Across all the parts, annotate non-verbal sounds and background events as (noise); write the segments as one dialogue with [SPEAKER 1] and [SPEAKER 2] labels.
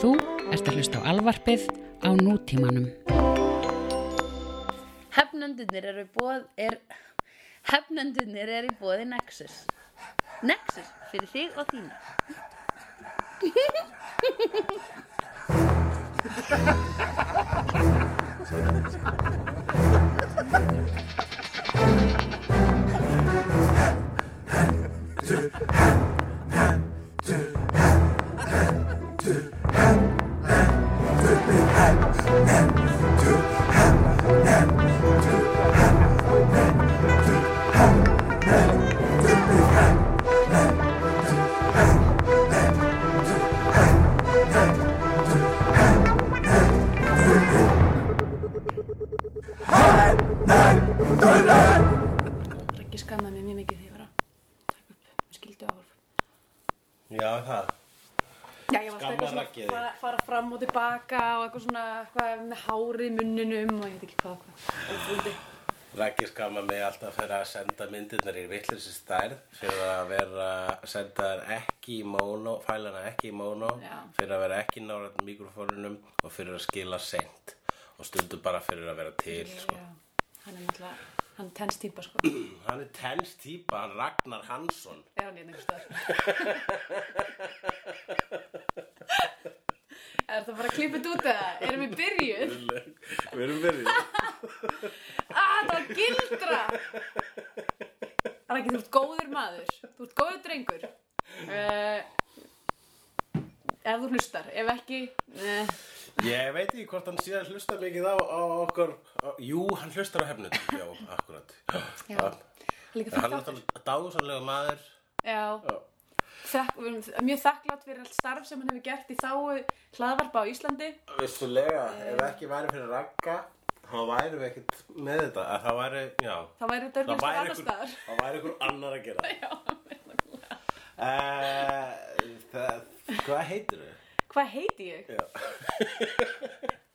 [SPEAKER 1] Þú ert að hlusta á alvarpið á nútímanum.
[SPEAKER 2] Hefnendunir eru í bóð er, Hefnendunir eru í bóði Nexus Nexus fyrir þig og þína
[SPEAKER 3] Raggi skammaði mér mjög mikið þegar ég var að taka upp með skildu áhörf.
[SPEAKER 4] Já, það.
[SPEAKER 3] Já, ég var alltaf
[SPEAKER 4] Skammar
[SPEAKER 3] eitthvað
[SPEAKER 4] Raggi
[SPEAKER 3] svona
[SPEAKER 4] þig?
[SPEAKER 3] fara, fara fram og tilbaka og eitthvað svona eitthvað með hárið í munninum og ég veit ekki hvað og hvað.
[SPEAKER 4] Raggi skama mig alltaf fyrir að senda myndirnar í vittlursi stærð, fyrir að vera sendar ekki í mónó, fælana ekki í mónó,
[SPEAKER 3] Já.
[SPEAKER 4] fyrir að vera ekki nárat mikrofónunum og fyrir að skila sent og stundum bara fyrir að vera til, sko.
[SPEAKER 3] Já, hann er náttúrulega, hann tennst típa sko. Er
[SPEAKER 4] Hann er tens típa, hann Ragnar Hansson.
[SPEAKER 3] hann hérna einhvers staðar?
[SPEAKER 4] (laughs)
[SPEAKER 3] er það bara að klippa þetta út eða? Erum við byrjuð?
[SPEAKER 4] Við erum verið.
[SPEAKER 3] Ah, það var gildra! Raggi, þú ert góður maður. Þú ert góður drengur. Uh, ef þú hlustar, ef ekki... Uh,
[SPEAKER 4] Ég veit ekki hvort hann síðan hlusta mikið á, á okkur. Á, jú, hann hlustar á hefnund. Já, akkurat. Já.
[SPEAKER 3] líka
[SPEAKER 4] Hann
[SPEAKER 3] fyrir
[SPEAKER 4] er
[SPEAKER 3] þáttur.
[SPEAKER 4] náttúrulega dásanlega maður.
[SPEAKER 3] Já. Þak, við erum mjög þakklátt fyrir allt starf sem hann hefur gert í þáu hlaðvarpa á Íslandi.
[SPEAKER 4] Vissulega, ef ekki væri fyrir ragga þá væri við ekkert með þetta að það væri, já
[SPEAKER 3] Þá væri þetta örgum
[SPEAKER 4] væri
[SPEAKER 3] annar
[SPEAKER 4] einhver-
[SPEAKER 3] staðar.
[SPEAKER 4] það væri ykkur annar að
[SPEAKER 3] (laughs)
[SPEAKER 4] gera Já, meðluglega Eh, Það, hvað heitir þau?
[SPEAKER 3] Hvað heiti ég?
[SPEAKER 4] Já.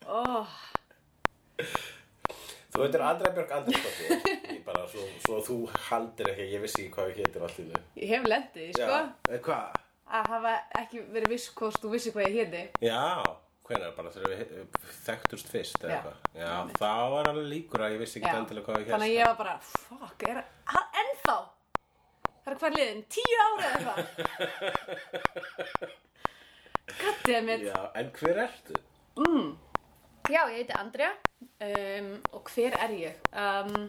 [SPEAKER 3] Oh,
[SPEAKER 4] Þú heitir Andra Björk Andrisdóttir Ég bara, svo, svo þú haldir ekki ég vissi ekki hvað ég heitir allt í lið
[SPEAKER 3] ég hef lendið, sko.
[SPEAKER 4] Hvað?
[SPEAKER 3] Að hafa ekki verið viss hvort þú vissi hvað ég heiti.
[SPEAKER 4] Já, hvenær bara þegar við he- þekktust fyrst eða
[SPEAKER 3] Já.
[SPEAKER 4] eitthvað Já, þá var alveg líkur að ég vissi ekki endilega hvað ég sko.
[SPEAKER 3] Þannig að ég var bara, fuck, er það ennþá? Það er hvað liðin, tíu ára eða
[SPEAKER 4] (laughs)
[SPEAKER 3] eitthvað. Goddammit.
[SPEAKER 4] Já, en hver ertu?
[SPEAKER 2] Já, ég heiti Andrea
[SPEAKER 3] Um, og hver er ég? Um,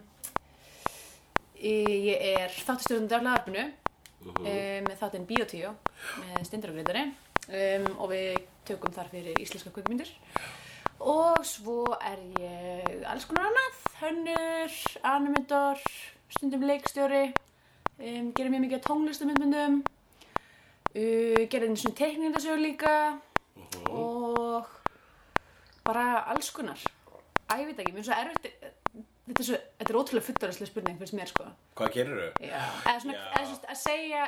[SPEAKER 3] ég er þáttustjórnandi af lagarpinu, um, þáttinn Bíotíó, með Stindur og Grétari um, og við tökum þar fyrir íslenska kvökmyndir. Og svo er ég alls konar annað, hönnur, animator, stundum leikstjóri, um, gerir mjög mikið af tónlistamindmyndum, uh, gerir einu svona teikningasögur líka og bara alls konar. Æ, ég veit ekki, mér er svo erfitt, þetta er, svo, þetta er ótrúlega fullorðislega spurning finnst mér sko.
[SPEAKER 4] Hvað gerirðu? Já
[SPEAKER 3] Eða svona,
[SPEAKER 4] Já.
[SPEAKER 3] eða svona að segja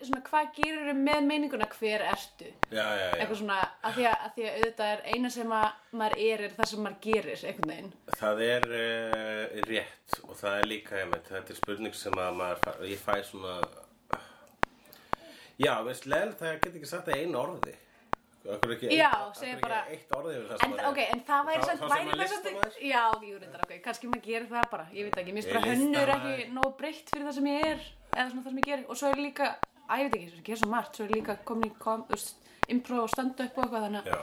[SPEAKER 3] svona hvað gerirðu með meininguna hver ertu?
[SPEAKER 4] já, já, já.
[SPEAKER 3] eitthvað svona, af því, að, af því að auðvitað er eina sem að maður er er það sem maður gerir einhvern veginn.
[SPEAKER 4] það er uh, rétt og það er líka einmitt, þetta er spurning sem að maður, fæ- ég fæ svona já, veist leil það get ekki sagt það einu orði okkur ekki,
[SPEAKER 3] Já,
[SPEAKER 4] eitt, af
[SPEAKER 3] segir
[SPEAKER 4] hverju ekki
[SPEAKER 3] bara-
[SPEAKER 4] eitt orði yfir það
[SPEAKER 3] En,
[SPEAKER 4] sem maður
[SPEAKER 3] ok,
[SPEAKER 4] er.
[SPEAKER 3] en það væri
[SPEAKER 4] Þá-
[SPEAKER 3] samt,
[SPEAKER 4] þá sem
[SPEAKER 3] væri
[SPEAKER 4] maður
[SPEAKER 3] það samt,
[SPEAKER 4] listamaður.
[SPEAKER 3] já, jú, reyndar, ok, kannski maður gerir það bara, ég veit ekki, mér finnst
[SPEAKER 4] Ég er
[SPEAKER 3] bara hönnur ekki
[SPEAKER 4] listamaður.
[SPEAKER 3] nóg breytt fyrir það sem ég er, eða svona það sem ég gerir, og svo er líka, að ég veit ekki, ég ger svo margt, svo er líka komin í kom, þú veist, improv og stand-up og eitthvað, þannig að,
[SPEAKER 4] já,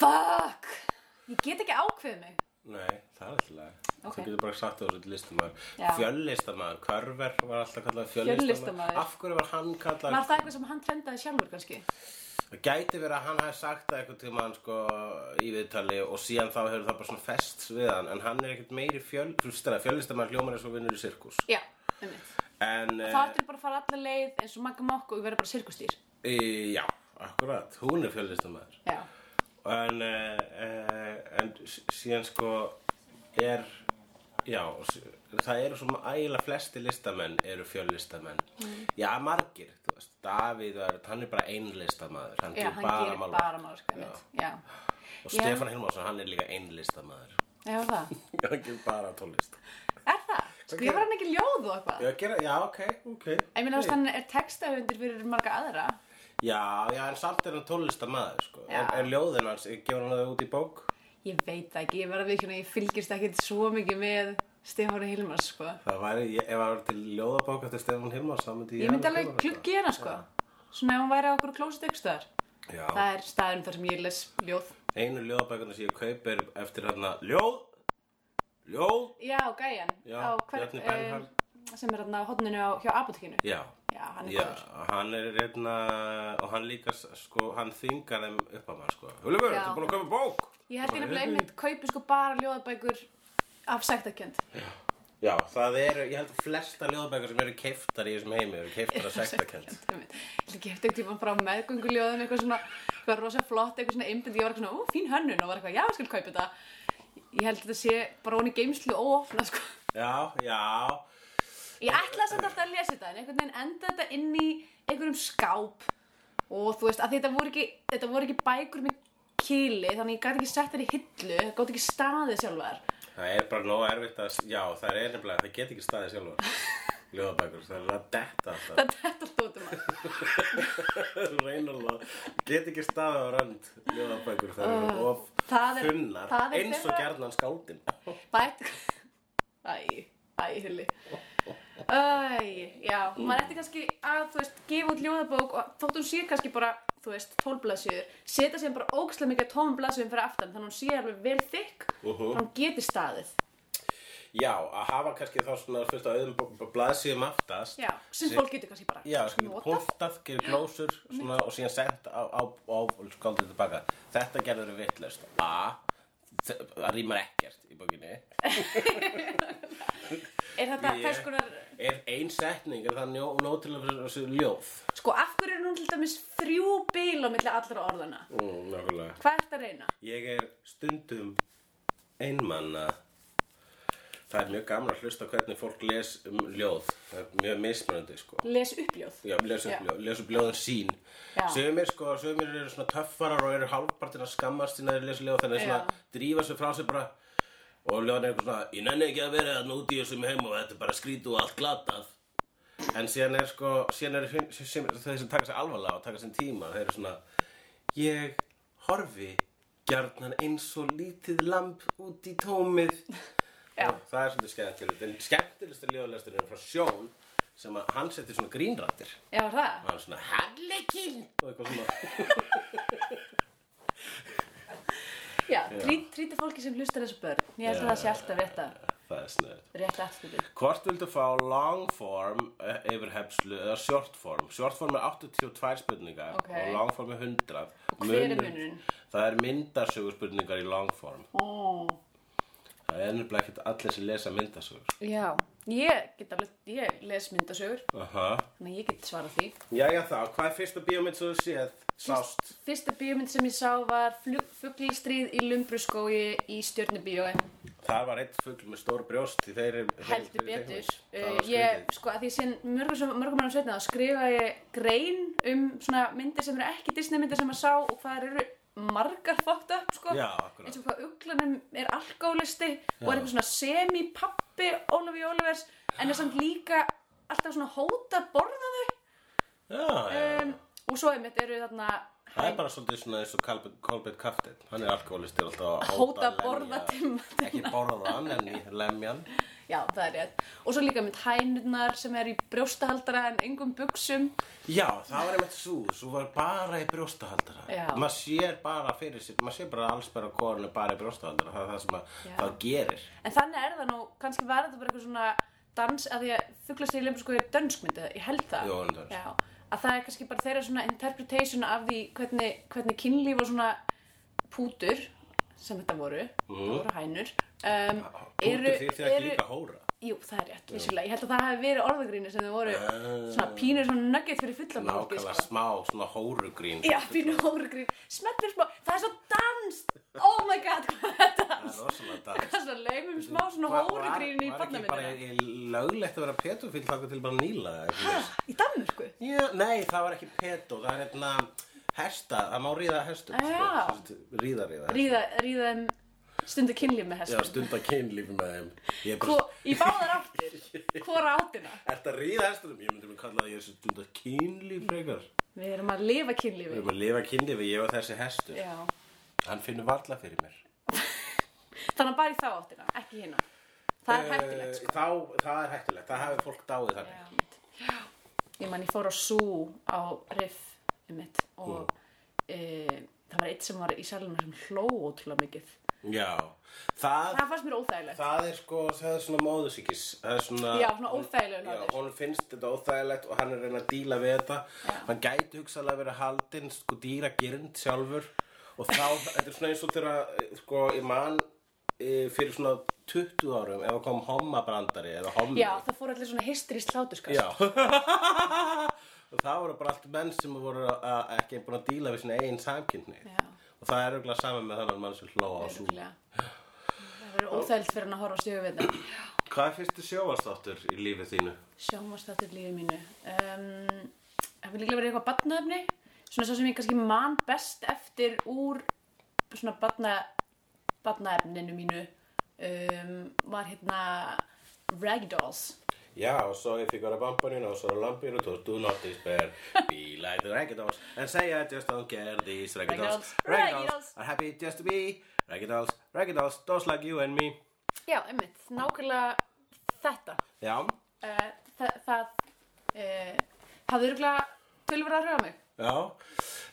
[SPEAKER 3] fuck, ég get ekki ákveðið mig,
[SPEAKER 4] nei, það er alltaf lega
[SPEAKER 3] Ok.
[SPEAKER 4] þú getur bara sagt það úr listamaður
[SPEAKER 3] Já.
[SPEAKER 4] fjöllistamaður, Körver var alltaf kallað fjöllistamaður,
[SPEAKER 3] Fjöllistarmaður.
[SPEAKER 4] af hverju var hann kallað
[SPEAKER 3] var það eitthvað sem hann trendaði sjálfur kannski?
[SPEAKER 4] Það gæti verið að hann hafi sagt það eitthvað tíma hann sko í viðtali og síðan þá hefur það bara svona fests við hann en hann er ekkert meiri fjöl, fjöldstæða, fjöllistamann hljómar eins og vinnur í sirkus.
[SPEAKER 3] Já, einmitt.
[SPEAKER 4] En, eh,
[SPEAKER 3] Það ættir bara að fara alla leið eins og Magga Mokk og vera bara sirkustýr.
[SPEAKER 4] e, já, akkurat, hún er fjöllistamann.
[SPEAKER 3] Já.
[SPEAKER 4] En, e, e, en s- síðan sko er, já, s- það eru svona ægilega flesti listamenn eru fjöllistamenn.
[SPEAKER 3] Mm.
[SPEAKER 4] Já, margir, þú veist, Davíð, Örn, hann er bara ein listamaður, hann
[SPEAKER 3] Já,
[SPEAKER 4] gerir
[SPEAKER 3] hann
[SPEAKER 4] bara
[SPEAKER 3] gerir
[SPEAKER 4] málverk.
[SPEAKER 3] bara málverk, einmitt. Já.
[SPEAKER 4] Og
[SPEAKER 3] Já.
[SPEAKER 4] Stefán Hilmarsson, hann er líka ein listamaður.
[SPEAKER 3] Já, það.
[SPEAKER 4] Já, ekki bara tónlist.
[SPEAKER 3] Er það? Skrifar hann ekki ljóð og eitthvað?
[SPEAKER 4] Já, gera, já ok, ok.
[SPEAKER 3] Ég meina, þú veist, hann er textahundir fyrir marga aðra.
[SPEAKER 4] Já, já, en samt er hann tólestamæður, sko.
[SPEAKER 3] Já.
[SPEAKER 4] En, en ljóðin hans, eh, gefur hann það út í bók?
[SPEAKER 3] Ég veit það ekki, ég verða við hérna, ég fylgist ekkit svo mikið með Stefáni Hilmars, sko.
[SPEAKER 4] Það væri, ég, ef það var til ljóðabók eftir Stefán Hilmars, þá myndi ég...
[SPEAKER 3] Ég myndi alveg
[SPEAKER 4] alveg kaupa hana,
[SPEAKER 3] klukki hérna, sko. Svona ef hún væri á okkur klósit ykkur stöðar.
[SPEAKER 4] sko. Já,
[SPEAKER 3] Það er staðurinn þar sem ég les ljóð.
[SPEAKER 4] einu ljóðabækuna sem ég kaup er eftir hann að ljóð, ljóð,
[SPEAKER 3] Já, gæjan.
[SPEAKER 4] Já,
[SPEAKER 3] á hver,
[SPEAKER 4] Bjarni Bernhard.
[SPEAKER 3] eh, sem er hérna á hodninu á, hjá apotekinu.
[SPEAKER 4] já.
[SPEAKER 3] Já, hann er
[SPEAKER 4] Já,
[SPEAKER 3] góður.
[SPEAKER 4] hann er hérna, og hann líka, s- sko, hann þingar þeim upp að maður, sko. Hulumur,
[SPEAKER 3] Já.
[SPEAKER 4] þetta er búin að kaupa bók!
[SPEAKER 3] Ég held ég nefnilega einmitt kaupi sko bara ljóðabækur af sektakjönd.
[SPEAKER 4] Já, það eru, ég held að flesta ljóðabækur sem eru keiftar í þessum heimi eru
[SPEAKER 3] (laughs)
[SPEAKER 4] keiftar að sektakent.
[SPEAKER 3] Einmitt. Ég held ekki eftir einhvern tíma frá meðgönguljóðum eitthvað svona, eitthvað rosa flott, eitthvað svona einbind, ég var eitthvað svona, ó, fín hönnun og var eitthvað, já, ég skal kaupa þetta. Ég held þetta sé bara hún í geimslu óofna, sko.
[SPEAKER 4] Já, já,
[SPEAKER 3] Ég ætlaði samt alltaf að lesa þetta, en einhvern veginn enda þetta inn í einhverjum skáp og þú veist, að þetta voru ekki, þetta voru ekki bækur með kýli, þannig ég gæti ekki sett þetta í hillu, það gátt ekki staðið sjálfar.
[SPEAKER 4] Það er bara nóg erfitt að, já, það er nefnilega, það get ekki staðið sjálfur. Ljóðabækur, það er að detta alltaf. (laughs)
[SPEAKER 3] Það þetta stóðum að.
[SPEAKER 4] Þú reynir alveg, að- get ekki staðið á rönd, ljóðabækur, það eru of
[SPEAKER 3] það er-
[SPEAKER 4] þunnar,
[SPEAKER 3] það er
[SPEAKER 4] eins og
[SPEAKER 3] þeirra-
[SPEAKER 4] gerðan skáldin.
[SPEAKER 3] Bætt Æ, æ, hulli Æ, já, maður ætti kannski að, þú veist, gefa út ljóðabók og þótt hún sé kannski bara, þú veist, tólblasjur setja sér bara ógæslega mikið tónblasjum fyrir aftan, þannig að hún sé alveg vel þykk
[SPEAKER 4] Úhú.
[SPEAKER 3] hann geti staðið
[SPEAKER 4] Já, að hafa kannski þá svona fyrst á auðum b- b- blaðsíðum aftast.
[SPEAKER 3] Já, sem fólk getur kannski bara
[SPEAKER 4] Já, sem getur
[SPEAKER 3] notað
[SPEAKER 4] punktað, gerir glósur svona, og síðan sent á, á, á skáldið tilbaka. Þetta gerður við vittlust. A, þ- það rýmar ekkert í bókinni.
[SPEAKER 3] Er þetta
[SPEAKER 4] Ég-
[SPEAKER 3] þess konar,
[SPEAKER 4] Er ein setning, er það njó- nóg til að fyrir þessu ljóð?
[SPEAKER 3] sko, af hverju er hún til dæmis þrjú bíl á milli allra orðana?
[SPEAKER 4] Mm, Nákvæmlega.
[SPEAKER 3] Hvað ertu að reyna?
[SPEAKER 4] Ég er stundum einmanna. Það er mjög gaman að hlusta hvernig fólk les um ljóð. Það er mjög mismunandi, sko.
[SPEAKER 3] Les uppljóð
[SPEAKER 4] Já, les
[SPEAKER 3] Já.
[SPEAKER 4] upp, ljóð, les upp ljóðin sín.
[SPEAKER 3] Já.
[SPEAKER 4] Sumir, sko, sumir eru svona töffarar og eru hálfpartin að skammast sína þeir lesa ljóð. Þannig að svona drífa sig frá sig bara og ljóðin er eitthvað svona, ég nenni ekki að vera þarna út í þessum heim og þetta er bara skrítið og allt glatað. En síðan er sko, síðan eru hin- sem- þeir sem taka sér alvarlega og taka sér tíma, þeir eru svona, ég horfi gjarnan eins og lítið lamp út í tómið. Já. Það er svolítið skemmtilegt, en skemmtilegstu ljóðlesturinn er frá Sjón sem að hann setti svona grínrættir.
[SPEAKER 3] Já, var það?
[SPEAKER 4] Hann er svona, herleikinn, og eitthvað svona. (laughs)
[SPEAKER 3] Já, trýt, trýta fólki sem hlustar þessu börn. Ég held að það sé alltaf rétta,
[SPEAKER 4] það er snöður.
[SPEAKER 3] rétta aftur.
[SPEAKER 4] Hvort viltu fá long form eh, yfir hefslu eða short form? Short form er 82 spurningar
[SPEAKER 3] Ok.
[SPEAKER 4] og long form er 100.
[SPEAKER 3] Og hver er munurinn?
[SPEAKER 4] Það er myndarsögur spurningar í long form.
[SPEAKER 3] Ó,
[SPEAKER 4] Það er nefnilega ekkert allir sem lesa myndasögur.
[SPEAKER 3] já. Ég get alveg, ég les myndasögur,
[SPEAKER 4] Aha.
[SPEAKER 3] þannig að ég get svarað því.
[SPEAKER 4] Jæja þá, hvað er fyrsta bíómynd sem þú séð? Sást.
[SPEAKER 3] Fyrsta bíómynd sem ég sá var Fuglistríð í Lumbruskói í Stjörnubíói.
[SPEAKER 4] Það var eitt fugl með stór brjóst því þeir eru...
[SPEAKER 3] Heldur
[SPEAKER 4] þeir- þeir-
[SPEAKER 3] betur.
[SPEAKER 4] þeir-
[SPEAKER 3] Uh,
[SPEAKER 4] Það var
[SPEAKER 3] ég,
[SPEAKER 4] skrítið.
[SPEAKER 3] sko, að því síðan mörgum, sem- mörgum árum setna þá skrifa ég grein um svona myndir sem eru ekki Disney myndir sem að sá og hvað þær eru margar fótt upp, sko.
[SPEAKER 4] Já, akkurat.
[SPEAKER 3] eins og hvað uglanum er alkoholisti og er eitthvað svona semi-pappi Ólafi Ólafers en er samt líka alltaf svona hóta borða þau
[SPEAKER 4] Já, já.
[SPEAKER 3] um, og svo einmitt eru þarna
[SPEAKER 4] Það er bara svolítið svona eins og Colbert- Colbert Kaftin. Hann er alkoholistir alltaf að
[SPEAKER 3] hóta
[SPEAKER 4] lemja-
[SPEAKER 3] borða til
[SPEAKER 4] Ekki borða hann en í lemjan.
[SPEAKER 3] já það er rétt og svo líka mynd hænurnar sem er í brjóstahaldara en engum buksum
[SPEAKER 4] Já, það var einmitt svo, svo var bara í brjóstahaldara.
[SPEAKER 3] Já.
[SPEAKER 4] Maður sér bara fyrir sér, maður sér bara alls bara korinu bara í brjóstahaldara, það er það sem að,
[SPEAKER 3] Já.
[SPEAKER 4] það gerir.
[SPEAKER 3] en þannig er það nú kannski var þetta bara eitthvað svona dans að því að fuglast í limbu sko er dönskmyndi ég held það
[SPEAKER 4] Jú, hún er dönsk.
[SPEAKER 3] Já, að það er kannski bara þeirra svona interpretation af því hvernig, hvernig kynlíf og svona pútur sem þetta voru, það voru hænur um,
[SPEAKER 4] Mhm. Pútur því þegar ekki líka hóra.
[SPEAKER 3] jú, það er rétt, vissulega, ég held að það hafi verið orðagrýni sem þau voru svona pínur svona nugget fyrir fullan fólki,
[SPEAKER 4] Nákvæmlega smá, svona hórugrín.
[SPEAKER 3] Já, pínu orðagrýn, smetlir smá, það er svo danst, oh my god, hvað er þetta?
[SPEAKER 4] Það er rosalega dans.
[SPEAKER 3] Það er svo laumum (laughs) smá svona hórugrín í
[SPEAKER 4] Var
[SPEAKER 3] barnamyndina.
[SPEAKER 4] ekki bara í- löglegt að vera pedofill þakka til bara nýla? eða eitthvað
[SPEAKER 3] Ha,
[SPEAKER 4] svoleiðis?
[SPEAKER 3] í Danmörku?
[SPEAKER 4] Já, nei, það var ekki pedo, það er hérna hesta, það má ríða hestum. sko,
[SPEAKER 3] Já.
[SPEAKER 4] sem sagt, Ríða, ríða. hestum.
[SPEAKER 3] Ríða, ríða um stundu kynlíf með
[SPEAKER 4] Já,
[SPEAKER 3] hestum.
[SPEAKER 4] stunda kynlífi með þeim. Ég er bara-
[SPEAKER 3] Hvor, í báðar
[SPEAKER 4] (laughs)
[SPEAKER 3] áttir, hvora áttina
[SPEAKER 4] Ertu að ríða hestunum? Ég myndi mér kalla það að ég er stund að kynlíf frekar.
[SPEAKER 3] Við erum að lifa
[SPEAKER 4] Við
[SPEAKER 3] kynlífi.
[SPEAKER 4] erum að lifa kynlífi, ég og þessi hestur.
[SPEAKER 3] Já.
[SPEAKER 4] Hann finnur varla fyrir mér.
[SPEAKER 3] Þannig að bara í þá áttina, ekki hérna. Það er
[SPEAKER 4] Eh,
[SPEAKER 3] hættilegt, sko.
[SPEAKER 4] Þá, það er hættilegt, það hafi fólk dáið þannig.
[SPEAKER 3] Já. Ég man, ég fór á sú á riff um mitt og e, það var eitt sem var í salunum sem hló ótrúlega mikið.
[SPEAKER 4] Já, það,
[SPEAKER 3] Það fannst mér óþægilegt.
[SPEAKER 4] það er sko, það er svona móðusíkis. Það er svona...
[SPEAKER 3] Já, svona óþægilegur
[SPEAKER 4] Já,
[SPEAKER 3] hlátur.
[SPEAKER 4] hún finnst þetta óþægilegt og hann er að reyna að díla við þetta.
[SPEAKER 3] Já.
[SPEAKER 4] Hann gæti hugsaðlega að vera haldinn, sko, dýra gyrnd sjálfur. Og þá, þetta er svona eins og þegar, eh, sko, ég man eh, fyrir svona 20 árum ef það kom hommabrandari eða hommi.
[SPEAKER 3] Já, það fór allir svona hysterist hláturskast.
[SPEAKER 4] Já (laughs) Og það voru bara allt menn sem voru að, að ekki búin að díla við sinna eigin samkynni
[SPEAKER 3] Já.
[SPEAKER 4] Og það er auðvitað saman með þannig mann sem hló á svo
[SPEAKER 3] Örugglega. Það verður óþægilt fyrir hann að horfa á stjöfu við þetta.
[SPEAKER 4] Hvað er fyrstu sjóvarstáttur í lífið þínu?
[SPEAKER 3] Sjónvarstáttur lífið mínu. Um, það vil líklega verið eitthvað badnaefni. Svona svo sem ég kannski man best eftir úr svona badna, badnaefninu mínu um, var hérna Ragdolls.
[SPEAKER 4] Já, og svo ég fikk vera bambaninn og svo er lampir og tóð Do not despair, be like the ragdolls And say I just don't care these ragdolls
[SPEAKER 3] Ragdolls, ragdolls.
[SPEAKER 4] are happy just to be Ragdolls, ragdolls, dolls like you and me
[SPEAKER 3] Já, einmitt. Nákvæmlega þetta.
[SPEAKER 4] Já,
[SPEAKER 3] Uh, það það uh, hafði örgulega tölvur að hrjóða mig.
[SPEAKER 4] já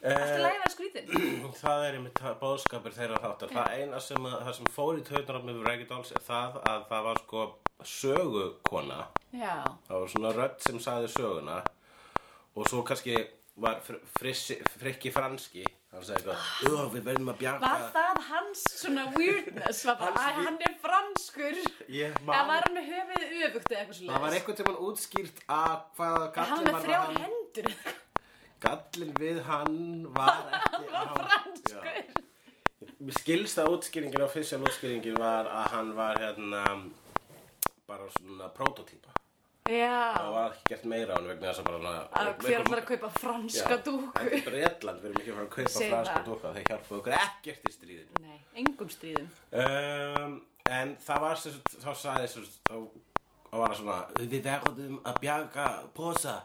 [SPEAKER 3] Þetta
[SPEAKER 4] Eftir
[SPEAKER 3] lagið var skrítin.
[SPEAKER 4] (clears throat) Það er einmitt það- bóðskapur þeirra þáttar. Það eina sem, að, það sem fór í tautunar með Ragged Dolls er það að það var sko sögukona.
[SPEAKER 3] Já.
[SPEAKER 4] Það var svona rödd sem sagði söguna og svo kannski var fr frissi, frikki franski. Hann sagði eitthvað, "Ugh, við verðum að bjarga.
[SPEAKER 3] Ah. Var það hans svona weirdness? Var bara,
[SPEAKER 4] Hans-
[SPEAKER 3] "Æ, hann er franskur.
[SPEAKER 4] Ég
[SPEAKER 3] Eða
[SPEAKER 4] man-
[SPEAKER 3] var hann með höfuðið öfugt eða eitthvað svo
[SPEAKER 4] Það var eitthvað tímann útskýrt að hvaða
[SPEAKER 3] Hann
[SPEAKER 4] gallin
[SPEAKER 3] var
[SPEAKER 4] var
[SPEAKER 3] með
[SPEAKER 4] við
[SPEAKER 3] þrjár
[SPEAKER 4] hann.
[SPEAKER 3] hendur (laughs)
[SPEAKER 4] Gallin við hann var ekki. að hann- Já.
[SPEAKER 3] franskur.
[SPEAKER 4] Mér skilst að útskýringin og fyrstjál útskýringin var að hann var hérna bara svona prototýpa. Það
[SPEAKER 3] Já,
[SPEAKER 4] var ekki gert meira á hann vegna þess að bara
[SPEAKER 3] að
[SPEAKER 4] svona...
[SPEAKER 3] hver var að kaupa franska
[SPEAKER 4] Þetta
[SPEAKER 3] dúku?
[SPEAKER 4] er Breitland, við erum ekki að fara að kaupa
[SPEAKER 3] Segðu
[SPEAKER 4] franska
[SPEAKER 3] það.
[SPEAKER 4] dúka, þeir hjálpa okkur ekkert í stríðinu.
[SPEAKER 3] Nei, engum stríðum.
[SPEAKER 4] Um, en það var sem sagt, þá sagði sem sagt, þá, þá var það svona við verðum að bjarga posa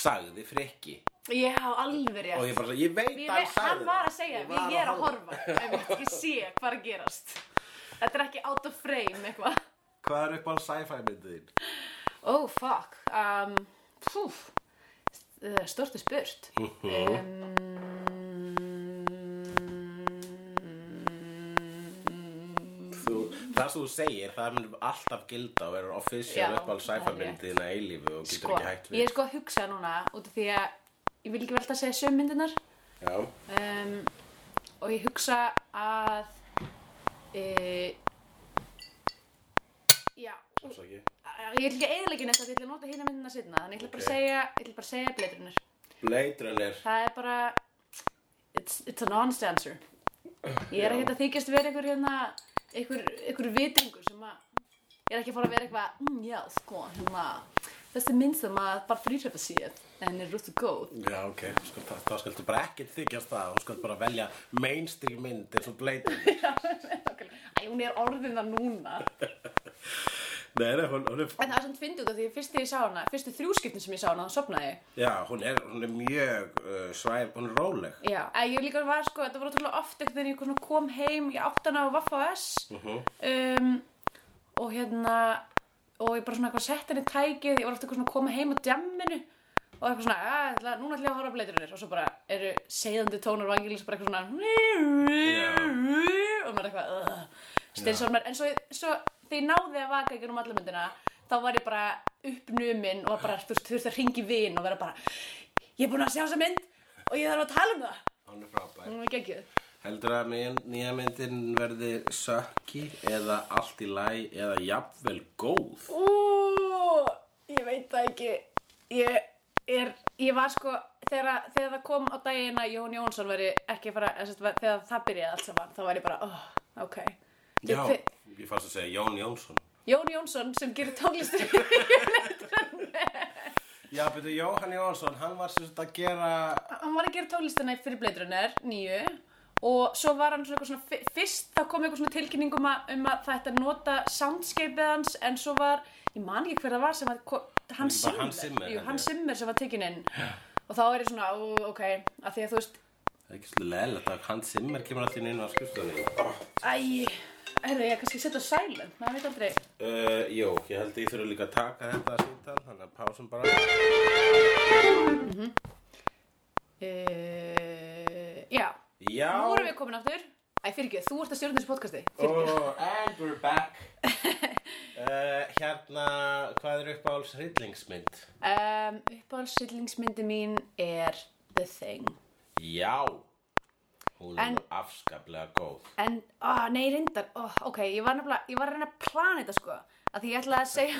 [SPEAKER 4] sagði frikki
[SPEAKER 3] Já, alveg rétt.
[SPEAKER 4] og ég bara, ég veit
[SPEAKER 3] Ég
[SPEAKER 4] að hann
[SPEAKER 3] veit-
[SPEAKER 4] sagði
[SPEAKER 3] hann var að segja,
[SPEAKER 4] Ég var
[SPEAKER 3] við ég er að
[SPEAKER 4] horfa.
[SPEAKER 3] horfa. einmitt, Ég sé hvað er að gerast. Þetta er ekki out of frame eitthvað.
[SPEAKER 4] Hvað er upp á sci-fi myndið þín?
[SPEAKER 3] Oh fuck um, Púf Storti spurt
[SPEAKER 4] Ehm.
[SPEAKER 3] um,
[SPEAKER 4] (laughs) Þú, það sem þú segir, það mun alltaf gilda og verður official
[SPEAKER 3] Já,
[SPEAKER 4] upp alveg sci-fi
[SPEAKER 3] það er rétt.
[SPEAKER 4] myndið þína eilífu og getur
[SPEAKER 3] Sko,
[SPEAKER 4] ekki hægt
[SPEAKER 3] ég
[SPEAKER 4] við
[SPEAKER 3] er sko að hugsa núna út af því að ég vil ekki velta að segja söm myndirnar
[SPEAKER 4] Já,
[SPEAKER 3] um, og ég hugsa að e, já,
[SPEAKER 4] svo svo ekki
[SPEAKER 3] ég ætla ekki að eðilegja neitt af því ég ætla að nota hína myndirna sitna þannig ég ætla bara að
[SPEAKER 4] Ok.
[SPEAKER 3] segja, ég ætla bara að segja bleiturinnar
[SPEAKER 4] Blade Runner
[SPEAKER 3] Það er bara It's, it's a honest answer Ég er ekkert að þykjast vera einhver hérna einhver, einhver vitringur sem að ég er ekki að fara að vera eitthvað mm, já, sko, hérna þessi mynd sem að bara frýrhefa séð en er rúttu góð
[SPEAKER 4] Já, ok, sko, það, það skaltu bara ekkert þykjast það og skaltu bara velja mainstream mynd eins og Blade Runner
[SPEAKER 3] Æ, hún er orðin það núna En
[SPEAKER 4] Nei, nei, hún, hún er
[SPEAKER 3] það er svona fyndið út af því að fyrst þegar ég sá hana fyrstu þrjúskiptin sem ég sá hana, þá sopnaði ég
[SPEAKER 4] Já, hún er, hún er mjög uh, svæf, hún er róleg
[SPEAKER 3] Já, að ég líka var sko, þetta var ótrúlega oft ekkert þegar ég svona kom heim, ég átt hana á Vaffa S um, og hérna og ég bara svona eitthvað sett henni í tækið, ég var alltaf svona að koma heim á djamminu og eitthvað svona, að, ætla, núna ætla ég að horfa á bleiturinir og svo bara eru seiðandi tónar vangilis bara eitthvað svona og maður eitthvað uh, steinsormar, en svo, svo þegar ég náði að vaka ekki um alla myndina þá var ég bara uppnumin og var bara, þú veist, þurfti að ringi vin og vera bara, ég er búin að sjá þessa mynd og ég þarf að tala um það
[SPEAKER 4] Hún er frábær
[SPEAKER 3] Hún er geggjöð.
[SPEAKER 4] Heldur að minn, nýja myndin verði sökki eða allt í læ eða jafnvel góð
[SPEAKER 3] Ú, ég veit það ekki. Ég, er, ég var sko, þegar, þegar það kom á daginn að Jón Jónsson veri ekki að fara, eða sem sagt, þegar það byrjaði allt saman, þá var ég bara, oh, ok. Ég-
[SPEAKER 4] Já,
[SPEAKER 3] þe-
[SPEAKER 4] ég fannst að segja Jón Jónsson
[SPEAKER 3] Jón Jónsson sem gerir tónlistur
[SPEAKER 4] Já, betur Jóhann Jónsson, hann var sem þetta að gera
[SPEAKER 3] hann var að gera tónlistina í fyrirbleiturinnar nýju og svo var hann svona eitthvað svona fi- fyrst þá kom eitthvað svona tilkynning um að, um að það ætti að nota soundscapeið hans en svo var, ég man ekki hver það var sem að ko- hann
[SPEAKER 4] Ekki bara
[SPEAKER 3] Simmer,
[SPEAKER 4] Hans Zimmer,
[SPEAKER 3] jú,
[SPEAKER 4] held
[SPEAKER 3] hann
[SPEAKER 4] ég.
[SPEAKER 3] Simmer sem var tekininn og þá er ég svona, ó, ok, að því að þú veist,
[SPEAKER 4] Það er ekki svolítið leðilegt að Hans Zimmer kemur alltaf inn á skrifstofunni.
[SPEAKER 3] æ, herðu, ég kannski setja á silent, maður veit aldrei.
[SPEAKER 4] Uh, jó, ég held að ég þurfa líka að taka þetta síntal, þannig að pásum bara.
[SPEAKER 3] Uh, já,
[SPEAKER 4] Já,
[SPEAKER 3] nú erum við komin aftur. Æ, fyrir ekki, þú ert að stjórna þessu podcasti.
[SPEAKER 4] oh, and we're
[SPEAKER 3] (laughs)
[SPEAKER 4] back. Uh, hérna, hvað er uppáhalds hryllingsmynd?
[SPEAKER 3] Um, Uppáhaldssillingsmyndi mín er The Thing.
[SPEAKER 4] Já, hún er
[SPEAKER 3] En-
[SPEAKER 4] nú afskaplega góð.
[SPEAKER 3] En, á, nei, reyndar, ó, ok, ég var nefnilega, ég var að reyna að plana þetta, sko, að því ég ætlaði að segja,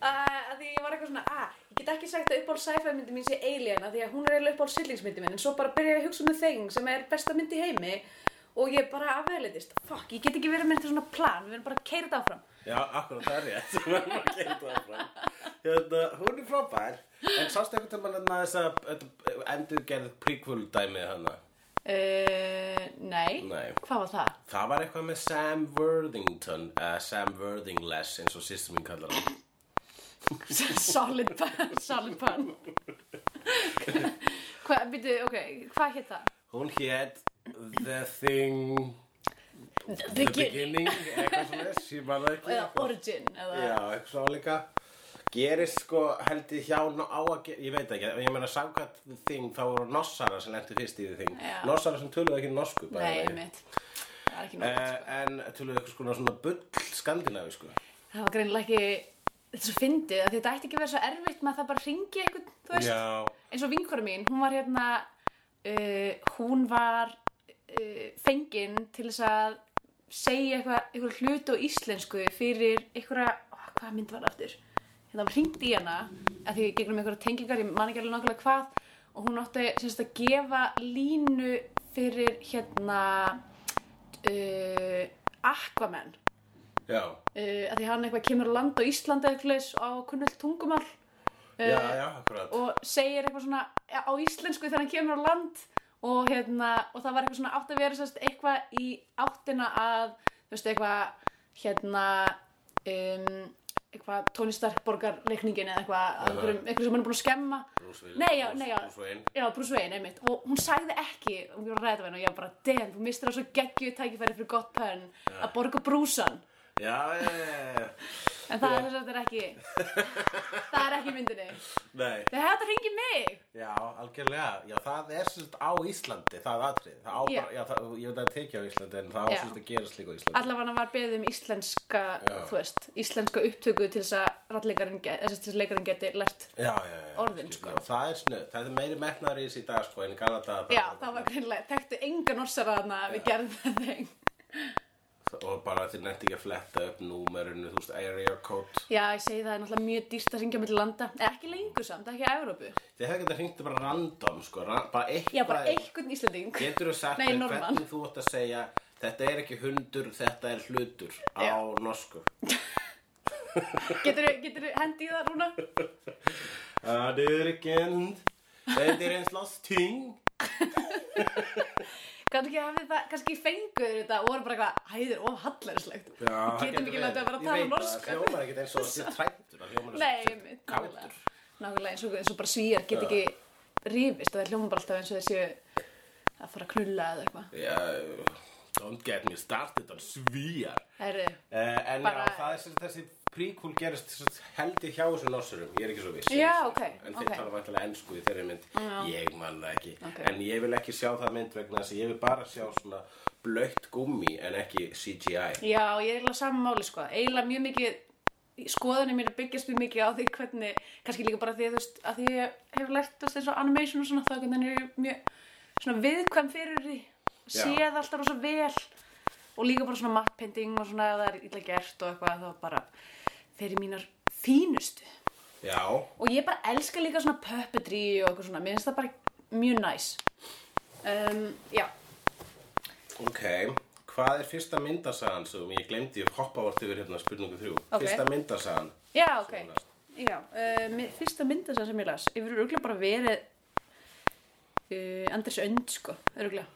[SPEAKER 3] uh, (laughs) að því ég var eitthvað svona, að, ég get ekki sagt að uppáhald sci-fi myndi mín sé Alien, að því að hún er eiginlega uppáhald sillingsmyndi mín, en svo bara byrja ég að hugsa um The Thing, sem er besta myndi í heimi, og ég bara afveðleitist, fuck, ég get ekki verið með þetta svona plan, við verðum bara að keira þetta áfram.
[SPEAKER 4] Já, akkurat það er rétt. (laughs) Við erum að gera það fram. Hérna, hún er frábær. En sástu einhvern tímann hérna að þess að endurgerð prequel dæmið hana?
[SPEAKER 3] Uh, nei.
[SPEAKER 4] Nei.
[SPEAKER 3] Hvað var það? (laughs)
[SPEAKER 4] Það var eitthvað með Sam Worthington, uh, Sam Worthingless eins og sýstum minn kallar hann.
[SPEAKER 3] solid pun, solid pun. (laughs) Hvað, býtu, ok, hvað hétt það?
[SPEAKER 4] Hún hétt The Thing,
[SPEAKER 3] The
[SPEAKER 4] The Beginning, eitthvað svona þess, ég maður ekki.
[SPEAKER 3] Eða Origin, eða...
[SPEAKER 4] Já, eitthvað svona líka. Gerist sko, held ég hjá ná- á að gera, ég veit ekki, ég meina samkvæmt The Thing, þá voru Nossara sem lentu fyrst í The Thing.
[SPEAKER 3] Já.
[SPEAKER 4] Nossara sem töluðu ekki norsku bara.
[SPEAKER 3] Nei, mitt. Það er ekki nóg.
[SPEAKER 4] Uh, en töluðu eitthvað svona, svona bull skandinavi sko.
[SPEAKER 3] Það var greinilega ekki... Þetta er svo fyndið, af því þetta ætti ekki að vera svo erfitt með að það bara ringi einhvern, þú veist.
[SPEAKER 4] Já,
[SPEAKER 3] Eins og vinkora mín, hún var hérna... Uh, hún var uh, fengin til þess að segja eitthvað, eitthvað hlut og íslensku fyrir einhverja... Ó, hvað mynd var það aftur? Hérna, hún ringdi í hana, af því gegnum einhverja tengingar, ég man ekki alveg nákvæmlega hvað, og hún átti sem sagt að gefa línu fyrir hérna uh, Aquaman.
[SPEAKER 4] já,
[SPEAKER 3] uh, að því hann eitthvað kemur að landa á Íslandi eitthvað á kunnult tungumál uh,
[SPEAKER 4] já, já, akkurat.
[SPEAKER 3] og segir eitthvað svona ja, á íslensku þegar hann kemur á land og, hérna, og það var eitthvað svona átt að vera sérst, eitthvað í áttina að þú veist eitthvað hérna um, eitthvað Tony Stark borgar leikningin eða eitthvað að einhverjum, einhverjum sem hann er búin að skemma
[SPEAKER 4] Bruce Willis,
[SPEAKER 3] nei, já,
[SPEAKER 4] Bruce-
[SPEAKER 3] nei, já,
[SPEAKER 4] Bruce Wayne.
[SPEAKER 3] já, Bruce Wayne, einmitt og hún sagði ekki, og við varum að ræða við hann og ég var bara, damn, þú mistir það svo geggju tækifæri fyrir gott pönn að borga brúsan
[SPEAKER 4] Já, já, já, já.
[SPEAKER 3] En það er þess að þetta er ekki Það er ekki í myndinni
[SPEAKER 4] Nei,
[SPEAKER 3] Þau hefðu þetta hringi mig
[SPEAKER 4] já, algjörlega. Já, það er svolítið á Íslandi, það atrið. Það á
[SPEAKER 3] Já.
[SPEAKER 4] bara, já, það, ég veit að það tekja á Íslandi en það á
[SPEAKER 3] Já.
[SPEAKER 4] svolítið að gerast líka á Íslandi.
[SPEAKER 3] Allavega var beðið um íslenska
[SPEAKER 4] Já.
[SPEAKER 3] Þú veist, íslenska upptöku til þess að Rattleikarinn, þess að leikarinn geti lært
[SPEAKER 4] Já, já, já.
[SPEAKER 3] Orðin, sko.
[SPEAKER 4] skil, Já, það er snuð. Það er meiri metnar í þessi í dag, sko, en gala það.
[SPEAKER 3] Já, það var greinlega, þekktu enga norsara þarna Við gerðum það þeng
[SPEAKER 4] Og bara þið nefndi ekki að fletta upp númerinu, þú veist, area code.
[SPEAKER 3] Já, ég segi það er náttúrulega mjög dýrt að ringja milli landa En ekki lengur samt, ekki að Evrópu
[SPEAKER 4] Þið hefði getað hringt bara random, sko, ra bara eitthvað.
[SPEAKER 3] Já, bara einhvern Íslanding
[SPEAKER 4] Getur þú sagt
[SPEAKER 3] Nei,
[SPEAKER 4] mér
[SPEAKER 3] norðmann.
[SPEAKER 4] hvernig þú ætti að segja, þetta er ekki hundur, þetta er hlutur á
[SPEAKER 3] Já.
[SPEAKER 4] norsku.
[SPEAKER 3] Geturðu getur hendið það núna?
[SPEAKER 4] Það er ekki hund, þetta er eins lasting.
[SPEAKER 3] Kannski ekki hafið það, kannski fenguður þetta og voru bara eitthvað, hæður of hallarslegt
[SPEAKER 4] Já, það
[SPEAKER 3] Getum
[SPEAKER 4] getur
[SPEAKER 3] ekki
[SPEAKER 4] verið.
[SPEAKER 3] látið að bara
[SPEAKER 4] Ég
[SPEAKER 3] tala
[SPEAKER 4] veit
[SPEAKER 3] norsku
[SPEAKER 4] Það hljómar ekkert eins
[SPEAKER 3] (laughs)
[SPEAKER 4] og þið trættur Það hljómar
[SPEAKER 3] Nei,
[SPEAKER 4] eins og
[SPEAKER 3] einmitt,
[SPEAKER 4] þið kátur
[SPEAKER 3] nákvæmlega. Nákvæmlega eins og, eins og bara svíjar get
[SPEAKER 4] Já.
[SPEAKER 3] ekki rifist og það hljóma bara alltaf eins og þessi að fara að knulla eða eitthvað.
[SPEAKER 4] Já, Don't get me started on svíjar
[SPEAKER 3] Herru,
[SPEAKER 4] uh, En
[SPEAKER 3] Bara-
[SPEAKER 4] já, það er sem sagt þessi prequel gerist sem sagt heldur hjá þessum nossurum Ég er ekki svo viss
[SPEAKER 3] Já,
[SPEAKER 4] ég er
[SPEAKER 3] ok,
[SPEAKER 4] ekki svo viss. En þeir
[SPEAKER 3] ok.
[SPEAKER 4] tala vantilega ennsku í þeirri mynd Ég man það ekki
[SPEAKER 3] Ok.
[SPEAKER 4] En ég vil ekki sjá það mynd vegna þess að ég vil bara sjá svona blöytt gummi en ekki CGI
[SPEAKER 3] já, ég er eiginlega saman máli sko. Eiginlega mjög mikið, skoðunni mín byggjast mjög mikið á því hvernig, kannski líka bara því að þú veist, að því ég hef lært þú veist eins og animation og svona þá hvernig er ég mjög svona viðkvæm fyrir því,
[SPEAKER 4] Já.
[SPEAKER 3] séð alltaf rosa vel og líka bara svona matte painting og svona ef það er illa gert og eitthvað þá bara fyrir mínar fínustu.
[SPEAKER 4] Já,
[SPEAKER 3] og ég bara elska líka svona puppetry og eitthvað svona, mér finnst það bara mjög næs um, já,
[SPEAKER 4] ok Hvað er fyrsta myndasagan sem ég glemdi ég hoppa vart yfir hérna spurningu þrjú
[SPEAKER 3] Ok.
[SPEAKER 4] Fyrsta myndasagan
[SPEAKER 3] já ok
[SPEAKER 4] Sem þú last.
[SPEAKER 3] já, uh, mi- fyrsta mynda sem ég las ég verður örgulega bara verið uh, Anders Önd sko, örgulega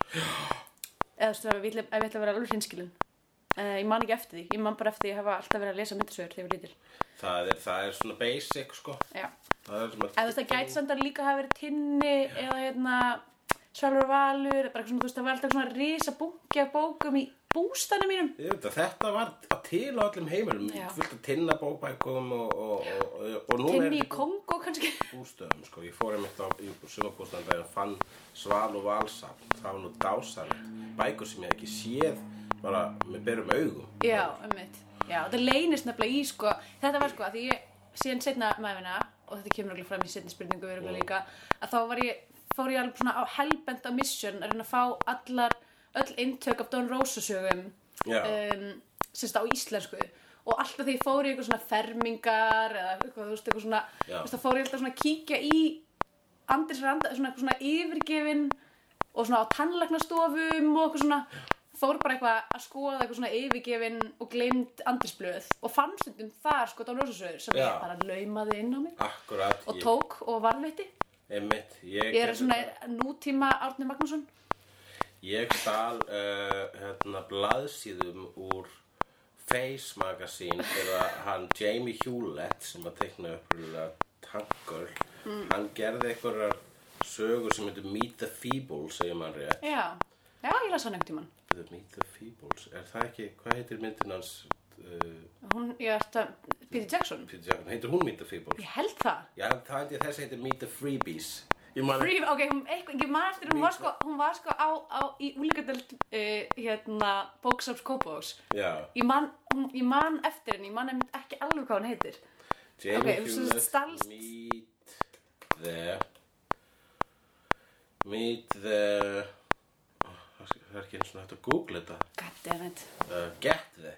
[SPEAKER 3] eða þú veist, ef ég ætla ef ég ætla að vera alveg hinskilin uh, ég man ekki eftir því, ég man bara eftir því að ég hafa alltaf verið að lesa myndasögur þegar ég var lítil
[SPEAKER 4] það er, það er svona basic sko
[SPEAKER 3] Já.
[SPEAKER 4] það er svona
[SPEAKER 3] Eða þú veist, það gæti samt að líka hafa verið tinni eða hérna Svalur Valur, eða bara eitthvað svona, þú veist, það var alltaf svona risa bunki af bókum í bústanum mínum.
[SPEAKER 4] Ég veit að þetta var til á öllum heimilum
[SPEAKER 3] Já.
[SPEAKER 4] fullt að tinna bókbækum og, og, og, og, og núna
[SPEAKER 3] Tinni í
[SPEAKER 4] þetta
[SPEAKER 3] Kongo kannski.
[SPEAKER 4] í bústöðum sko. ég fór einmitt á sumabústöðum þegar ég fann sval og valsafn það var nú dásalegt bækur sem ég hef ekki séð bara með berum augum
[SPEAKER 3] Já, ummitt. Já, þetta leynist nefnilega í, sko, þetta var sko að því ég síðan setna mæfina, og þetta kemur alveg fram í setni spurningu verulega líka, að þá var ég, fór ég alveg svona á helbenda mission að reyna að fá allar, öll eintök af Don Rosa sögum,
[SPEAKER 4] Já.
[SPEAKER 3] um, sérst á íslensku, og alltaf því ég fór í eitthvað svona fermingar eða eitthvað, þú veist, eitthvað svona,
[SPEAKER 4] Já.
[SPEAKER 3] þú veist, þá fór ég alltaf svona að kíkja í Andris Randa, svona eitthvað svona yfirgefin og svona á tannlæknastofum og eitthvað svona fór bara eitthvað að skoða eitthvað svona yfirgefin og gleymd Andrisblöð og fann stundum þar sko Dón Rósasöður sem
[SPEAKER 4] Já. Ah,
[SPEAKER 3] ég bara laumaði inn á mig
[SPEAKER 4] akkurat
[SPEAKER 3] og tók og varðveitti
[SPEAKER 4] ég, einmitt, ég,
[SPEAKER 3] ég er
[SPEAKER 4] gerði
[SPEAKER 3] svona
[SPEAKER 4] það.
[SPEAKER 3] nútíma Árni Magnússon
[SPEAKER 4] Ég stal uh, hérna, blaðsíðum úr Face Magazine þegar hann Jamie Hewlett sem að teikna upprunalega tankur
[SPEAKER 3] Mm.
[SPEAKER 4] hann gerði einhverjar sögur sem heitir Meet the Feebles segir mann rétt
[SPEAKER 3] já, já ég las hann einhvern tímann
[SPEAKER 4] The Meet the Feebles, er það ekki, hvað heitir myndin hans uh,
[SPEAKER 3] hún, ég ætti að, Peter Jackson
[SPEAKER 4] Peter Jackson, heitir hún Meet the Feebles?
[SPEAKER 3] ég held það
[SPEAKER 4] Já, það held ég þessi heitir Meet the Freebies Ég man
[SPEAKER 3] Free, ok, hún, eitthvað, ég man eftir, hún var sko, hún var sko á, á, í úlíkadöld, uh, hérna, bóksafs Kópavóks.
[SPEAKER 4] Já,
[SPEAKER 3] Ég man, hún- ég man eftir henni, ég man einmitt ekki alveg hvað hún heitir.
[SPEAKER 4] Jamie
[SPEAKER 3] Ok, þú
[SPEAKER 4] Hewlett
[SPEAKER 3] stalst-
[SPEAKER 4] Meet the Meet the Ó, Það er ekki eins og hægt að googla þetta
[SPEAKER 3] Goddammit.
[SPEAKER 4] uh, Get the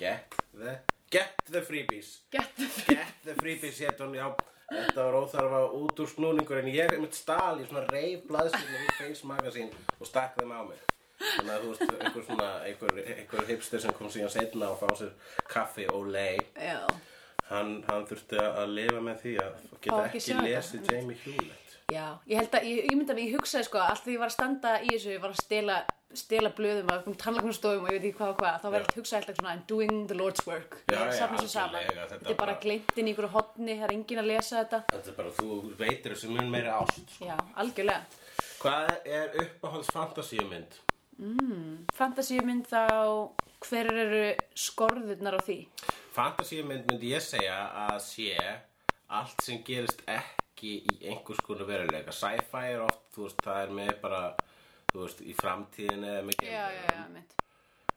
[SPEAKER 4] Get the Get the freebies
[SPEAKER 3] Goddammit.
[SPEAKER 4] Get the freebies hét hún, já Þetta var óþarfa út úr snúningur en ég er einmitt stal í svona reif blaðsynum í Face Magazine og stakk þeim á mig Þannig að þú veist, einhver svona, einhver, einhver hipster sem kom síðan setna og fá sér kaffi og lei
[SPEAKER 3] Já.
[SPEAKER 4] hann, hann þurfti að lifa með því að geta
[SPEAKER 3] Fá ekki
[SPEAKER 4] ekki,
[SPEAKER 3] sjá þetta,
[SPEAKER 4] lesið
[SPEAKER 3] einmitt.
[SPEAKER 4] Jamie Hewlett
[SPEAKER 3] Já, ég held að, ég, ég myndi að ég hugsaði sko, allt því ég var að standa í þessu, ég var að stela, stela blöðum af um tannlagnastofum og ég veit ekki hvað og hvað, þá var
[SPEAKER 4] Já.
[SPEAKER 3] ég að hugsa alltaf svona, I'm doing the Lord's work.
[SPEAKER 4] Já,
[SPEAKER 3] Ég
[SPEAKER 4] já,
[SPEAKER 3] safna þessu saman.
[SPEAKER 4] algjörlega, þetta
[SPEAKER 3] Þetta er bara
[SPEAKER 4] bara-
[SPEAKER 3] gleymt inn í ykkur hotni, það er enginn að lesa þetta.
[SPEAKER 4] Þetta er bara, þú veitir þessu mun meiri ást
[SPEAKER 3] Já, algjörlega.
[SPEAKER 4] Hvað er uppáhalds fantasíumynd?
[SPEAKER 3] Fantasíumynd þá, hver eru skorðurnar á því?
[SPEAKER 4] Fantasíumynd myndi ég segja að sé allt sem gerist ekki í einhvers konar veruleika Sci-fi er oft, þú veist, það er með bara þú veist, í framtíðinu eða með
[SPEAKER 3] Já, já,
[SPEAKER 4] geimverum.
[SPEAKER 3] já, mitt.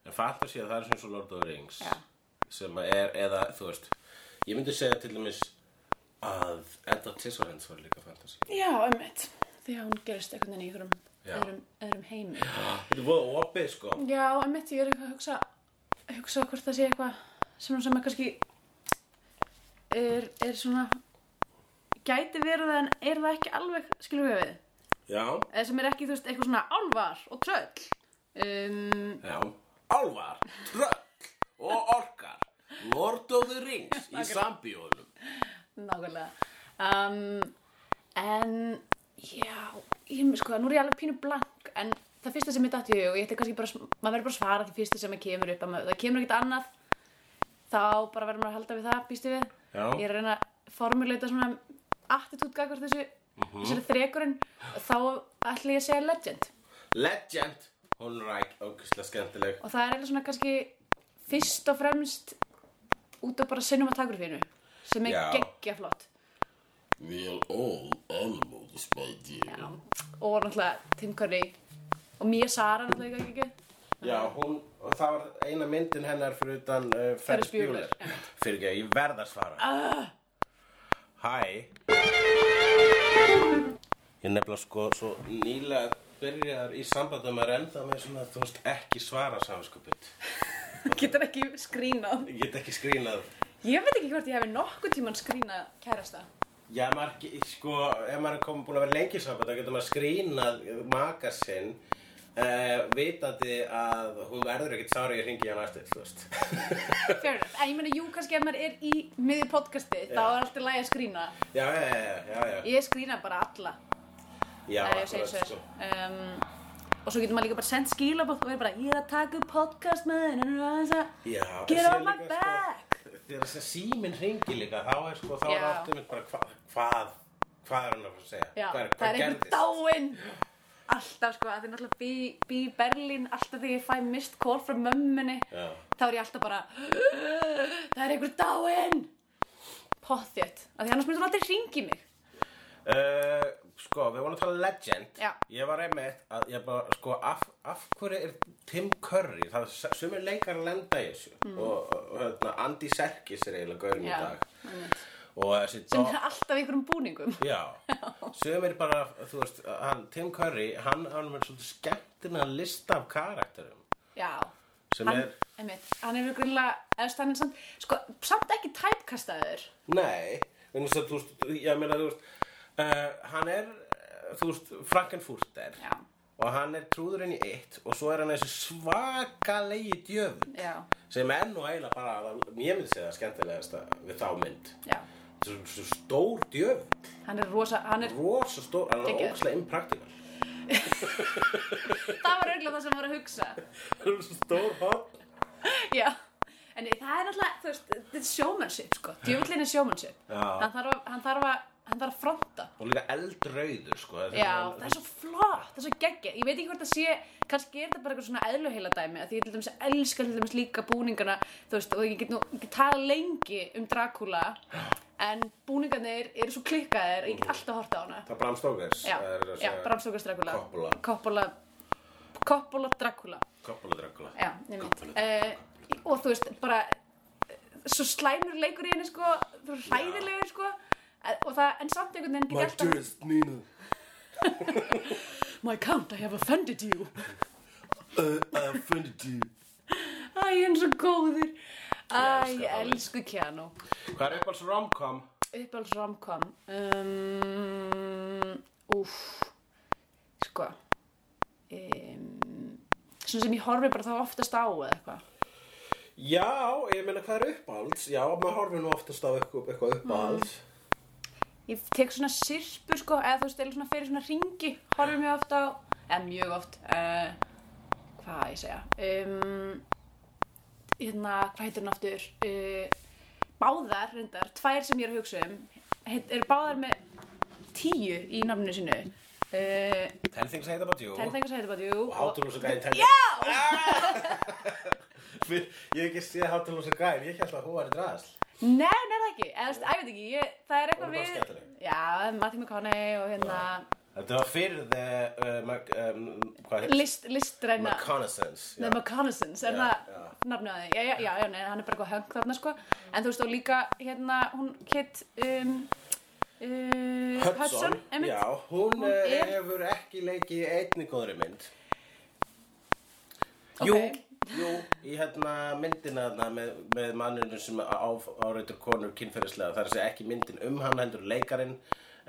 [SPEAKER 4] En fantasía það er sem svo Lord of the Rings
[SPEAKER 3] Já.
[SPEAKER 4] sem að er, eða þú veist ég myndi segja til dæmis að Edda Tissorens var líka fantasía
[SPEAKER 3] Já, mitt. Því að hún gerist einhvern veginn í ykkurum
[SPEAKER 4] Já.
[SPEAKER 3] öðrum, öðrum heimi.
[SPEAKER 4] Þetta er voða opið sko
[SPEAKER 3] Já, mitt, ég er eitthvað að hugsa, hugsa hvort það sé eitthvað sem hún sem er kannski er, er svona gæti verið en er það ekki alveg, skilum við við,
[SPEAKER 4] Já,
[SPEAKER 3] eða sem er ekki, þú veist, eitthvað svona álvar og tröll. Um,
[SPEAKER 4] já Álvar, tröll og orkar Lord of the Rings í sambíóðunum
[SPEAKER 3] Nákvæmlega um, En já, ég, sko, nú er ég alveg pínu blank En það fyrsta sem ég datt í hug Og ég ætla kannski bara, sm- maður verður bara að svara því fyrsta sem ég kemur upp að maður, Það kemur ekkert annað Þá bara verður maður að halda við það, býstu við
[SPEAKER 4] Já.
[SPEAKER 3] Ég er að reyna að formuleita svona Attitút gagvart þessu
[SPEAKER 4] Mhm.
[SPEAKER 3] Þessari þrekurinn Þá ætla ég að segja legend
[SPEAKER 4] Legend, hún er ekki ógislega skemmtileg
[SPEAKER 3] Og það er eða svona kannski Fyrst og fremst Út af bara sinnum að takur fínu Sem er
[SPEAKER 4] Já.
[SPEAKER 3] geggja flott
[SPEAKER 4] We are all animals by
[SPEAKER 3] Já,
[SPEAKER 4] dear
[SPEAKER 3] og náttúrulega Tim Curry og Mia Sara náttúrulega ekki ekki
[SPEAKER 4] Já, hún, og það var eina myndin hennar fyrir utan uh, Ferris
[SPEAKER 3] Ferris Bueller,
[SPEAKER 4] Bueller Fyrir ekki, ég verð að svara Hæ Ég nefnilega sko svo nýlega byrjar í sambandum að renda með svona, þú veist, ekki svara samskupið
[SPEAKER 3] getur ekki skrínað
[SPEAKER 4] Ég get ekki skrínað
[SPEAKER 3] ég veit ekki hvort ég hefði nokkuð tíman skrínað kærasta
[SPEAKER 4] Já, maður, ge- sko, ef maður er komin búin að vera lengi í samband, þá getur maður skrínað maka sinn Uh, vitandi að hún verður ekkert sára ég hringi hann eftir, þú veist (laughs)
[SPEAKER 3] fair enough, en ég meina jú kannski ef maður er í miðju podcasti þá er alltaf lægi að skrína
[SPEAKER 4] Já, já, já, já, já, já,
[SPEAKER 3] ég skrína bara alla
[SPEAKER 4] já
[SPEAKER 3] ef ég segi
[SPEAKER 4] akkurat, sko.
[SPEAKER 3] svo er. um, og svo getur maður líka bara sendt skilabótt og verið bara ég er að taka upp podcast með þér en þú aðeins að
[SPEAKER 4] Já,
[SPEAKER 3] get
[SPEAKER 4] en
[SPEAKER 3] on
[SPEAKER 4] síðan
[SPEAKER 3] my
[SPEAKER 4] líka,
[SPEAKER 3] back
[SPEAKER 4] sko, þegar þess að síminn hringi líka þá er sko, þá er
[SPEAKER 3] Já.
[SPEAKER 4] alltaf mitt bara hva, hvað, hvað er hann að fara að segja
[SPEAKER 3] Já,
[SPEAKER 4] hvað, er-
[SPEAKER 3] það
[SPEAKER 4] hvað
[SPEAKER 3] er einhvern
[SPEAKER 4] gerðist
[SPEAKER 3] dáinn Alltaf sko, að því náttúrulega bý, bý í Berlín Alltaf þegar ég fæ mist call frá mömmunni
[SPEAKER 4] Já.
[SPEAKER 3] Þá er ég alltaf bara Það er einhvern dáinn Pottþétt Af því annars myndir hún aldrei hringi mig
[SPEAKER 4] Uh, sko, við vorum að tala legend
[SPEAKER 3] Já.
[SPEAKER 4] Ég var einmitt að ég bara, sko, af, af hverju er Tim Curry Það er sumir leikar að lenda í þessu Og, og hérna, Andy Serkis er eiginlega gaurin í
[SPEAKER 3] Mm. Já,
[SPEAKER 4] dag Og þessi
[SPEAKER 3] Sem
[SPEAKER 4] Dom-
[SPEAKER 3] er alltaf í einhverjum búningum
[SPEAKER 4] Já, sem er bara, þú veist, hann, Tim Curry, hann hann er með svolítið skemmtina lista af karakterum
[SPEAKER 3] Já
[SPEAKER 4] sem
[SPEAKER 3] Hann,
[SPEAKER 4] er,
[SPEAKER 3] einmitt, hann er grunlega, eða stannin samt, sko, samt ekki tæpkastaður.
[SPEAKER 4] nei, en þess að, þú veist, ég meina, þú veist, uh, hann er, eh, þú veist, Frankenfurter
[SPEAKER 3] Já,
[SPEAKER 4] og hann er trúðurinn í eitt og svo er hann þessi svakalegi djöfn
[SPEAKER 3] já,
[SPEAKER 4] sem er nú eiginlega bara, ég myndi segja það skemmtilegasta við þá mynd.
[SPEAKER 3] já.
[SPEAKER 4] Svo, svo stór djöfn,
[SPEAKER 3] Hann er rosa, hann er,
[SPEAKER 4] rosa stór, hann er
[SPEAKER 3] Geggjaður.
[SPEAKER 4] ókslega impraktikal.
[SPEAKER 3] það var auðvitað það sem hann var að hugsa.
[SPEAKER 4] Svo (laughs) stór hótt.
[SPEAKER 3] Já, en það er náttúrulega, þú veist, þetta er sjómannship, sko. Djúvillin er sjómannship.
[SPEAKER 4] Já.
[SPEAKER 3] Hann þarf að, hann þarf að, hann þarf að fronta.
[SPEAKER 4] Og líka eldrauður, sko. þetta
[SPEAKER 3] Já,
[SPEAKER 4] er-
[SPEAKER 3] það er svo flott, það er svo geggja. Ég veit ekki hvort það sé, kannski er þetta bara eitthvað svona eðluheila dæmi, að því ég til dæmis elska til dæmis líka búningana, þú veist, og ég get nú, ég get talað lengi um Dracula, en búningarnir eru svo klikkaðir, og ég get alltaf horta á hana.
[SPEAKER 4] Það er Bram Stokers
[SPEAKER 3] Já,
[SPEAKER 4] það er þessi-
[SPEAKER 3] já, Bram Stoker's Dracula.
[SPEAKER 4] Coppola.
[SPEAKER 3] Coppola, Coppola Dracula.
[SPEAKER 4] Coppola Dracula
[SPEAKER 3] Já, nefnt. Uh, og þú veist, bara eh, svo slæmur leikur í henni sko, þú veist, hræðilegur sko, eh, og það, en samt einhvern veginn
[SPEAKER 4] My
[SPEAKER 3] get ég alltaf...
[SPEAKER 4] dearest Nina
[SPEAKER 3] My count, I have offended you.
[SPEAKER 4] uh, I offended you
[SPEAKER 3] Æ, hann er svo góður. Æ,
[SPEAKER 4] Ég elska
[SPEAKER 3] ég
[SPEAKER 4] Hollywood.
[SPEAKER 3] elsku Keanu.
[SPEAKER 4] Hvað er uppáhalds romcom?
[SPEAKER 3] Uppáhalds romcom. Um, úf, sko, um, svona sem ég horfi bara þá oftast á eða eitthvað.
[SPEAKER 4] Já, ég meina hvað er uppáhalds? Já, maður horfir nú oftast á eitthvað, eitthvað
[SPEAKER 3] Mm.
[SPEAKER 4] uppáhalds
[SPEAKER 3] Ég tek svona sirpu sko, eða þú veist, eða svona fyrir svona ringi, horfum mjög oft á, eða mjög oft, uh, hvað á ég að segja, um, hérna, hvað heitir hann aftur, uh, báðar reyndar, tvær sem ég er að hugsa um, heit, er báðar með tíu í nafnu sínu, uh,
[SPEAKER 4] Tell things I hate about you
[SPEAKER 3] Tell Things I Hate About You,
[SPEAKER 4] Og How to Lose a Guy in Ten (laughs)
[SPEAKER 3] Já!
[SPEAKER 4] Fyrir, Ég hef ekki séð How to Lose a Guy en Ég held að hún var í drasl
[SPEAKER 3] Nei, nei, það ekki, eða þú veist, æ, ég veit ekki, ég, það er eitthvað
[SPEAKER 4] Hún er bara
[SPEAKER 3] við,
[SPEAKER 4] skemmtileg.
[SPEAKER 3] já, Matthew McConaughey og hérna,
[SPEAKER 4] Þetta var fyrir the uh, Mac- um, Hvað heit?
[SPEAKER 3] list, listræna.
[SPEAKER 4] Reconnaissance
[SPEAKER 3] The
[SPEAKER 4] já.
[SPEAKER 3] McConnaissance, er
[SPEAKER 4] Já, Mm.
[SPEAKER 3] það nafnið á því? Já, já, já, já, nei, hann er bara eitthvað höng þarna, sko. En þú veist, og líka, hérna, hún hitt, um, uh, Hudson, einmitt.
[SPEAKER 4] Já, hún,
[SPEAKER 3] Hún
[SPEAKER 4] eh,
[SPEAKER 3] er-
[SPEAKER 4] hefur ekki leikið í einni góðri mynd
[SPEAKER 3] Ok.
[SPEAKER 4] Jú, jú, í hérna myndina þarna með, með manninu sem á, áreitur konur kynferðislega það er að segja ekki myndin um hann heldur leikarinn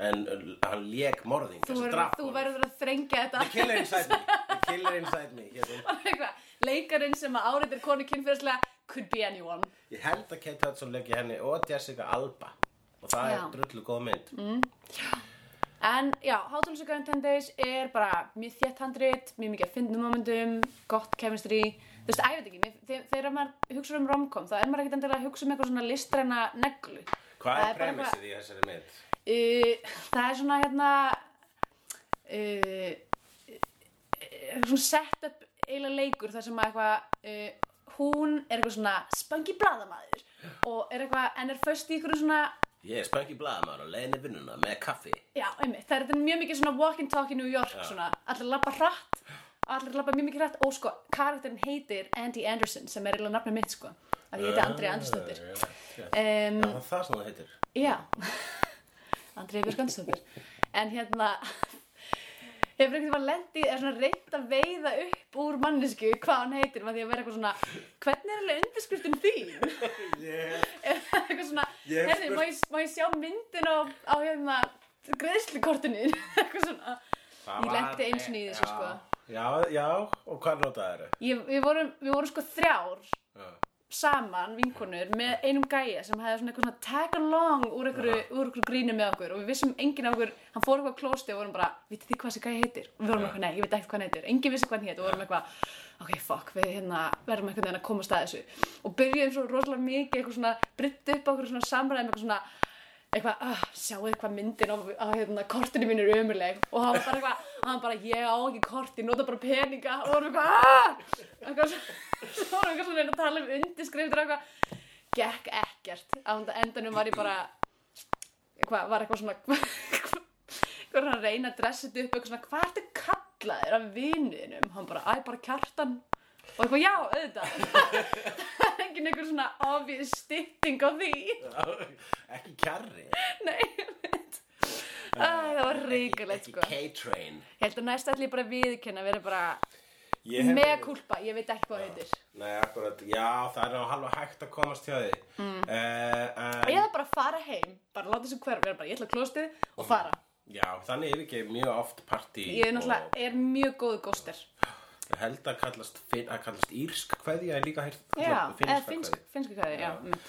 [SPEAKER 4] en uh, hann lék morðing
[SPEAKER 3] Þú, verður, þú verður að þrengja
[SPEAKER 4] The
[SPEAKER 3] þetta.
[SPEAKER 4] Killer Inside Me The Killer Inside Me hérna.
[SPEAKER 3] (laughs) Eitthvað, leikarinn sem að áreitir konu kynferðislega could be anyone.
[SPEAKER 4] Ég held að Kate Hudson leiki henni og Jessica Alba og það
[SPEAKER 3] Já.
[SPEAKER 4] er drullu góð mynd mm.
[SPEAKER 3] En, já, Hátólusökarinn 10 Days er bara mjög þétt handrit, mjög mikið að fyndnum momentum, gott chemistry. Þú veist, æ, ég veit ekki, mér- þe- þegar maður hugsa um romcom, þá er maður ekkert endilega að hugsa um eitthvað svona listræna neglu.
[SPEAKER 4] Hvað
[SPEAKER 3] Það er
[SPEAKER 4] er
[SPEAKER 3] bara
[SPEAKER 4] premissið í þessari mynd?
[SPEAKER 3] Uh, það er svona hérna uh, eh, svona set up eiginlega leikur þar sem að eitthvað uh, hún er eitthvað svona spangi
[SPEAKER 4] (gasps)
[SPEAKER 3] bladamaður og er eitthvað en er föst í eitthvað svona
[SPEAKER 4] Ég er spöngi blaðamæður og leiðinni í vinnuna með kaffi
[SPEAKER 3] já, einmitt, það er þetta mjög mikið svona walk and talk í New York svona, allir labba hratt allir labba mjög mikið hratt og sko, karakterinn heitir Andy Anderson sem er eiginlega nafnið mitt sko að ég heiti Andri Andersdóttir
[SPEAKER 4] Já, já.
[SPEAKER 3] um,
[SPEAKER 4] Það er það sem það heitir
[SPEAKER 3] Já, (laughs) Andrið Björgansdóttir. En hérna, (laughs) hefur einhvern veginn lendið, er svona reynd að veiða upp úr mannesku hvað hann heitir, maður því að vera eitthvað svona, hvernig er alveg undirskriftin þín?
[SPEAKER 4] yeah.
[SPEAKER 3] eitthvað svona,
[SPEAKER 4] Ég hef
[SPEAKER 3] herði, má, ég- má ég sjá myndin á, á hérna, greiðslukortinu? (laughs) eitthvað svona,
[SPEAKER 4] Það
[SPEAKER 3] Ég
[SPEAKER 4] var- e-
[SPEAKER 3] lenti einu sinni í þessu,
[SPEAKER 4] Já.
[SPEAKER 3] sko.
[SPEAKER 4] Já, já, og hvað notaði (laughs)
[SPEAKER 3] ég, við, vorum, við vorum sko þrjár
[SPEAKER 4] það?
[SPEAKER 3] saman vinkonur með einum gæja sem hefði svona eitthvað svona tag along úr einhverju, úr einhverju grínu með okkur og við vissum enginn af okkur, hann fór eitthvað á klósti og vorum bara, vitið þið hvað þessi gæja heitir? Og við vorum eitthvað, nei, ég veit ekkert hvað hann heitir, enginn vissi hvað hann heit og vorum eitthvað, ok, fuck, við hérna verðum einhvern veginn að komast að þessu og byrjuðum svo rosalega mikið eitthvað svona, brytt upp okkur svona samræðum eitthvað svona, eitthvað, ah, sjáu hvað myndin á, á hérna, kortinu mín er ömuleg og hann var bara eitthvað, hann bara, ég á ekki korti, nota bara peninga og hann eitthvað, ah, eitthvað, svo- svo var hann eitthvað svona að reyna að tala um undirskriftur og eitthvað, gekk ekkert, á enda- endanum var ég bara, eitthvað, var eitthvað svona, (laughs) eitthvað var hann að reyna að dressa þetta upp, eitthvað svona, hvað ertu kallaðir af vininum, hann bara, æ, bara kjartan og eitthvað, já, auðvitað, (laughs) það er engin eitthvað svona obvious stytting á því.
[SPEAKER 4] ekki kjarri
[SPEAKER 3] (laughs) Nei, ég veit Æ, það var ríkulegt
[SPEAKER 4] ekki
[SPEAKER 3] sko Ég
[SPEAKER 4] K-Train
[SPEAKER 3] held að næst ætli ég bara að viðkynna að vera bara
[SPEAKER 4] Ég hef
[SPEAKER 3] með
[SPEAKER 4] verið-
[SPEAKER 3] kulpa, ég veit ekki hvað það heitir
[SPEAKER 4] Nei, akkurat, já, það er á halva hægt að komast hjá því mm.
[SPEAKER 3] Eða bara fara heim, bara láta þessu hverf vera bara, ég ætla að klóstið og fara
[SPEAKER 4] Já, þannig er ekki mjög oft partí
[SPEAKER 3] Ég er náttúrulega, er mjög góð góster
[SPEAKER 4] og held að kallast, finn, að kallast írsk kveðja er líka heyrt
[SPEAKER 3] Já, eða
[SPEAKER 4] finnska
[SPEAKER 3] finnsk,
[SPEAKER 4] kveðja.
[SPEAKER 3] finnska kvæði, já mm.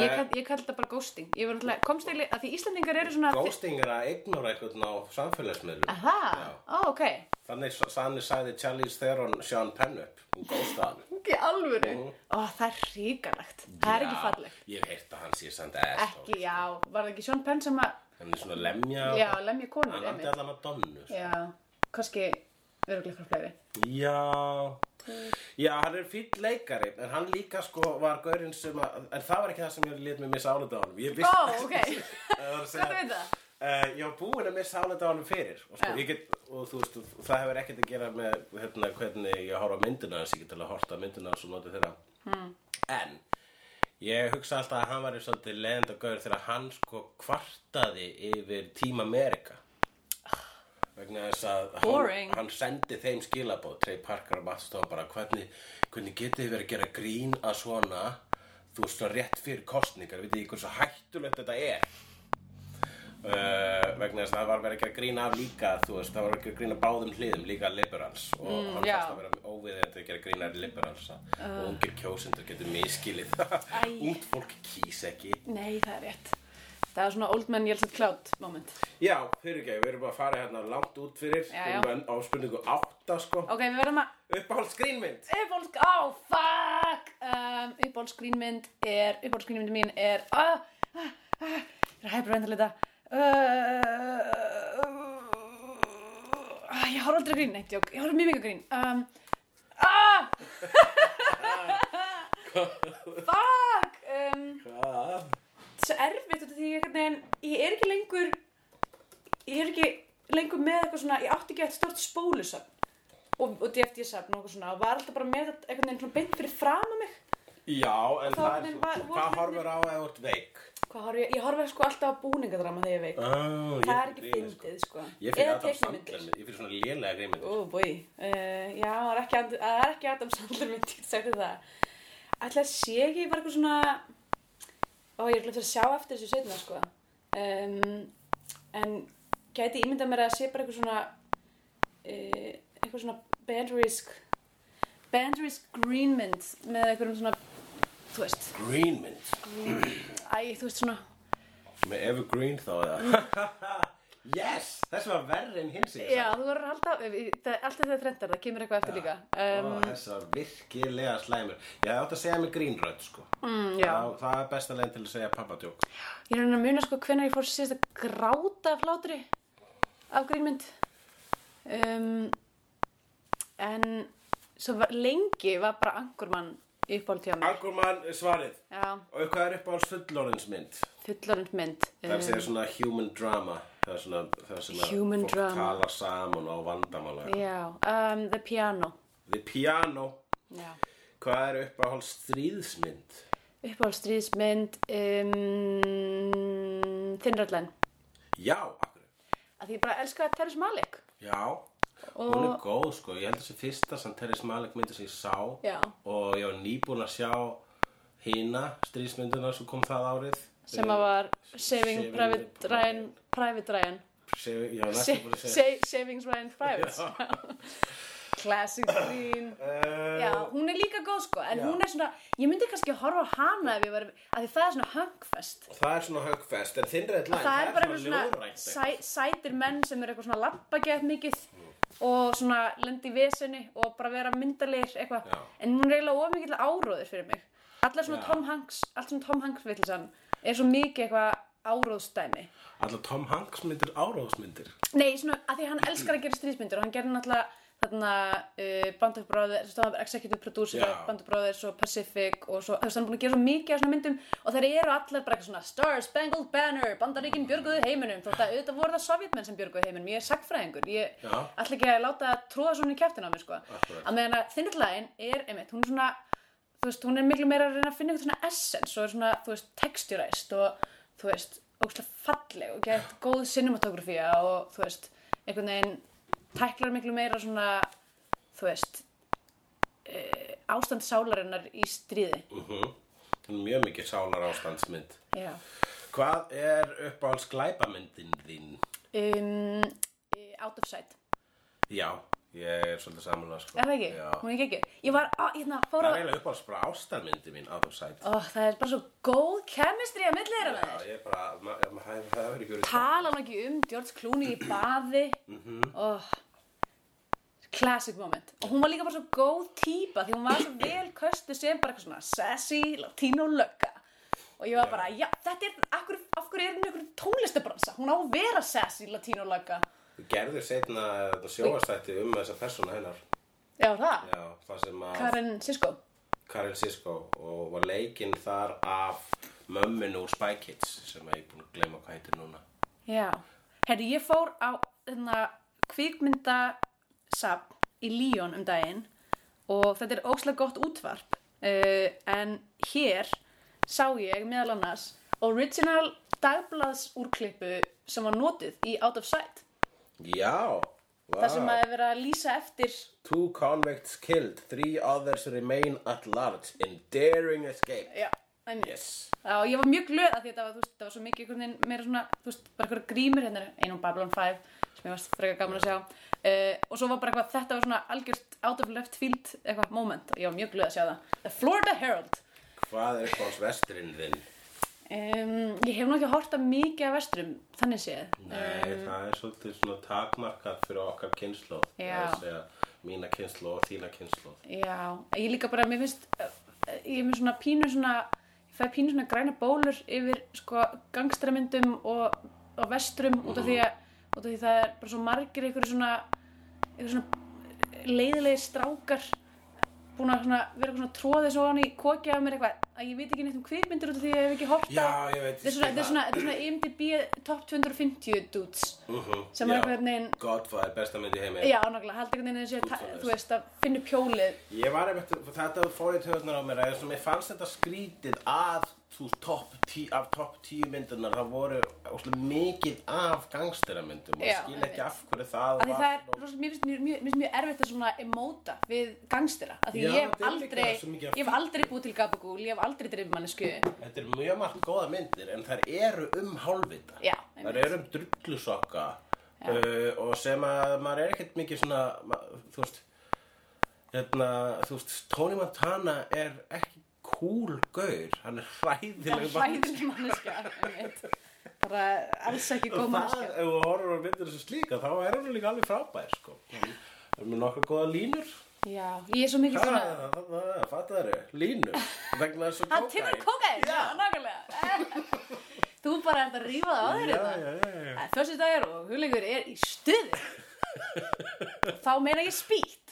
[SPEAKER 3] Ég kall, ég kall þetta bara ghosting Ég var náttúrulega, komst eiginlega, að því Íslandingar eru svona
[SPEAKER 4] Ghosting er að ignora einhvern á samfélagsmiðlum
[SPEAKER 3] Aha, ó, ok
[SPEAKER 4] Þannig sannig sagði Charlize Theron Sean Penn upp Hún ghosta hann
[SPEAKER 3] Ekki alvöru Ó, það er ríkalegt, það er ekki
[SPEAKER 4] Mm. Já,
[SPEAKER 3] fallegt
[SPEAKER 4] Ég hef heyrt að hann sé samt eða
[SPEAKER 3] Ekki, já, var það ekki Sean Penn sem að,
[SPEAKER 4] Hann er svona lemja
[SPEAKER 3] já, lemja konur
[SPEAKER 4] Hann
[SPEAKER 3] einmitt.
[SPEAKER 4] landi allan á donnu sko.
[SPEAKER 3] Já, kannski öruglega frá fleiri.
[SPEAKER 4] Já Já, hann er fýll leikari En hann líka sko var gaurinn sem að En það var ekki það sem ég lét mig missa álita á honum Ég vissi
[SPEAKER 3] Ó, ok.
[SPEAKER 4] (laughs) Það var að segja-
[SPEAKER 3] Hvað veit það?
[SPEAKER 4] Eh, ég var búinn að missa álita á honum fyrir og, sko,
[SPEAKER 3] Já.
[SPEAKER 4] ég get, og þú veist, og það hefur ekkert að gera með hérna, hvernig ég horf á myndina hans ég get alveg að horta myndina hans og nota þeirra
[SPEAKER 3] Hmm.
[SPEAKER 4] en ég hugsa alltaf að hann var í svolítið leiðand og gaur þegar hann sko kvartaði yfir Team America vegna þess að hann,
[SPEAKER 3] Boring.
[SPEAKER 4] hann sendi þeim skilabóð Trey Parker og Matt Stone bara hvernig, hvernig getið þið verið að gera grín að svona þú veist svona rétt fyrir kostningar veit þið hversu hættulegt þetta er uh, vegna þess að það var verið að gera grín af líka þú veist það var verið að gera grín af báðum hliðum líka liberals og hann
[SPEAKER 3] Mm, já.
[SPEAKER 4] fannst að vera óviðið að gera grín af liberals að
[SPEAKER 3] Ah.
[SPEAKER 4] uh. ungir kjósendur getur miskilið (laughs) ungt fólk kýs ekki
[SPEAKER 3] Nei, það er rétt. Það er svona old man Jeltsson Cloud moment.
[SPEAKER 4] já, fyrirgeðu, við erum bara að fara hérna langt út fyrir
[SPEAKER 3] Já, já.
[SPEAKER 4] Við erum á spurningu átta sko
[SPEAKER 3] Ok, við verðum að...
[SPEAKER 4] Uppáhaldsgrínmynd
[SPEAKER 3] Uppbóls... Ó, oh, fuck! Um, Uppbólsgrínmynd er... Uppbólsgrínmynd mín er... Ah, ah, ah, ég er að hyperventilita. Uh, ah, ég horf aldrei á grín, neitt, jók. Ég horf mjög mikið á grín. Um, ah! fuck! Um,
[SPEAKER 4] Hvað?
[SPEAKER 3] svo erfitt út af því ég, einhvern veginn, ég er ekki lengur ég er ekki lengur með eitthvað svona ég átti ekki eitt stort spólusöfn og, og DFD-söfn og eitthvað svona og var alltaf bara með þetta einhvern veginn svona beint fyrir fram á mig
[SPEAKER 4] Já, en
[SPEAKER 3] Þá
[SPEAKER 4] það er
[SPEAKER 3] hvernig
[SPEAKER 4] svo,
[SPEAKER 3] var-
[SPEAKER 4] hvað
[SPEAKER 3] voru-
[SPEAKER 4] horfur á eða þú ert veik?
[SPEAKER 3] hvað horf ég, ég horf sko alltaf á búningadrama þegar ég er veik
[SPEAKER 4] Oh,
[SPEAKER 3] það er ekki fyndið sko
[SPEAKER 4] Ég fyrir
[SPEAKER 3] Eða
[SPEAKER 4] Adam
[SPEAKER 3] teiknimyndir.
[SPEAKER 4] Sandler, mynd- ég fyrir svona lélega grínmyndir.
[SPEAKER 3] Ó, búi. Uh, já, það er ekki, And- það er ekki Adam Sandler mynd, ég get sagt þér það. Ætla að sé ekki bara eitthvað svona... Ó, ég er glemt að sjá eftir þessu setna, sko. Um, en gæti ímyndað mér að sé bara eitthvað svona... Uh, eitthvað svona bandrisk... Bandrisk greenmynd með einhverjum svona... Þú veist,
[SPEAKER 4] Greenmynd,
[SPEAKER 3] æ, þú veist svona...
[SPEAKER 4] með Evergreen þá eða? (laughs) yes, þessi var verri en hins ég
[SPEAKER 3] Já, þú verður að halda... eh, það- Allt þetta er trendar, það kemur eitthvað eftir líka. Um,
[SPEAKER 4] Ó, þessi var virkilega slæmur. Ég hef átt að segja mig grínrödd, sko.
[SPEAKER 3] mm, já.
[SPEAKER 4] Það, það er besta leginn til að segja pappatjók.
[SPEAKER 3] Ég er að reyna að muna sko hvenær ég fór síðast að gráta af hlátri af grínmynd. Um, en svo var, lengi var bara angurmann uppáhald hjá mér.
[SPEAKER 4] Angurmann svarið.
[SPEAKER 3] Já,
[SPEAKER 4] Og hvað er uppáhalds fullorðinsmynd?
[SPEAKER 3] fullorinn mynd.
[SPEAKER 4] Það er að
[SPEAKER 3] Um,
[SPEAKER 4] segja svona human drama. Það er svona, það er svona
[SPEAKER 3] Human
[SPEAKER 4] fólk
[SPEAKER 3] drama.
[SPEAKER 4] talar saman á vandamála.
[SPEAKER 3] já, um, The Piano.
[SPEAKER 4] The Piano.
[SPEAKER 3] Já.
[SPEAKER 4] Hvað er uppáhalds stríðsmynd?
[SPEAKER 3] Uppáhald stríðsmynd, um, Þinnrallen.
[SPEAKER 4] Já, akkur.
[SPEAKER 3] Að því ég bara elska Terrence Malick.
[SPEAKER 4] Já, hún er góð sko, ég held þessi fyrsta sem Terrence Malick myndi sem ég sá
[SPEAKER 3] Já.
[SPEAKER 4] og ég var nýbúin að sjá hína stríðsmynduna sem kom það árið
[SPEAKER 3] Sem að var Saving
[SPEAKER 4] Saving
[SPEAKER 3] Private
[SPEAKER 4] Private
[SPEAKER 3] Ryan, Private Ryan.
[SPEAKER 4] Save, já,
[SPEAKER 3] Sa
[SPEAKER 4] næstum búin að segja (laughs)
[SPEAKER 3] Sa Savings Ryan Private. Classic Queen
[SPEAKER 4] Eh,
[SPEAKER 3] Já, hún er líka góð sko, en
[SPEAKER 4] Já.
[SPEAKER 3] hún er svona, ég myndi kannski að horfa á hana ef ég var, að því það er svona höngfest.
[SPEAKER 4] Það er svona högfest, en þinn reynd lag,
[SPEAKER 3] það er bara
[SPEAKER 4] svona
[SPEAKER 3] eitthvað
[SPEAKER 4] ljóðrænt.
[SPEAKER 3] svona sæ, sætir menn sem eru eitthvað svona labba gett mikið
[SPEAKER 4] Mm.
[SPEAKER 3] og svona lendi í veseni og bara vera myndalegir eitthvað.
[SPEAKER 4] Já.
[SPEAKER 3] En hún er eiginlega of mikill áróður fyrir mig. Allar svona
[SPEAKER 4] Já.
[SPEAKER 3] Tom Hanks, allt svona Tom Hanks villisann er svo mikið eitthvað áróðstæmi.
[SPEAKER 4] Alla Tom Hanks myndir áróðsmyndir.
[SPEAKER 3] Nei, svona, að því hann elskar að gera stríðsmyndir og hann gerði náttúrulega þarna uh, Band of Brothers, þú veist, hann var executive producer
[SPEAKER 4] Já.
[SPEAKER 3] yeah. Band of Brothers og Pacific og svo, þú veist, hann er búin að gera svo mikið af svona myndum og þær eru allar bara eitthvað svona Star Spangled Banner, Bandaríkin björguðu heiminum þótt að auðvitað voru það sovjetmenn sem björguðu heiminum ég er sagfræðingur, ég
[SPEAKER 4] Já.
[SPEAKER 3] ætla ekki að láta að tróða svona í kæftin á mig, sko
[SPEAKER 4] Akkúrat.
[SPEAKER 3] að meðan að þinnirlægin er, einmitt, hún er svona þú veist, hún er miklu meira að reyna að finna eitthvað svona essence og er svona, þú veist, texturæst og þú veist, ógstlega falleg og gett góð cinematografía og þú veist, einhvern veginn tæklar miklu meira svona þú veist e, ástand sálarinnar í stríði
[SPEAKER 4] Mhm. Það er Mjög mikið sálar ástandsmynd.
[SPEAKER 3] Já
[SPEAKER 4] Hvað er uppáhalds glæpamyndin þín?
[SPEAKER 3] um, e, Out of Sight,
[SPEAKER 4] Já, ég er svolítið samanlega sko.
[SPEAKER 3] er það ekki?
[SPEAKER 4] Já.
[SPEAKER 3] Hún er ekki Ég var, á, hérna,
[SPEAKER 4] Það
[SPEAKER 3] fór
[SPEAKER 4] er
[SPEAKER 3] að
[SPEAKER 4] eiginlega uppáhalds bara ástandmyndi mín á þú sætt.
[SPEAKER 3] Ó, það er bara svo góð chemistry að milli þeirra með
[SPEAKER 4] Já, ég er bara, maður ma ma það verður ekki verið.
[SPEAKER 3] tala hann ekki um George Clooney í baði oh, classic moment og hún var líka bara svo góð típa því hún var svo vel köstu sem bara eitthvað svona sassy latino lögga og ég var bara, já, þetta er, af hverju, af hverju er hún einhverjum tónlistabransa, hún á að vera sassy latino lögga,
[SPEAKER 4] Þú gerður setna sjóastætti um þessa persóna hennar.
[SPEAKER 3] já það
[SPEAKER 4] Já, það sem að
[SPEAKER 3] Karen Sisko,
[SPEAKER 4] Karen Sisko og var leikinn þar af mömminu úr Spy Kids sem að ég er búin að gleyma hvað heitir núna.
[SPEAKER 3] já herri, ég fór á hérna, kvikmyndasafn í Líón um daginn og þetta er óslega gott útvarp uh, en hér sá ég meðal annars original dagblaðsúrklippu sem var notið í Out of Sight
[SPEAKER 4] Já, wow.
[SPEAKER 3] þar sem að er verið að lýsa eftir
[SPEAKER 4] Two convicts killed, three others remain at large in daring escape.
[SPEAKER 3] já, en,
[SPEAKER 4] Yes.
[SPEAKER 3] Já, ég var mjög glöð að því að þetta var, þú veist, þetta var svo mikið einhvern veginn meira svona, þú veist, bara einhverja grímur hérna, einum Babylon 5, sem ég varst frekar gaman að sjá uh, og svo var bara eitthvað, þetta var svona algjört out of left field eitthvað moment og ég var mjög glöð að sjá það The Florida Herald
[SPEAKER 4] Hvað er uppáhalds vesturinn þinn?
[SPEAKER 3] um, Ég hef nú ekki horta mikið af vesturum, þannig séð
[SPEAKER 4] Nei,
[SPEAKER 3] Um,
[SPEAKER 4] það er svolítið svona takmarkað fyrir okkar kynnslóð.
[SPEAKER 3] Já.
[SPEAKER 4] Það er að segja, mína kynnslóð og þína kynnslóð.
[SPEAKER 3] Já, ég líka bara, mér finnst, eh, ég er með svona pínu svona, ég fæ pínu svona græna bólur yfir sko gangstramyndum og, og vesturum út af því að, út af því það er bara svo margir einhverju svona, einhverju svona leiðilegi strákar búin að svona, vera eitthvað svona tróðið svo hann í kokið af mér eitthvað, að ég veit ekki neitt um kvikmyndir út af því að ég hef ekki horta.
[SPEAKER 4] Já, ég veit.
[SPEAKER 3] Þetta er svona, þetta er svona, þetta er svona IMDb top 250 dudes.
[SPEAKER 4] uh -huh.
[SPEAKER 3] sem er einhvern veginn-
[SPEAKER 4] Godfather, besta mynd í heimi.
[SPEAKER 3] Já, nákvæmlega, haldi einhvern veginn að sé, ta- þú veist, að finna upp hjólið.
[SPEAKER 4] Ég var einmitt, þetta fór í töðunar á mér að þessum ég fannst þetta skrítið að þú topp tí, af topp tíu myndunar það voru óslega mikið af gangsteramyndum og ég
[SPEAKER 3] Já,
[SPEAKER 4] skil
[SPEAKER 3] einmitt.
[SPEAKER 4] ekki af hverju það
[SPEAKER 3] að því það er,
[SPEAKER 4] var
[SPEAKER 3] rosa- mér finnst mjög, mjög, mjög, mjög erfitt að svona emóta við gangstera, að því
[SPEAKER 4] Já,
[SPEAKER 3] ég hef
[SPEAKER 4] þetta er líka
[SPEAKER 3] aldrei
[SPEAKER 4] svo mikið að
[SPEAKER 3] ég hef aldrei búið til gabagúl, ég hef aldrei drifið mannesku
[SPEAKER 4] Þetta er mjög margt góða myndir en þær eru um hálfvita
[SPEAKER 3] Já, einmitt.
[SPEAKER 4] Þær eru um drullusokka uh, og sem að maður er ekkert mikið svona ma- þú veist hérna, þú veist, Tony Montana er ekki cool gaur hann er hræðileg
[SPEAKER 3] hræðileg
[SPEAKER 4] (laughs)
[SPEAKER 3] manneska einmitt. bara alls ekki góð
[SPEAKER 4] Og það,
[SPEAKER 3] manneska
[SPEAKER 4] ef þú horfur á myndir þessu slíka, þá er hún líka alveg frábær, sko. Það er með nokkra góða línur.
[SPEAKER 3] já, ég er svo mikið
[SPEAKER 4] Það
[SPEAKER 3] svona
[SPEAKER 4] er það, fattu það eru, línur. Vegna þessu kókain.
[SPEAKER 3] hann tilur kókaðið, já, nákvæmlega (laughs) þú bara ert að rífa það á þér hérna.
[SPEAKER 4] Já,
[SPEAKER 3] þetta
[SPEAKER 4] já, já, já.
[SPEAKER 3] þessu dagar og hugleikur er í
[SPEAKER 4] (laughs)
[SPEAKER 3] stuði þá meina ég spýtt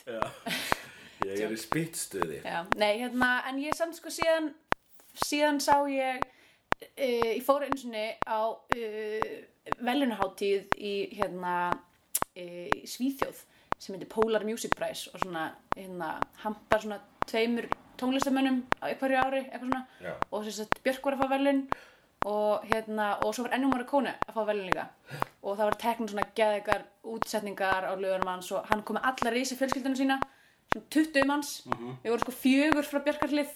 [SPEAKER 4] Ég er í spýtstuði.
[SPEAKER 3] Já, nei, hérna, en ég samt sko síðan, síðan sá ég, uh, ég fór einu sinni á uh, velunahátíð í, hérna, uh, í Svíþjóð sem heitir Polar Music Prize og svona, hérna, hampar svona tveimur tónlistamönnum á hverju ári, eitthvað svona,
[SPEAKER 4] Já.
[SPEAKER 3] og þess að Björk var að fá velun og hérna, og svo var ennum var að kóna að fá velun líka og það var teknum svona geðegar útsetningar á lögunum hans og hann kom með alla reysi fjölskyldunum sína svona 20 manns,
[SPEAKER 4] Mhm.
[SPEAKER 3] við vorum sko fjögur frá Björkarhlið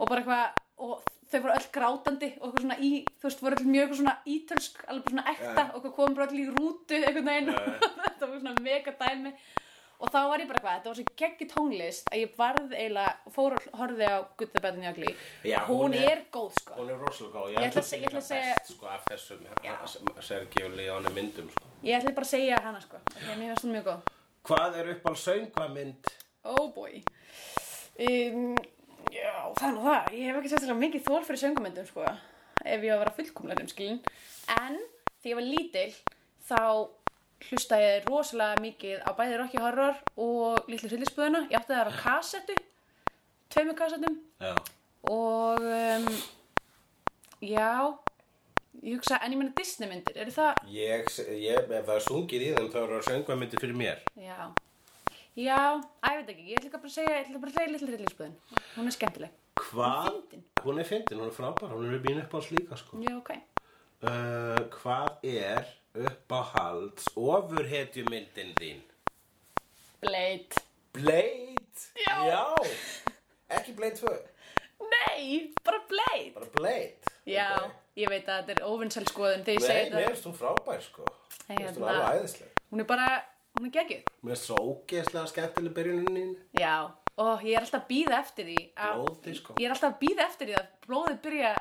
[SPEAKER 3] og bara eitthvað og þau voru öll grátandi og eitthvað svona í, þú veist, voru öll mjög eitthvað svona ítölsk alveg bara svona ekta
[SPEAKER 4] Já.
[SPEAKER 3] (laughs) og eitthvað komum bara öll í rútu einhvern veginn, þetta var svona mega dæmi og þá var ég bara hvað, þetta var svo geggi tónlist að ég varð eiginlega, fór og horfði á Good, the Bad and the Ugly
[SPEAKER 4] Já, hún
[SPEAKER 3] hún,
[SPEAKER 4] er-
[SPEAKER 3] er, góð sko
[SPEAKER 4] Hún er rosalega góð.
[SPEAKER 3] Ég ætla að se- ég ætla að
[SPEAKER 4] segja
[SPEAKER 3] segja-
[SPEAKER 4] best sko af þessum Sergi og Leóni myndum sko.
[SPEAKER 3] ég ætla bara að segja hana sko af því að mér varst hún mjög góð
[SPEAKER 4] Hvað er upp á söngvamynd?
[SPEAKER 3] oh boy um, já, það er nú það ég hef ekki sérstaklega mikið þól fyrir söngumöndum sko ef ég á að vera fullkomlega um skilin en því ég var lítil þá hlustaði ég rosalega mikið á bæði Rocky Horror og Lítlu Hryllisbúðuna ég átti það á kassettu tveimur kassettum
[SPEAKER 4] Já.
[SPEAKER 3] og um, já ég hugsa, en ég meina Disney myndir eru það,
[SPEAKER 4] Ég, ég, ef það er sungið í þeim þá eru söngvamyndi fyrir mér.
[SPEAKER 3] já já, að ég veit ekki, ég ætla líka bara að segja ég ætla bara að segja litla rillinsbúðin, hún er skemmtileg
[SPEAKER 4] Hvað?
[SPEAKER 3] fyndin.
[SPEAKER 4] Hún er fyndin, hún er frábær, hún er mín uppáhalds líka sko.
[SPEAKER 3] já, ok,
[SPEAKER 4] Uh, hvað er uppáhalds ofurhetjumyndin þín?
[SPEAKER 3] Blade
[SPEAKER 4] Blade?
[SPEAKER 3] Já.
[SPEAKER 4] Ekki Blade 2,
[SPEAKER 3] nei, bara Blade
[SPEAKER 4] bara Blade.
[SPEAKER 3] já,
[SPEAKER 4] Ok.
[SPEAKER 3] ég veit að þetta er óvinnsæl skoðun þegar ég
[SPEAKER 4] Nei,
[SPEAKER 3] segi
[SPEAKER 4] mér
[SPEAKER 3] þetta,
[SPEAKER 4] finnst hún frábær sko. Mér finnst hún
[SPEAKER 3] Hérna.
[SPEAKER 4] alveg æðisleg.
[SPEAKER 3] hún er bara hún er geggjuð,
[SPEAKER 4] Mér finnst svo ógeðslega skemmtileg byrjuninni.
[SPEAKER 3] já og ég er alltaf að býða eftir því að,
[SPEAKER 4] Blóðið, sko.
[SPEAKER 3] ég er alltaf að býða eftir því að blóðið byrja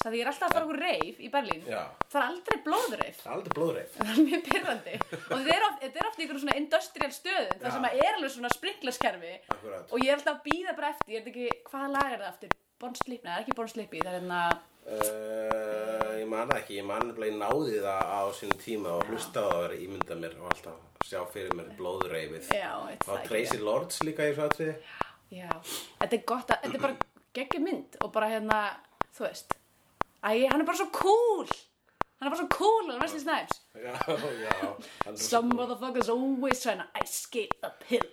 [SPEAKER 3] það ég er alltaf að fara okkur reif í Berlín
[SPEAKER 4] Já.
[SPEAKER 3] það er aldrei blóðreif
[SPEAKER 4] Aldrei blóðreif.
[SPEAKER 3] Það er mjög pyrrandi og þetta er oft, þetta er oft í einhverjum svona industrial stöðum
[SPEAKER 4] Já.
[SPEAKER 3] þar sem að er alveg svona sprinklerskerfi
[SPEAKER 4] Akkurat.
[SPEAKER 3] og ég er alltaf að býða bara eftir, ég veit ekki hvaða lag er það aftur, Bonslip, neða ekki Bonslip það er hérna,
[SPEAKER 4] Uh, ég man það ekki, ég man nefnilega ég náði það á sínum tíma og hlustaði á það að ímynda mér og alltaf sjá fyrir mér blóðreifið.
[SPEAKER 3] já, it's
[SPEAKER 4] Og Tracy Lords líka í svo aðtriði.
[SPEAKER 3] Já, þetta er gott að, þetta er bara geggja mynd og bara hérna, þú veist Æ, hann er bara svo cool hann er bara svo cool, hann er Wesley Snipes
[SPEAKER 4] Já, (laughs) já. hann er svo-
[SPEAKER 3] Some motherfuckers always trying to ice skate uphill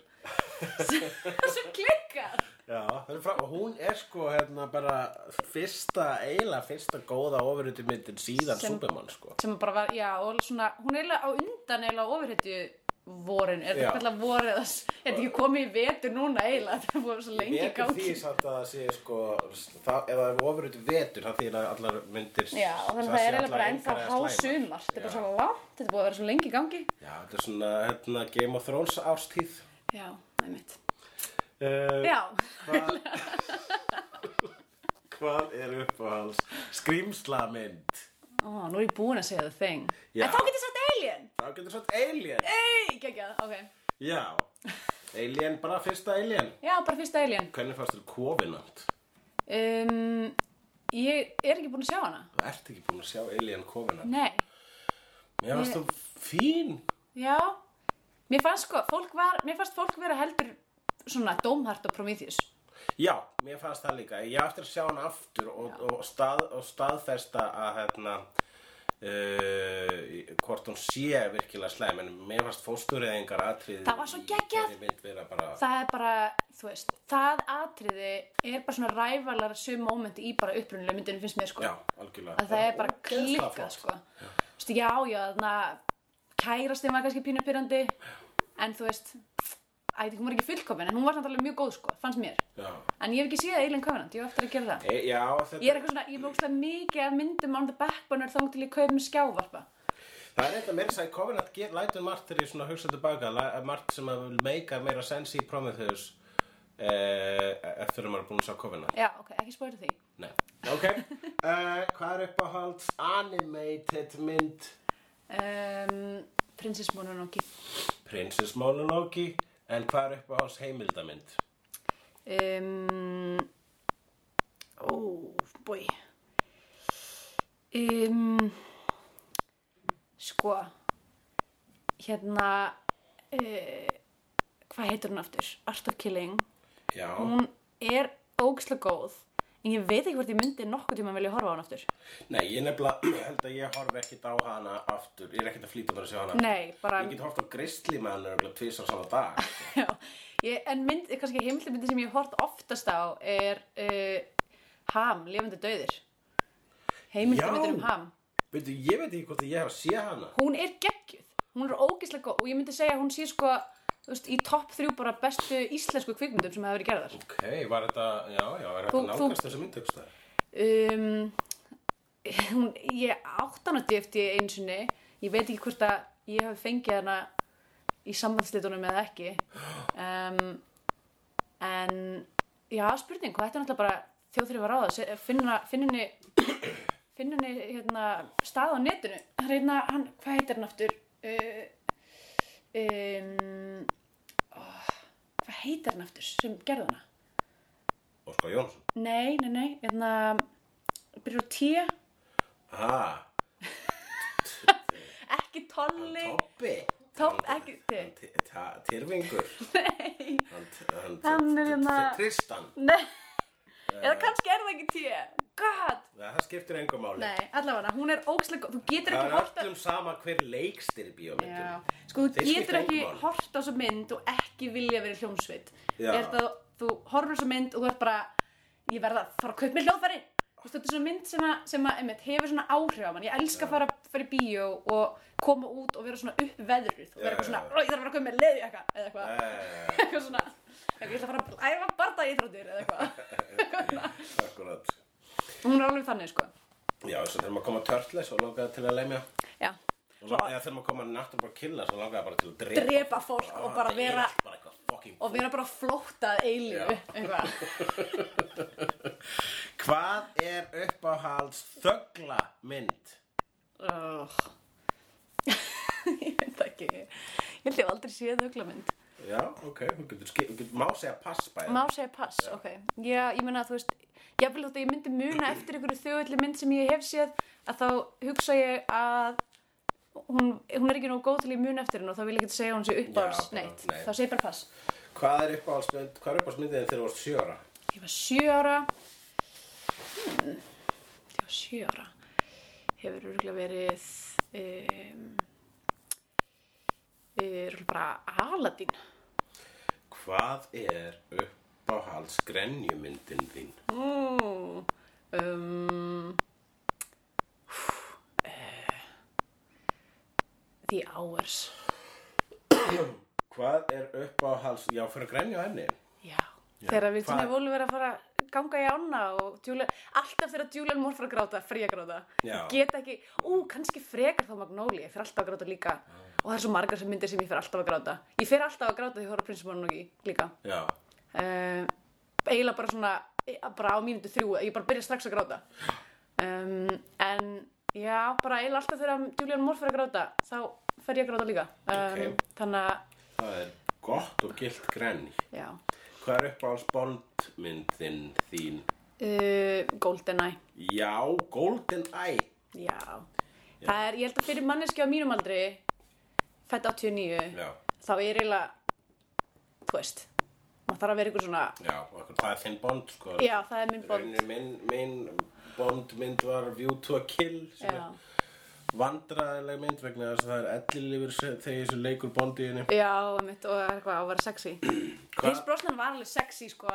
[SPEAKER 3] (laughs) Svo klikkar
[SPEAKER 4] Já, það er frá, og hún er sko hérna bara fyrsta, eiginlega fyrsta góða ofurhutu myndin síðan
[SPEAKER 3] Sem-
[SPEAKER 4] Superman sko.
[SPEAKER 3] sem bara var, já, og svona hún er eiginlega á undan eiginlega ofurhetju vorin, er
[SPEAKER 4] Já.
[SPEAKER 3] þetta kallar vorið er þetta ekki komið í vetur núna eiginlega (laughs) þetta er búið svo lengi í
[SPEAKER 4] Ég veit
[SPEAKER 3] gangi
[SPEAKER 4] því samt að það sé sko, það, ef það er ofurhutu vetur, það þýðir að allar myndir...
[SPEAKER 3] já, og þannig að það er
[SPEAKER 4] sé
[SPEAKER 3] eiginlega
[SPEAKER 4] allar
[SPEAKER 3] bara ennþá
[SPEAKER 4] einhverjar
[SPEAKER 3] hásumar
[SPEAKER 4] slæmar.
[SPEAKER 3] þetta er bara
[SPEAKER 4] Já.
[SPEAKER 3] svo langt, þetta er búið að vera svo lengi í gangi
[SPEAKER 4] Já, þetta er svona hérna Game of Thrones árstíð.
[SPEAKER 3] já, einmitt
[SPEAKER 4] Uh,
[SPEAKER 3] já,
[SPEAKER 4] Hvað, hvað er uppáhalds skrýmslamynd?
[SPEAKER 3] ó, nú er ég búin að segja það þing
[SPEAKER 4] Já.
[SPEAKER 3] en þá getur sagt alien
[SPEAKER 4] Þá getur svo Alien.
[SPEAKER 3] ei, geggjað, ok
[SPEAKER 4] Já, Alien, bara fyrsta Alien.
[SPEAKER 3] já, bara fyrsta alien
[SPEAKER 4] Hvernig fannst þér kofinant?
[SPEAKER 3] um, ég er ekki búin að sjá hana
[SPEAKER 4] Þú ert ekki búin að sjá Alien kofinant.
[SPEAKER 3] nei,
[SPEAKER 4] Mér fannst þú fín.
[SPEAKER 3] já mér fannst sko, fólk var, mér fannst fólk vera heldur svona dómhart og Prometheus
[SPEAKER 4] Já, mér fannst það líka. Ég á eftir að sjá hann aftur og, og, stað, og staðfesta að hérna, uh, hvort hún sé virkilega slæm. En mér fannst fóstureyðingar atriði.
[SPEAKER 3] Það var svo geggjað.
[SPEAKER 4] Ég mynd vera bara...
[SPEAKER 3] það er bara, þú veist, það atriði er bara svona rævalar sum mómenti í bara upprunnilega myndinu finnst mér sko
[SPEAKER 4] Já, algjörlega.
[SPEAKER 3] að það er bara
[SPEAKER 4] ógeðslega
[SPEAKER 3] klikkað
[SPEAKER 4] flott.
[SPEAKER 3] sko já, já, já þarna kærastinn var kannski pínu pyrrandi en þú veist æ, hún var ekki fullkomin, en hún var samt alveg mjög góð sko fannst mér,
[SPEAKER 4] Já.
[SPEAKER 3] en ég hef ekki séð Eilin Covenant, ég hef eftir að gera það
[SPEAKER 4] E, já, þetta,
[SPEAKER 3] ég er eitthvað svona, ég er ógstlega mikið af myndum on the backburner þóng til ég kaup með skjávarpa
[SPEAKER 4] það er eitthvað meira að segja Covenant get, lætur margt þegar ég svona hugsa tilbaka læ- margt sem að meika meira sens í Prometheus e, eftir að maður er búin að sjá Covenant
[SPEAKER 3] já, ok, ekki spóra því
[SPEAKER 4] Nei, ok (laughs) uh, Hvað er uppáhalds animated mynd
[SPEAKER 3] um, Prinsess Mononoke
[SPEAKER 4] Princess Mononoke en hvað er uppáhalds heimildamynd
[SPEAKER 3] um, oh boy um, sko hérna uh, hvað heitur hún aftur Arthur Killing
[SPEAKER 4] Já,
[SPEAKER 3] hún er ógislega góð en ég veit ekki hvort ég myndi nokkuð tíma vilja horfa á hún aftur
[SPEAKER 4] nei, ég nefnilega (clears throat) held að ég horf ekkit á hana aftur Ég er ekkit að flýta bara að sjá hana
[SPEAKER 3] nei, bara
[SPEAKER 4] Ég get hort á Grizzly Man örgulega tvisar saman dag
[SPEAKER 3] (laughs) já, ég, en mynd, kannski heimildmyndi sem ég hef hort oftast á er uh, Ham, lifandi dauðir heimildmyndir um
[SPEAKER 4] Já.
[SPEAKER 3] Ham
[SPEAKER 4] Veitu, ég veit ekki hvort að ég hef að sé hana
[SPEAKER 3] hún er geggjuð, hún er ógeðslega góð og ég myndi segja að hún sé sko þú veist, í topp þrjú bara bestu íslensku kvikmyndum sem hafa verið gerðar
[SPEAKER 4] Ok, var þetta, já, já, er þetta
[SPEAKER 3] Þú- þú-
[SPEAKER 4] nálgast þessu myndtökstar?
[SPEAKER 3] um, hún, ég átt hana DFT einu sinni ég veit ekki hvort að ég hafi fengið hana í sambandslitunum eða ekki um, en já, spurning, hvað þetta er náttúrulega bara þjóðþrifar á það, finna finninni finninni hérna stað á netinu, hann er hérna hann, hvað heitir hann aftur uh, um, oh, hvað heitir hann aftur sem gerði hana
[SPEAKER 4] Óskar Jónsson
[SPEAKER 3] nei, nei, nei, hérna byrjur á T,
[SPEAKER 4] ah,
[SPEAKER 3] ekki Tolli
[SPEAKER 4] Toppi
[SPEAKER 3] Topp, ekki þig.
[SPEAKER 4] Tyrfingur
[SPEAKER 3] (laughs) nei,
[SPEAKER 4] Hann,
[SPEAKER 3] Hann er hérna-
[SPEAKER 4] Tristan
[SPEAKER 3] (laughs) nei eða kannski er það ekki T god,
[SPEAKER 4] Nei, Það skiptir engum máli
[SPEAKER 3] nei, allavega hún er ógæslega góð, þú getur
[SPEAKER 4] Það
[SPEAKER 3] ekki
[SPEAKER 4] er
[SPEAKER 3] horta
[SPEAKER 4] öllum sama hver leikstýr
[SPEAKER 3] Já,
[SPEAKER 4] bíómyndum
[SPEAKER 3] sko þú
[SPEAKER 4] Þeir skipta
[SPEAKER 3] getur ekki
[SPEAKER 4] engu máli.
[SPEAKER 3] hort á svo mynd og ekki vilja verið hljómsveit
[SPEAKER 4] Já.
[SPEAKER 3] er það, þú horfur svo mynd og þú ert bara ég verða að fara að kaupa mér hljóðfæri Þú veist, þetta er svona mynd sem, að, sem að, einmitt, hefur svona áhrif á mann ég elska að fara, fara í bíó og koma út og vera svona upp veðruð og
[SPEAKER 4] Já,
[SPEAKER 3] vera eitthvað svona,
[SPEAKER 4] já, já.
[SPEAKER 3] "Ó, ég þarf að vera að kaupa mér leði eitthvað eða eitthvað,
[SPEAKER 4] Nei,
[SPEAKER 3] (laughs) eitthvað svona eitthvað, ég ætla að fara að æfa barða í þróttir eða eitthvað
[SPEAKER 4] (laughs) akkurat
[SPEAKER 3] hún er alveg þannig sko
[SPEAKER 4] Já, svo þegar maður kom að Turtles og langaði til að lemja
[SPEAKER 3] Já.
[SPEAKER 4] og langaði, eða þegar maður kom að Natural Killa svo langaði bara til að drepa
[SPEAKER 3] drepa fólk og bara
[SPEAKER 4] Það er
[SPEAKER 3] vera
[SPEAKER 4] allt bara eitthvað fucking
[SPEAKER 3] og vera bara flóttað eilifu
[SPEAKER 4] Já.
[SPEAKER 3] eitthvað
[SPEAKER 4] Hvað er uppáhalds þögla mynd?
[SPEAKER 3] Oh. (laughs) ég veit það ekki ég held ég hef aldrei séð huglamynd
[SPEAKER 4] Já, ok, hún getur skil, hún getur, má segja pass bæði
[SPEAKER 3] má segja pass, ok já, ég meina að þú veist, ég vil þótt að ég myndi muna eftir einhverju þjóðalli mynd sem ég hef séð að þá hugsa ég að hún, hún er ekki nóg góð til ég muna eftir henn og þá vil ég ekki segja að hún sé uppáhalds
[SPEAKER 4] Já, bara,
[SPEAKER 3] neitt,
[SPEAKER 4] nei.
[SPEAKER 3] þá segir bara pass
[SPEAKER 4] Hvað er uppáhaldsmynd, hvað er uppáhaldsmyndin þegar þú varst sjö ára?
[SPEAKER 3] ég var sjö ára hmm, ég var sjö ára hefur örgulega verið um, er bara Aladin
[SPEAKER 4] Hvað er uppáhalds grenjumyndin þín?
[SPEAKER 3] mm, um, eh, The Hours
[SPEAKER 4] Hvað er uppáhalds, já, fyrir að grenja á henni?
[SPEAKER 3] Já, þegar við
[SPEAKER 4] hvað-
[SPEAKER 3] tíma volum vera að fara að ganga í ána og Julian, alltaf þegar Julian Moore fara að gráta, fer ég að gráta.
[SPEAKER 4] Já.
[SPEAKER 3] Ég get ekki, ú, kannski frekar þá Magnolia, ég fer alltaf að gráta líka. Og það er svo margar sem myndir sem ég fer alltaf að gráta. Ég fer alltaf að gráta því að horfa prinsumónu og ekki líka.
[SPEAKER 4] Já,
[SPEAKER 3] Uh, eiginlega bara svona, eh, bara á mínútu þrjú, ég bara byrja strax að gráta. Um, en já, bara eiginlega alltaf þegar Julian Moore fer að gráta, þá fer ég að gráta líka. Um,
[SPEAKER 4] Ok.
[SPEAKER 3] Þannig að,
[SPEAKER 4] það er gott og gilt grenj
[SPEAKER 3] já,
[SPEAKER 4] Hvað er uppáhalds bondmyndin þín?
[SPEAKER 3] uh, GoldenEye.
[SPEAKER 4] Já, GoldenEye
[SPEAKER 3] Já. Það er, ég held að fyrir manneski á mínum aldri, fætt 89,
[SPEAKER 4] Já,
[SPEAKER 3] þá er eiginlega, þú veist, maður þarf að vera ykkur svona,
[SPEAKER 4] já, okkur, það er þinn bond sko
[SPEAKER 3] já, það er minn bond.
[SPEAKER 4] Rauninni Minn, minn bondmynd var View to a Kill sem
[SPEAKER 3] Já.
[SPEAKER 4] er vandræðileg mynd vegna þess að það er ellilífur þegar þessu leikur bond í henni
[SPEAKER 3] Já, mitt, og það er eitthvað að vera sexy. Chris Brosnan var alveg sexy, sko,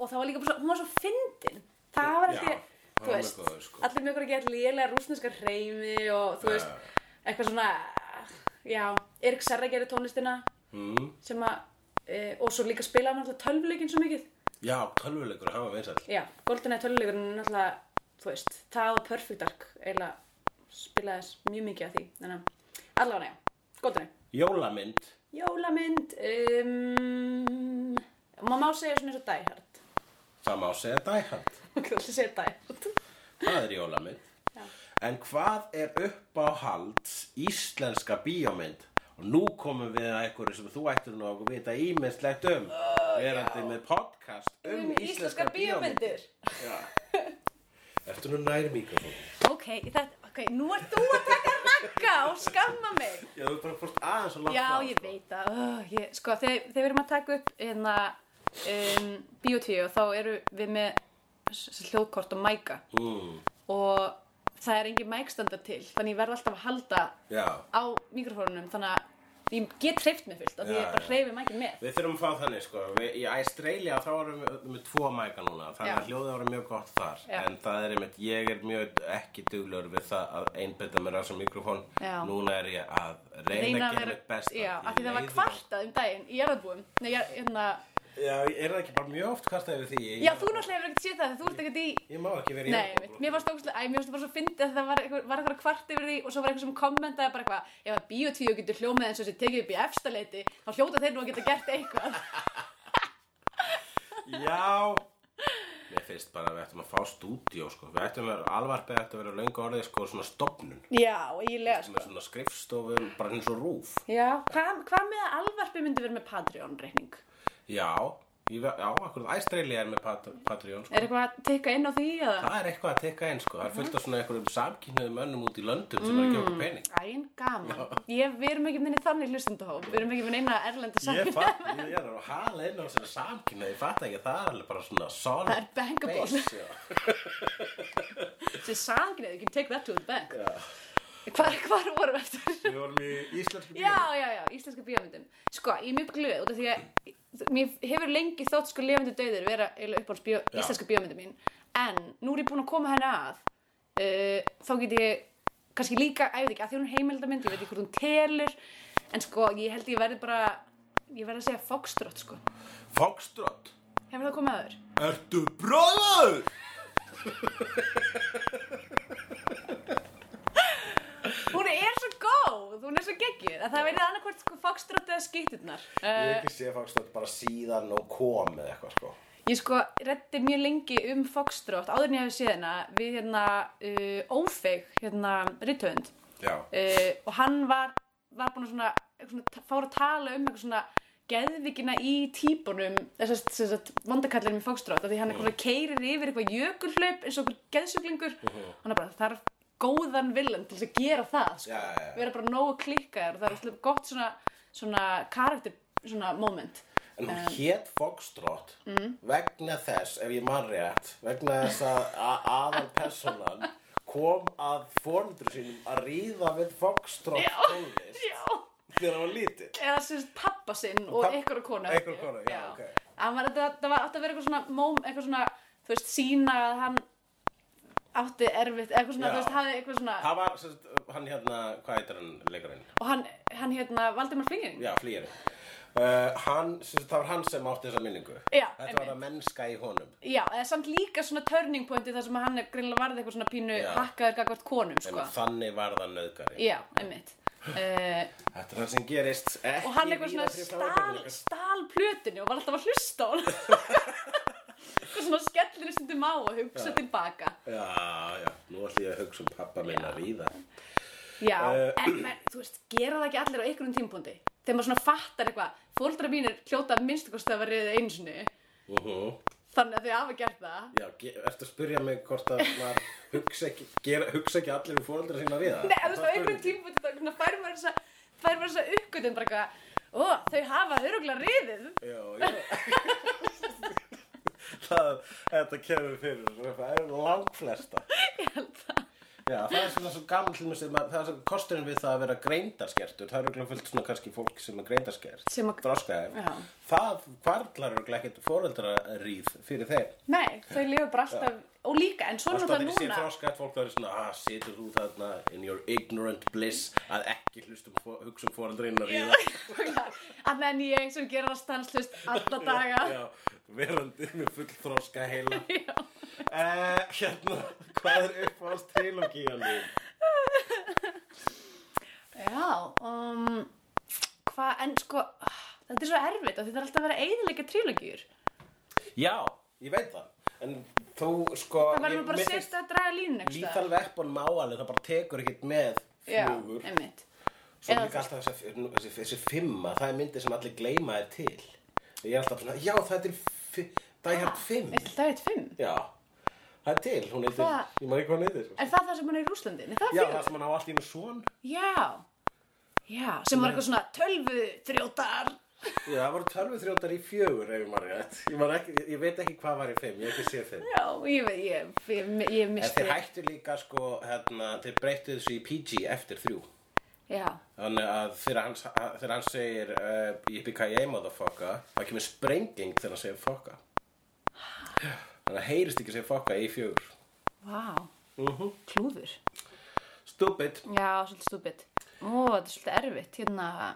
[SPEAKER 3] og það var líka bara svo, hún var svo fyndin. Það var
[SPEAKER 4] Já,
[SPEAKER 3] ekki,
[SPEAKER 4] hann
[SPEAKER 3] þú
[SPEAKER 4] var
[SPEAKER 3] veist,
[SPEAKER 4] góður, sko.
[SPEAKER 3] allir með okkur að gera lélega rúsneska reymi og, þú veist, eitthvað svona, já, Erik Serra gerir tónlistina
[SPEAKER 4] mm.
[SPEAKER 3] sem að, e, og svo líka spilaði hann alltaf tölvuleikin svo mikið.
[SPEAKER 4] Já, tölvuleikur, hann var vinsall
[SPEAKER 3] Já, GoldenEye töluleikurinn er náttúrulega, þú veist, það og Perfect Dark eiginlega spilaðist mjög mikið af því. Þannig að allavega, já, GoldenEye.
[SPEAKER 4] Jólamynd
[SPEAKER 3] Jólamynd, um, maður má segja svona eins og Die Hard. (laughs)
[SPEAKER 4] Það má segja Die Hard
[SPEAKER 3] Maður kann alltaf segja Die Hard.
[SPEAKER 4] Það er jólamynd En hvað er uppáhalds íslenska bíómynd? Og nú komum við að einhverju sem þú ættir nú að vita ímestlegt um Verandi með podcast um, íslenska, bíómyndir Ertu nú næri mikrofón?
[SPEAKER 3] Ok, þetta, ok, nú ert þú að taka rakka og skamma mig.
[SPEAKER 4] Já, þú bara fórst aðeins og langt
[SPEAKER 3] Já,
[SPEAKER 4] frá,
[SPEAKER 3] ég
[SPEAKER 4] sko.
[SPEAKER 3] veit að, uh, ég, sko, þegar, þegar við erum að taka upp hérna um, biotíu þá eru við með s- s- hljóðkort og mæka
[SPEAKER 4] mm,
[SPEAKER 3] og það er engin mækstandar til þannig ég verð alltaf að halda
[SPEAKER 4] Já,
[SPEAKER 3] á mikrofónunum þannig að ég get hreift mig fullt af því
[SPEAKER 4] Já,
[SPEAKER 3] ég bara
[SPEAKER 4] já.
[SPEAKER 3] hreyfi mækið með
[SPEAKER 4] við þurfum að fá þannig sko við, Í Æstreilja þá erum við með tvo mæka núna Þannig
[SPEAKER 3] Já.
[SPEAKER 4] að hljóðið voru mjög gott þar
[SPEAKER 3] Já.
[SPEAKER 4] En það er einmitt, ég er mjög ekki duglur við það að einbetta mér á þessum mikrofón
[SPEAKER 3] Já.
[SPEAKER 4] Núna er ég að reyna, að gera mitt besta
[SPEAKER 3] já, af því það var
[SPEAKER 4] leiðir-
[SPEAKER 3] kvartað um daginn í jarðabúum nei, jar- hérna,
[SPEAKER 4] Já, er það ekki bara mjög oft kvartað yfir því? Ég-
[SPEAKER 3] Já, þú náttúrulega hefur ekkert séð það, þú ert ekkert í...
[SPEAKER 4] Ég má ekki vera í
[SPEAKER 3] Nei, mitt, mér varst ógustlega, æ, mér varst bara svo fyndið að það var eitthvað, var eitthvað kvart yfir því og svo var eitthvað sem kommentaði bara eitthvað, ef að bíotíu getur hljómið eins og þessi tekið upp í efstaleiti, þá hljóta þeir nú að geta gert eitthvað.
[SPEAKER 4] Já Mér finnst bara að við ættum að fá stúdíó sko. Við ættum að vera alvarpið ættum að vera löngu orðið sko, svona stopnun
[SPEAKER 3] (laughs) Já, eiginlega, sko.
[SPEAKER 4] með svona skrifstofum, bara eins og rúf
[SPEAKER 3] Já, hvað hva með að alvarpi myndi vera með Patreon-reikning?
[SPEAKER 4] Já, ég, ve- já akkur æstreyli er með Pat Patreon sko.
[SPEAKER 3] Er eitthvað að tekka inn á því eða?
[SPEAKER 4] Það er eitthvað að tekka einn sko. Það er fullt af svona einhverjum samkynniðum önnum út í löndum sem
[SPEAKER 3] Mm.
[SPEAKER 4] er að gefa okkur pening
[SPEAKER 3] Æn, gaman. Ég, við erum ekki með neina þannig hlustendahóp, við erum ekki með neina erlenda
[SPEAKER 4] Ég,
[SPEAKER 3] saman.
[SPEAKER 4] fatt, ég er að hala inn á þessari samkynniði, ég fatt ekki að það er alveg bara svona solid
[SPEAKER 3] Það er bankable.
[SPEAKER 4] base, já.
[SPEAKER 3] Þessi sangrið, you can take that to the bank. Hvar, hvar vorum við eftir?
[SPEAKER 4] Við vorum í íslensku bíó
[SPEAKER 3] Já, já, já, íslenska bíómyndum Sko, ég er mjög glöð út af því að mér hefur lengi þótt sko lefandi döður vera eiginlega uppáhalds bíó,
[SPEAKER 4] Já.
[SPEAKER 3] íslenska bíómyndum mín en nú er ég búin að koma henni að uh, þá get ég kannski líka, æfði ekki, að því hún er heimildamynd ég veit ekki hvort hún telur en sko, ég held ég verði bara ég verði að segja fokstrott, sko
[SPEAKER 4] Foxtrot
[SPEAKER 3] Hefur það komið að þér?
[SPEAKER 4] Ertu bróður?
[SPEAKER 3] Hún er svo góð, hún er svo geggjur að það verið annarkvort sko fokstrott eða skýtturnar
[SPEAKER 4] Ég hef ekki séð Foxtrot bara síðan og kom eða eitthvað sko.
[SPEAKER 3] Ég sko reddi mjög lengi um Foxtrot áður en ég hefði séð hérna við hérna uh, Ófeig, hérna Rittönd
[SPEAKER 4] Já.
[SPEAKER 3] uh, og hann var, var búin að svona, eitthvað svona fára að tala um eitthvað svona geðvikina í típunum þessast þessast vondakallurinn í Foxtrot af því hann eitthvað keirir yfir eitthvað jökulhlaup eins og eitthvað geðsuglingur
[SPEAKER 4] Mhm.
[SPEAKER 3] hann er bara þarf góðan villan til þess að gera það sko.
[SPEAKER 4] Já, já, já.
[SPEAKER 3] vera bara nógu klikkaður og það er alltaf gott svona, svona karakter svona moment
[SPEAKER 4] En hún hét Foxtrot
[SPEAKER 3] Mm.
[SPEAKER 4] vegna þess, ef ég man rétt, vegna þess að aðalpersonan kom að fórnundur sínum að ríða við Foxtrot tónlist
[SPEAKER 3] Já
[SPEAKER 4] þegar hann var lítið.
[SPEAKER 3] eða sem sagt pappa sinn og
[SPEAKER 4] Papp-
[SPEAKER 3] einhverja konu
[SPEAKER 4] einhverja konu, já, ok.
[SPEAKER 3] hann var, það, það var átti að vera eitthvað svona móm, eitthvað svona, þú veist, sína að hann átti erfitt eitthvað svona,
[SPEAKER 4] Já.
[SPEAKER 3] þú veist, hafði eitthvað svona
[SPEAKER 4] Það var, sem sagt, hann hérna, hvað heitir hann leikarinn?
[SPEAKER 3] og hann, hann hérna, Valdimar Flingin
[SPEAKER 4] Já, flýjarinn. Uh, hann, sem sagt, það var hann sem átti þessa minningu.
[SPEAKER 3] Já,
[SPEAKER 4] Þetta var
[SPEAKER 3] einmitt.
[SPEAKER 4] það mennska í honum.
[SPEAKER 3] eða samt líka svona turning pointi þar sem hann er greinlega varði eitthvað svona pínu
[SPEAKER 4] Já.
[SPEAKER 3] hakkaður gagvart konum,
[SPEAKER 4] En
[SPEAKER 3] sko
[SPEAKER 4] þannig var það nöðgari.
[SPEAKER 3] já, einmitt uh,
[SPEAKER 4] Þetta er það sem gerist ekki
[SPEAKER 3] og hann eitthvað
[SPEAKER 4] víða
[SPEAKER 3] svona
[SPEAKER 4] fyrir framan
[SPEAKER 3] stál,
[SPEAKER 4] augun ykkar.
[SPEAKER 3] stál plötunni og var alltaf að hlusta á
[SPEAKER 4] (laughs)
[SPEAKER 3] hann eitthvað svona skellir stundum á og hugsa tilbaka
[SPEAKER 4] Já, já, nú ætlum ég að hugsa um pappa minn að ríða.
[SPEAKER 3] Já,
[SPEAKER 4] Eh,
[SPEAKER 3] en menn, þú veist, gera það ekki allir á einhverjum tímpúndi Þegar maður svona fattar eitthvað Fóldra mínir hljóta að minnstu kosti að vera reyðið einu sinni
[SPEAKER 4] Uh
[SPEAKER 3] Þannig að þau hafa gert það
[SPEAKER 4] Já, ge- ertu að spyrja mig hvort að maður hugsa ekki, gera, hugsa ekki allir um fóröldra sína við það?
[SPEAKER 3] Nei, en þú veist, á
[SPEAKER 4] Það
[SPEAKER 3] einhverjum
[SPEAKER 4] spurning.
[SPEAKER 3] tímpúndi þá svona fær maður þessa fær maður þessa uppgötun bara eitthvað Ó, þau hafa öruglega reyðið
[SPEAKER 4] Já, (laughs) já. það, þetta kemur fyrir, svo það er langflesta. Ég held það. Já, það er svona svo gammal hlumis, það er svo kosturinn við það að vera greindarskertur, það eru örugglega fullt svona kannski fólk sem er greindarskert,
[SPEAKER 3] Sem að- Já.
[SPEAKER 4] droskaðir, það hvarlar örugglega ekkert fóröldraríð fyrir þeim.
[SPEAKER 3] Nei, þau lifa bara alltaf Og líka, en svona
[SPEAKER 4] Alltaf
[SPEAKER 3] það
[SPEAKER 4] þegar ég sé
[SPEAKER 3] núna
[SPEAKER 4] þroskað fólk það er svona að situr þú þarna in your ignorant bliss að ekki hlustum fó- hugsa um fóraldreinu
[SPEAKER 3] (laughs)
[SPEAKER 4] að ríða
[SPEAKER 3] Að menn ég sem gera það stanslust alla daga
[SPEAKER 4] Já, verandi með full þroska heila uh, Hérna, hvað er upp á trilogían þín?
[SPEAKER 3] (laughs) Já, um, hvað, en sko, þetta er svo erfitt af því það er alltaf að vera eiginleika trílögjur.
[SPEAKER 4] Já, ég veit það En þú sko
[SPEAKER 3] Það verður
[SPEAKER 4] ég-
[SPEAKER 3] bara
[SPEAKER 4] mér
[SPEAKER 3] að
[SPEAKER 4] finnst
[SPEAKER 3] setja að draga línu einhvers
[SPEAKER 4] Lethal Weapon má alveg, það bara tekur ekkert með
[SPEAKER 3] Já,
[SPEAKER 4] flugur
[SPEAKER 3] einmitt.
[SPEAKER 4] Svo
[SPEAKER 3] Eða-
[SPEAKER 4] líka alltaf þessi, nú, þessi, þessi fimma, það er myndi sem allir gleyma er til Ég er alltaf svona, já þetta er fi- Die Hard 5
[SPEAKER 3] Eitt dagið fimm.
[SPEAKER 4] Já, það er til, hún heitir,
[SPEAKER 3] Hvað?
[SPEAKER 4] ég maður ekki hvað hún heitir.
[SPEAKER 3] Er það það sem hann er í Rúslandi? Nei, það
[SPEAKER 4] Já,
[SPEAKER 3] er
[SPEAKER 4] það
[SPEAKER 3] fyrir.
[SPEAKER 4] sem hann á allt í einu svon.
[SPEAKER 3] Já, já, sem var eitthvað svona tölvu þrjótar.
[SPEAKER 4] Já, það voru tölvuþrjótar í fjögur, ef ég maður rétt. Ég, man ekki, ég veit ekki hvað var í fimm, ég hef ekki séð fimm.
[SPEAKER 3] Já, ég veit, ég, ég, ég, ég
[SPEAKER 4] En
[SPEAKER 3] misti.
[SPEAKER 4] þeir hættu líka, sko, hérna, þeir breyttu þessu í PG eftir þrjú.
[SPEAKER 3] Já,
[SPEAKER 4] Þannig að þegar hans, að- þegar hans segir, uh, ég byrja ég maður fokka, það kemur sprenging þegar hann segir fokka. Þannig að heyrist ekki segir fokka í fjögur.
[SPEAKER 3] vá,
[SPEAKER 4] Uh
[SPEAKER 3] klúður.
[SPEAKER 4] Stupid.
[SPEAKER 3] Já, svolítið stúbit. Ó, oh. þetta er svolítið erfitt, hérna.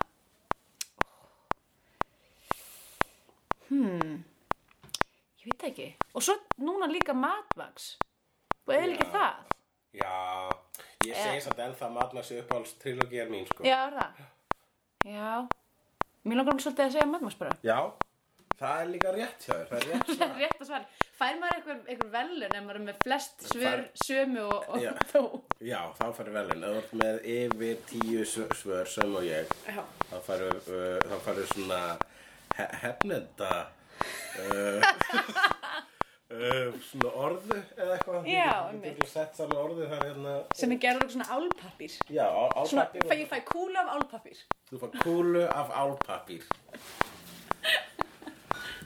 [SPEAKER 3] ég veit það ekki og svo núna líka matvaks og eða ekki
[SPEAKER 4] Já.
[SPEAKER 3] það
[SPEAKER 4] Já, ég
[SPEAKER 3] Eh.
[SPEAKER 4] segi samt ennþá að matna sér uppáhalds trilógi er mín sko.
[SPEAKER 3] já, er það já, mér langar alveg svolítið að segja matvaks bara
[SPEAKER 4] Já, það er líka rétt hjá (laughs) þér, það er rétt svar.
[SPEAKER 3] (laughs) rétt að svara, fær maður einhver, einhver velun ef maður er með flest svör,
[SPEAKER 4] Fær-
[SPEAKER 3] sömu og, og
[SPEAKER 4] Já.
[SPEAKER 3] þó
[SPEAKER 4] Já, þá færðu velin. Ef þú ert með yfir tíu svör- svör sem og ég,
[SPEAKER 3] já,
[SPEAKER 4] þá færðu, uh, þá færðu svona he hefnenda uh, (laughs) uh, svona orðu eða eitthvað.
[SPEAKER 3] Já,
[SPEAKER 4] einmitt. Þú
[SPEAKER 3] einmitt.
[SPEAKER 4] getur sett saman orðu þar hérna,
[SPEAKER 3] sem er gerður svona álpappir
[SPEAKER 4] já, á-
[SPEAKER 3] svona,
[SPEAKER 4] álpappír.
[SPEAKER 3] fæ, ég fæ kúla af álpappir
[SPEAKER 4] Þú fær kúlu af álpappír.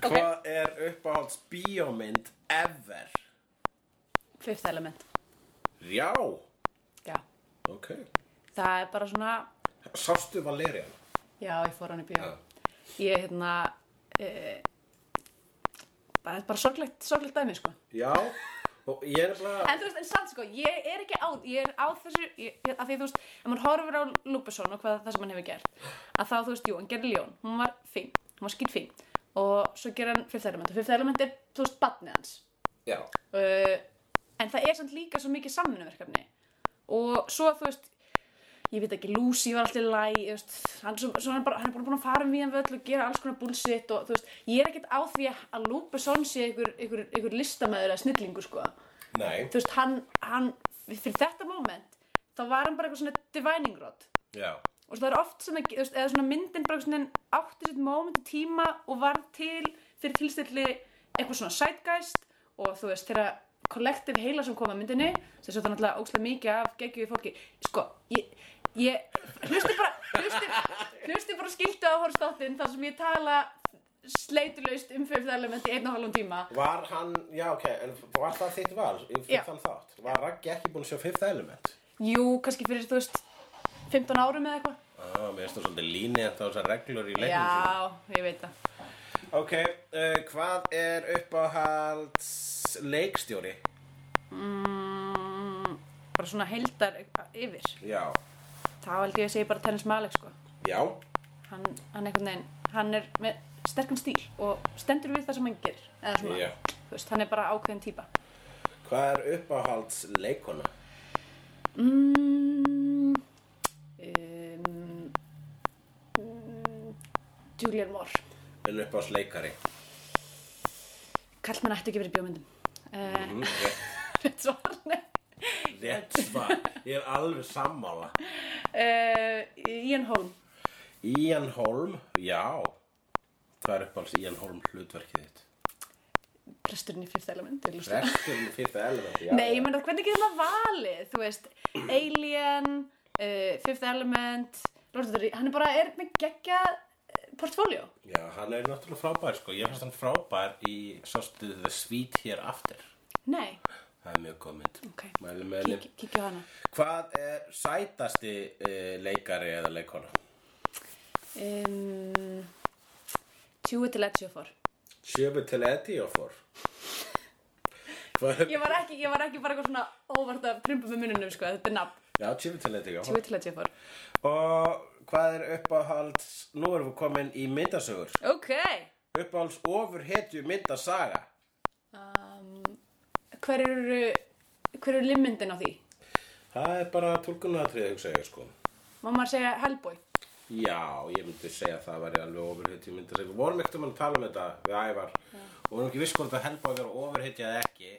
[SPEAKER 4] Hvað er uppáhalds bíómynd ever?
[SPEAKER 3] fifth element
[SPEAKER 4] Já,
[SPEAKER 3] já,
[SPEAKER 4] ok.
[SPEAKER 3] það er bara svona
[SPEAKER 4] Sástu Valerian?
[SPEAKER 3] já, ég fór hann í bíó
[SPEAKER 4] Já.
[SPEAKER 3] ég hérna e, það er bara sorglegt, sorglegt dæmi sko
[SPEAKER 4] Já, og ég er bara,
[SPEAKER 3] En þú veist, en samt sko, ég er ekki á, ég er á þessu, ég, ég- af því þú veist, ef maður horfir á Lúbesson og hvað það sem hann hefur gert, að þá þú veist, jú, hann gerir ljón, hún var fín, hún var skýt fín, og svo gerir hann fyrsta element, og fyrsta element er, þú veist, badnið hans,
[SPEAKER 4] já,
[SPEAKER 3] uh, en það er samt líka svo mikið samvinnuverkefni, og svo þú veist, ég veit ekki, Lucy var alltaf læg, þú veist, hann, svo, svo hann, er bara, hann er bara búin að fara um víðan völl og gera alls konar bullshit og þú veist, ég er ekkert á því að Lúbesson sé ykkur, ykkur, ykkur listamæður eða snillingu sko
[SPEAKER 4] nei,
[SPEAKER 3] þú veist, hann, hann fyrir þetta moment, þá var hann bara eitthvað svona divining rod
[SPEAKER 4] já,
[SPEAKER 3] og það er oft svona, þú veist, eða svona myndin bara svona átti sitt moment í tíma og var til fyrir tilstilli eitthvað svona sætgæst og þú veist, þegar kollektiv heila sem kom að myndinni þess að það er náttúrulega ógstlega mikið af geggjum í fólki sko, ég, ég hlusti bara, hlusti, hlusti bara skildu á horfstáttinn þar sem ég tala sleitulaust um fyrir það element í einn og halvan tíma
[SPEAKER 4] Var hann, já ok, en var það þitt val í
[SPEAKER 3] Já.
[SPEAKER 4] fimmtan þátt? Var Raggi ekki búin að sjá fifth element?
[SPEAKER 3] jú, kannski fyrir, þú veist 15 árum eða eitthvað
[SPEAKER 4] Ah, mér finnst það svolítið línið en þá þessar reglur í leiknum sínum.
[SPEAKER 3] Já, ég veit það.
[SPEAKER 4] Ok, uh, hvað er uppáhalds leikstjóri?
[SPEAKER 3] Mm, bara svona heldar yfir.
[SPEAKER 4] Já,
[SPEAKER 3] Þá held ég að segja bara Terrence Malick, sko.
[SPEAKER 4] já,
[SPEAKER 3] Hann, hann einhvern veginn, hann er með sterkan stíl og stendur við það sem hann gerir. Eða svona,
[SPEAKER 4] Já.
[SPEAKER 3] þú veist, hann er bara ákveðin típa.
[SPEAKER 4] hvað er uppáhalds leikona?
[SPEAKER 3] Mm, um, mm, Julian Moore.
[SPEAKER 4] En uppáhalds leikari?
[SPEAKER 3] Kall ætti ekki verið í bjómyndum. Uh,
[SPEAKER 4] Mm, rétt,
[SPEAKER 3] (laughs) Rétt svar, nei.
[SPEAKER 4] rétt svar, ég er alveg sammála.
[SPEAKER 3] Uh, Ian Holm.
[SPEAKER 4] Ian Holm, já, hvað er uppáhalds Ian Holm hlutverkið þitt?
[SPEAKER 3] Presturinn í Fifth Element. augljóslega.
[SPEAKER 4] Resturinn fifth um element, já.
[SPEAKER 3] Nei, ég meina, hvernig getur maður valið? Þú veist, Alien, uh, Fifth Element, Lord of the Rings, hann er bara er með geggja eh, portfóljó.
[SPEAKER 4] Já, hann er náttúrulega frábær sko. Ég finnst hann frábær í sástu The Sweet Here After.
[SPEAKER 3] Nei,
[SPEAKER 4] Það er mjög góð mynd.
[SPEAKER 3] ok,
[SPEAKER 4] Mælu með henni.
[SPEAKER 3] Kík- kíkja á hana.
[SPEAKER 4] Hvað er sætasti uh, leikari eða leikona?
[SPEAKER 3] Um, Tjúi til Edge of War.
[SPEAKER 4] Sjöfu til Eddie og
[SPEAKER 3] (laughs)
[SPEAKER 4] fór. Hvað er...
[SPEAKER 3] Ég var ekki, ég var ekki bara eitthvað svona óvart að prumpa með mununum, sko, þetta er nafn.
[SPEAKER 4] Já, sjöfu til Eddie og fór.
[SPEAKER 3] Tjúi til Edge of War.
[SPEAKER 4] Og hvað er uppáhalds... Nú erum við komin í myndasögur.
[SPEAKER 3] Ok,
[SPEAKER 4] Uppáhalds ofurhetju myndasaga.
[SPEAKER 3] um, hver eru, hver eru limmyndin á því?
[SPEAKER 4] Það er bara tólkunatrið, hugsa ég sko.
[SPEAKER 3] Má maður segja Hellboy?
[SPEAKER 4] Já, ég myndi segja að það væri alveg ofurhitt, ég myndi segja, við vorum ekkert um að tala um þetta við Ævar og við erum ekki viss hvort að Helba að vera ofurhittja eða ekki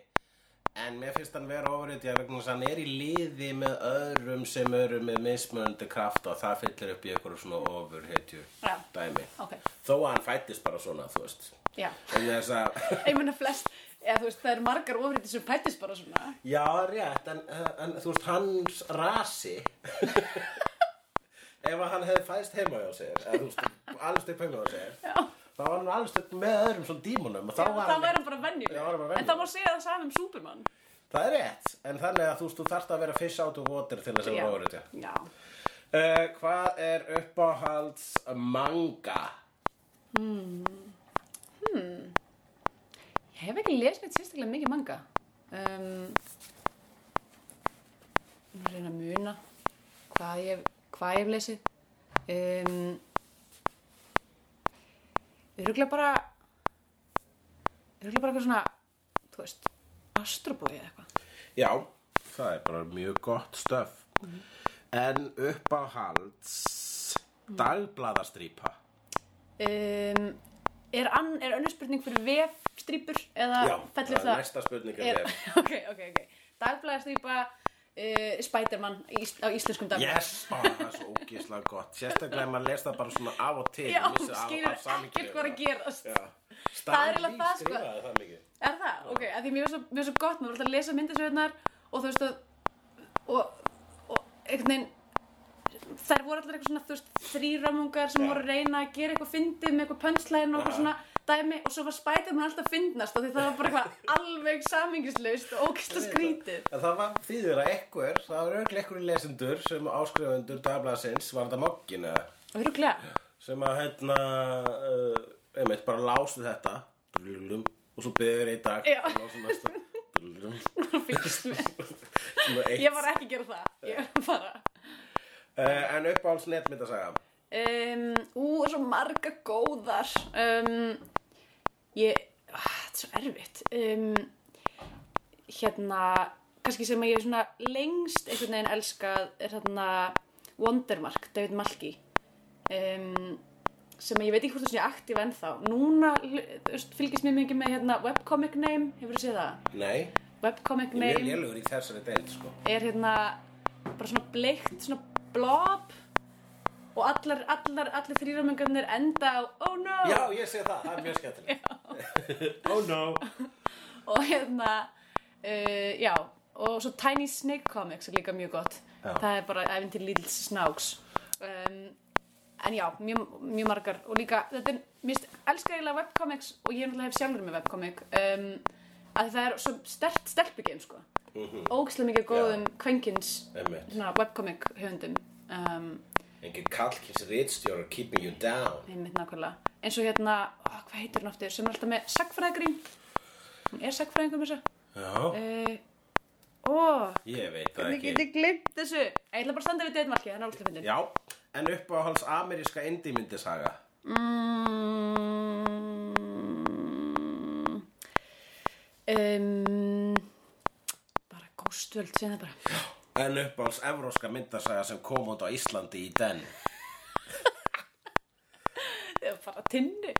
[SPEAKER 4] en mér finnst hann vera ofurhittja vegna þess að hann er í liði með öðrum sem eru með mismunandi kraft og það fyllir upp í einhverju svona ofurhittju
[SPEAKER 3] Já.
[SPEAKER 4] dæmi
[SPEAKER 3] Ok,
[SPEAKER 4] þó að hann fættist bara svona, þú veist
[SPEAKER 3] já.
[SPEAKER 4] en þess að,
[SPEAKER 3] Ég meina flest, eða þú veist, það eru margar ofrið sem fættist bara svona.
[SPEAKER 4] já, rétt en, en þú veist, hans
[SPEAKER 3] (laughs)
[SPEAKER 4] rasi ef að hann hefði fæðst heima hjá sér eða þú veist, alveg stið heima hjá sér
[SPEAKER 3] Já.
[SPEAKER 4] þá var hann alveg stöld með öðrum svona dímunum og þá var
[SPEAKER 3] Það
[SPEAKER 4] hann
[SPEAKER 3] væri hann bara venjuleg.
[SPEAKER 4] Já, hann var bara venjuleg.
[SPEAKER 3] En það má segja það saman um Superman.
[SPEAKER 4] það er rétt, en þannig að þú veist, þú þarft að vera fish out of water til þess að vera ofurhetja
[SPEAKER 3] Já.
[SPEAKER 4] uh, hvað er uppáhalds manga?
[SPEAKER 3] Ég hef ekki lesið neitt sérstaklega mikið manga. Um, nú er ég að reyna að muna hvað ég, hvað ég hef lesið. Um, Öruglega bara, Rúlega bara eitthvað svona, þú veist, astrobói eða eitthvað.
[SPEAKER 4] Já, það er bara mjög gott stöf
[SPEAKER 3] Mhm.
[SPEAKER 4] En upp á halds Dagbladastrípa
[SPEAKER 3] Um, er, ann, er önnur spurning fyrir vefstrýpur eða
[SPEAKER 4] Já,
[SPEAKER 3] fellur
[SPEAKER 4] það
[SPEAKER 3] það?
[SPEAKER 4] er næsta spurning er
[SPEAKER 3] er,
[SPEAKER 4] vef.
[SPEAKER 3] (laughs) ok, ok, ok. Dagblæðastrýpa, uh, Spiderman ís, á íslenskum dagblæðum.
[SPEAKER 4] Yes, ó, það er svo ógeðslega gott Sérstaklega ef maður les það bara svona af og til
[SPEAKER 3] Já,
[SPEAKER 4] ég vissi af-
[SPEAKER 3] skilur
[SPEAKER 4] af samhengi
[SPEAKER 3] ekkert hvað er að
[SPEAKER 4] þeirra.
[SPEAKER 3] gerast.
[SPEAKER 4] Já.
[SPEAKER 3] Það er
[SPEAKER 4] Stan
[SPEAKER 3] eiginlega
[SPEAKER 4] Lee
[SPEAKER 3] það, sko.
[SPEAKER 4] skrifaði það mikið
[SPEAKER 3] Er það? Ok, að því mér er svo, mér er svo gott, maður er alltaf að lesa myndasögurnar og þú veist að, og, og einhvern veginn, þær voru allir eitthvað svona, þú veist, þrýramungar sem
[SPEAKER 4] Já.
[SPEAKER 3] voru að reyna að gera eitthvað fyndið með eitthvað pönslæðin og eitthvað
[SPEAKER 4] Já.
[SPEAKER 3] svona dæmi og svo var Spiderman alltaf fyndnast og því það var bara
[SPEAKER 4] (laughs)
[SPEAKER 3] eitthvað alveg samingislaust og ógist að skrítið.
[SPEAKER 4] En það var þýður að ekkur, það var auðvitað ekkur lesendur sem áskrifendur dagblaðsins var þetta mokkinn eða
[SPEAKER 3] Og hyruglega,
[SPEAKER 4] sem að hérna uh, einmitt bara lásu þetta drullurum, og svo beður í dag
[SPEAKER 3] Já.
[SPEAKER 4] og lásu næsta drullurum,
[SPEAKER 3] (laughs) fyrst með, (laughs)
[SPEAKER 4] svona eitt
[SPEAKER 3] ég var ekki að gera það, ég var bara...
[SPEAKER 4] uh, en uppáhalds netmyndasaga
[SPEAKER 3] Um, ú, svo marga góðar um, Ég, ah, þetta er svo erfitt um, Hérna, kannski sem að ég er svona lengst einhvern veginn elskað er þarna Wondermark, David Malki um, sem að ég veit ekki hvort það sé aktíf ennþá Núna, þú veist, fylgist mér mikið með hérna webcomic name, hefur þú séð það?
[SPEAKER 4] nei,
[SPEAKER 3] Webcomic
[SPEAKER 4] ég er mjög
[SPEAKER 3] name
[SPEAKER 4] lélugur í þessari deild sko.
[SPEAKER 3] er hérna bara svona bleikt, svona blob og allar, allar, allir þrýramöngarnir enda á oh no
[SPEAKER 4] já, ég sé það, það er mjög skemmtilegt (laughs) oh no
[SPEAKER 3] og hérna uh, já, og svo Tiny Snake Comics er líka mjög gott
[SPEAKER 4] Já.
[SPEAKER 3] það er bara æfinn til lítils snáks um, en já, mjög, mjög margar og líka, þetta er, mér finnst elskar eiginlega webcomics og ég náttúrulega hef sjálfur með webcomic um, að það er svo stert stelpugin sko, ógæslega mikið góðum kvenkins
[SPEAKER 4] Mhm. einmitt,
[SPEAKER 3] svona webcomic höfundum um,
[SPEAKER 4] engin kallkins rítstjóra keeping you down
[SPEAKER 3] einmitt nákvæmlega eins og hérna, ó, hvað heitir hann aftur sem er alltaf með sagfræðagrín hún er sagfræðingur með þessa
[SPEAKER 4] já,
[SPEAKER 3] uh, ó,
[SPEAKER 4] ég veit það
[SPEAKER 3] hvernig get
[SPEAKER 4] ekki
[SPEAKER 3] ég glemt þessu ég ætla bara að standa við deitmarki, hann er alltaf fyndin
[SPEAKER 4] já, en uppáhalds ameríska indímyndasaga
[SPEAKER 3] mm, um, bara góðstöld, segja það bara
[SPEAKER 4] en uppáhalds evróska myndasaga sem kom út á Íslandi í den
[SPEAKER 3] Eða bara tinnu já,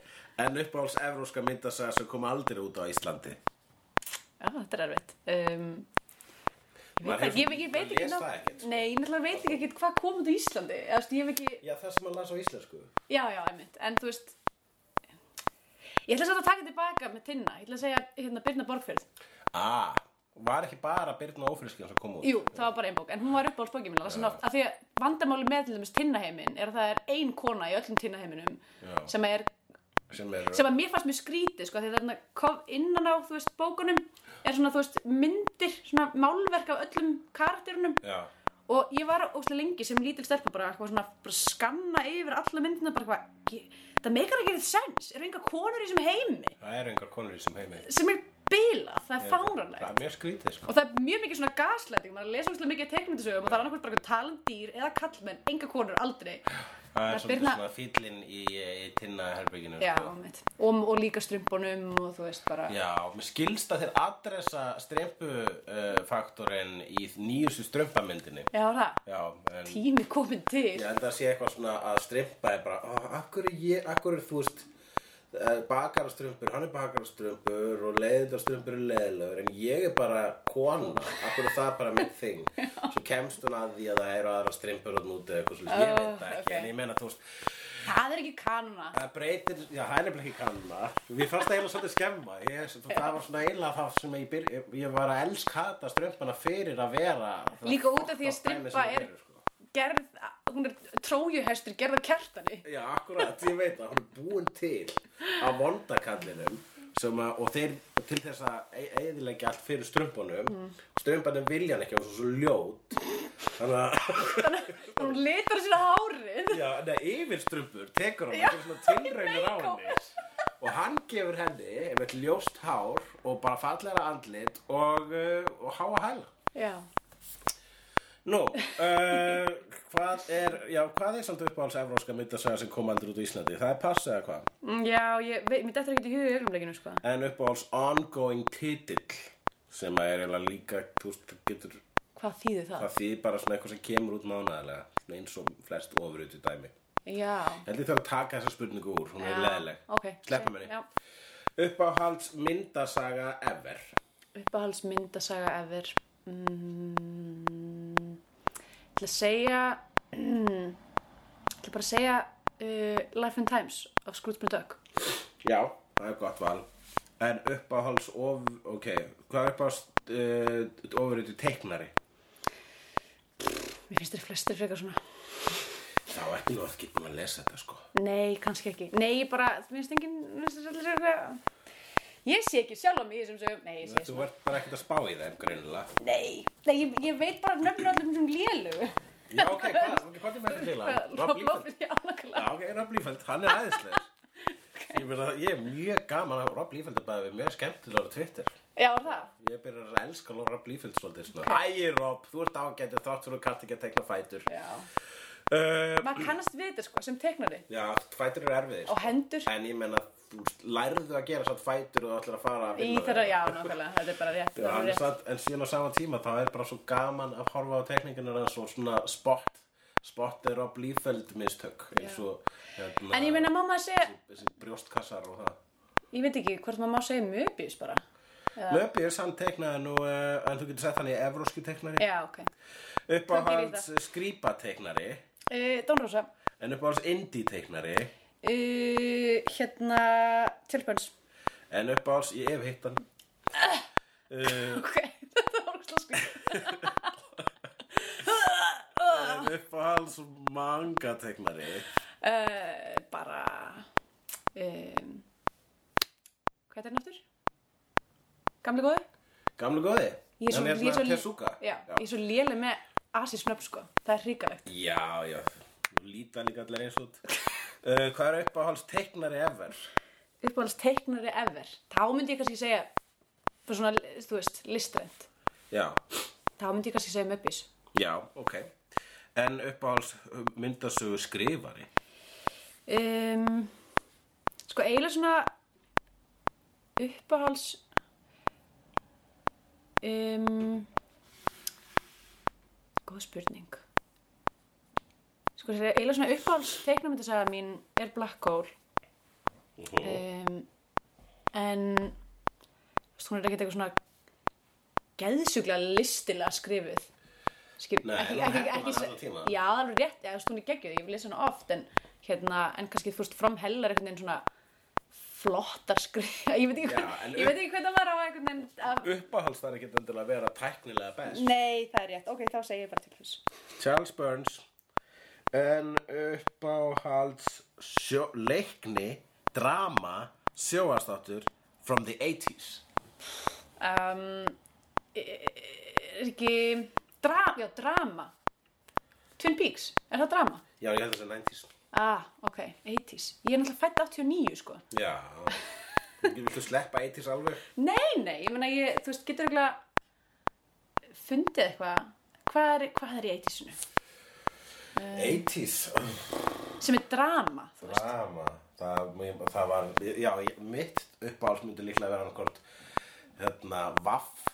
[SPEAKER 4] en uppáhalds evróska myndasaga sem kom aldrei út á Íslandi
[SPEAKER 3] þetta er erfitt um, ég, veit
[SPEAKER 4] Maður
[SPEAKER 3] það- ég, ég, ég veit
[SPEAKER 4] maður
[SPEAKER 3] ekki
[SPEAKER 4] les
[SPEAKER 3] ná-
[SPEAKER 4] það ekkert, sko.
[SPEAKER 3] nei, ég náttúrulega veit ekki ekkert hvað kom út á Íslandi Eða, þú veist, ég hef ekki
[SPEAKER 4] Já, það sem að lasa á íslensku
[SPEAKER 3] Já, já, einmitt, en þú veist Ég ætla samt að taka tilbaka með tinna Ég ætla að segja hérna Birna Borgfjörð
[SPEAKER 4] Ah, var ekki bara Birna Ófrískin sem kom út?
[SPEAKER 3] Jú, það var bara ein bók, en hún var upp á spókið minna Það sem oft, af því að vandamáli með til dæmis tinnaheimin Er að það er ein kona í öllum tinnaheiminum
[SPEAKER 4] Já.
[SPEAKER 3] Sem er,
[SPEAKER 4] Sem er,
[SPEAKER 3] sem að mér fannst mjög skrítið sko, af Því að þarna kof innan á, þú veist, bókunum Er svona, þú veist, myndir Svona málverk af öllum karakterunum
[SPEAKER 4] Já,
[SPEAKER 3] og ég var óslega lengi sem lítil stelpa bara eitthvað svona bara skanna yfir alla myndina bara eitthvað ég- það meikar ekki eitthvað sens eru enga konur í þessum heimi
[SPEAKER 4] það eru engar konur í sem heimi
[SPEAKER 3] sem er bilað, það er
[SPEAKER 4] Það
[SPEAKER 3] fáranlegt
[SPEAKER 4] er mjög skrítið, sko
[SPEAKER 3] og það er mjög mikið svona gaslæting maður er að lesa óslega mikið teikmyndasögum og það er annarkvæmt bara eitthvað talan dýr eða kallmenn enga konur aldrei
[SPEAKER 4] Það
[SPEAKER 3] það
[SPEAKER 4] er
[SPEAKER 3] er
[SPEAKER 4] svolítið
[SPEAKER 3] Birna-
[SPEAKER 4] svona fýllinn í, í tinna herbygginu
[SPEAKER 3] já, mitt. og, og líka strumbunum og þú veist bara
[SPEAKER 4] Já, mér skilst að þér adressa strempufaktorinn í nýjustu strömpamyndinni
[SPEAKER 3] já það,
[SPEAKER 4] Já, en
[SPEAKER 3] tími komin til
[SPEAKER 4] ég enda að sé eitthvað svona að strempa er bara, "Ó, af hverju ég, af hverju þú veist eh, bakarastrumpur, hann er bakarastrumpur og leiðindastrumpur er leiðilegur en ég er bara kona af hverju það er bara mitt
[SPEAKER 3] (laughs)
[SPEAKER 4] þing svo kemst hún að því að það eru aðra strumpur og núti eitthvað svolítið, ég veit
[SPEAKER 3] Oh,
[SPEAKER 4] það ekki
[SPEAKER 3] ok.
[SPEAKER 4] en ég meina þú veist,
[SPEAKER 3] það er ekki kanuna
[SPEAKER 4] það breytir, já það er nefnilega ekki kanna við fannst það eiginlega svolítið skemma ég, það var svona eiginlega það sem ég, byr, ég, ég var að elskata strumpana fyrir að vera það
[SPEAKER 3] Líka út af því að
[SPEAKER 4] fokkt
[SPEAKER 3] strympa
[SPEAKER 4] dæmi sem þau
[SPEAKER 3] er-
[SPEAKER 4] eru, sko.
[SPEAKER 3] gerð, hún er trójuhestur gerðar kertani
[SPEAKER 4] Já, akkurat, ég veit það, hún er búin til á vondakallinum sem að, og þeir til þess að eðilegja allt fyrir strömpunum mm. strömpunum vilja hann ekki, hún er svo ljót þannig að,
[SPEAKER 3] hún litar sér hárið
[SPEAKER 4] já, neða, yfir strömpur tekur hann, það er svona tilraunir á henni og hann gefur henni einmitt ljóst hár og bara fallega andlit og, uh, og háa hæla
[SPEAKER 3] já
[SPEAKER 4] Nú, uh, hvað er, já, hvað er samt uppáhalds evróska myndasaga sem kom aldrei út á Íslandi? Það er pass eða hvað?
[SPEAKER 3] Mm, Já, ég, veit, mér dettur ekki í hug augnumleikinu, sko.
[SPEAKER 4] En uppáhalds ongoing titill sem að er eiginlega líka, þú veist, getur,
[SPEAKER 3] Hvað þýðir það?
[SPEAKER 4] það þýðir bara svona eitthvað sem kemur út mánaðarlega, svona eins og flest ofurut í dæmi.
[SPEAKER 3] Já.
[SPEAKER 4] Ég held ég þarf að taka þessa spurningu úr, hún er
[SPEAKER 3] Já,
[SPEAKER 4] leðileg.
[SPEAKER 3] Ok.
[SPEAKER 4] Sleppum henni.
[SPEAKER 3] Já.
[SPEAKER 4] Uppáhalds myndasaga ever.
[SPEAKER 3] Uppáhalds myndasaga ever. Mm, ég ætla að segja, ég ætla bara að segja uh, Life and Times of Scrooge McDuck.
[SPEAKER 4] Já, það er gott val. En uppáhalds of, ok, hvað er uppáhalds uh, ofurut teiknari?
[SPEAKER 3] Mér finnst þeir flestir frekar svona.
[SPEAKER 4] Þá ertu nú ekki búin að lesa þetta sko.
[SPEAKER 3] Nei, kannski ekki. Nei, ég bara, mér finnst enginn, mér finnst allir svona. Ég sé ekki sjálf á mig í þessum sögum. Nei, ég sé
[SPEAKER 4] Þú ert bara ekkert að spá í þeim greinilega.
[SPEAKER 3] Nei, nei ég, ég veit bara nöfnir öllum sem lélugu.
[SPEAKER 4] Já, ok, hvað, ok, hvað er
[SPEAKER 3] (laughs)
[SPEAKER 4] með þetta til hann? Rob Liefeld.
[SPEAKER 3] Lofið, já,
[SPEAKER 4] Já,
[SPEAKER 3] nákvæmlega.
[SPEAKER 4] ok, Rob Liefeld, hann er (laughs) aðeinslegur. Ég meina, ég er mjög gaman að Rob Liefeld er bara mjög skemmtilegur á Twitter.
[SPEAKER 3] Já, er það?
[SPEAKER 4] Ég byrjar að elska Rob Liefeld svolítið svona. Æ, Rob, þú ert ágætið þátt fyrir að kallt ekki að tekna fætur.
[SPEAKER 3] Já.
[SPEAKER 4] Uh,
[SPEAKER 3] Maður kannast við þetta sko, sem teknari.
[SPEAKER 4] já, fætur eru erfiðir.
[SPEAKER 3] Og hendur.
[SPEAKER 4] En ég meina, þú lærðu að gera satt fætur og þú ætlar að fara að
[SPEAKER 3] Í
[SPEAKER 4] vinna
[SPEAKER 3] þeirra,
[SPEAKER 4] við
[SPEAKER 3] já,
[SPEAKER 4] það.
[SPEAKER 3] nákvæmlega. Þetta er bara rétt.
[SPEAKER 4] Já,
[SPEAKER 3] þetta
[SPEAKER 4] en,
[SPEAKER 3] er rétt.
[SPEAKER 4] satt, en síðan á sama tíma þá er bara svo gaman að horfa á tekníkunar eins og svona spot spot er á blífeld mistök eins og hérna,
[SPEAKER 3] En ég meina, má maður segja,
[SPEAKER 4] þessi brjóstkassar og það
[SPEAKER 3] ég veit ekki hvort maður má segja möbjus bara.
[SPEAKER 4] Möbius hann teknaði nú uh, en þú getur sett hann í evróski teknari
[SPEAKER 3] Já, ok.
[SPEAKER 4] uppáhalds skrýpa teknari
[SPEAKER 3] Uh, Dón Rósa,
[SPEAKER 4] en uppáhalds indie teknari
[SPEAKER 3] uh, hérna, tilbjörns.
[SPEAKER 4] en uppáhalds ég hef hitt hann uh,
[SPEAKER 3] Ok, (laughs) þetta var óslega skrítið. Ah.
[SPEAKER 4] en uppáhalds manga teknari
[SPEAKER 3] Uh, bara, um, hvað er þetta náttúr? Gamli góði?
[SPEAKER 4] Gamlu góði
[SPEAKER 3] Ég er svo,
[SPEAKER 4] hann
[SPEAKER 3] ég er
[SPEAKER 4] hérna
[SPEAKER 3] svo,
[SPEAKER 4] Tezuka
[SPEAKER 3] já, ég er svo léleg með asísnöfn sko, það er hrikalegt.
[SPEAKER 4] Já, já, þú líta líka allir eins (laughs) út. Uh, hvað er uppáhalds teiknari ever?
[SPEAKER 3] Uppáhalds teiknari ever, þá myndi ég kannski segja, fyrir svona, þú veist, listrænt,
[SPEAKER 4] Já,
[SPEAKER 3] þá myndi ég kannski segja Möbbis.
[SPEAKER 4] já, ok. En uppáhalds uh, myndasögu skrifari?
[SPEAKER 3] Um, sko, eiginlega svona uppáhalds, um, góð spurning. Sko, eiginlega svona uppáhalds teiknamyndasaga mín er Black Hole. um, en þú veist, hún er ekkert eitthvað svona geðsuglega listilega skrifuð Skip,
[SPEAKER 4] Nei,
[SPEAKER 3] ekki,
[SPEAKER 4] hún
[SPEAKER 3] ekki,
[SPEAKER 4] hentar
[SPEAKER 3] ekki,
[SPEAKER 4] manni alla tíma.
[SPEAKER 3] já, það er alveg rétt, já, þú veist, hún er geggjöð, ég vil lesa hana oft en, hérna, en kannski þú veist, fram hellar einhvern veginn svona flottar skrif (laughs) ég veit ekki,
[SPEAKER 4] Já,
[SPEAKER 3] já,
[SPEAKER 4] en
[SPEAKER 3] ég veit ekki hvað það var á einhvern veginn af,
[SPEAKER 4] Uppáhalds þar ekki endilega að vera tæknilega best.
[SPEAKER 3] nei, það er rétt, ok, þá segi ég bara til þess
[SPEAKER 4] Charles Burns. En uppáhalds sjó, leikni, drama, sjóastáttur from the 80s.
[SPEAKER 3] um, e- er ekki dra, já, drama Twin Peaks, er það drama?
[SPEAKER 4] Já, ég held þess að 90s.
[SPEAKER 3] Ah, ok, 80s. Ég er náttúrulega fætt 89, sko.
[SPEAKER 4] Já, (laughs) viltu sleppa 80s alveg?
[SPEAKER 3] Nei, nei, ég meina, ég, þú veist, getur eiginlega fundið eitthvað. Hvað er, hvað er í 80sinu?
[SPEAKER 4] 80s,
[SPEAKER 3] Sem er drama, þú veist.
[SPEAKER 4] Drama, það, mér- það var, já, ég- mitt uppáhalds myndi líklega vera annarkort, hérna, Vaff,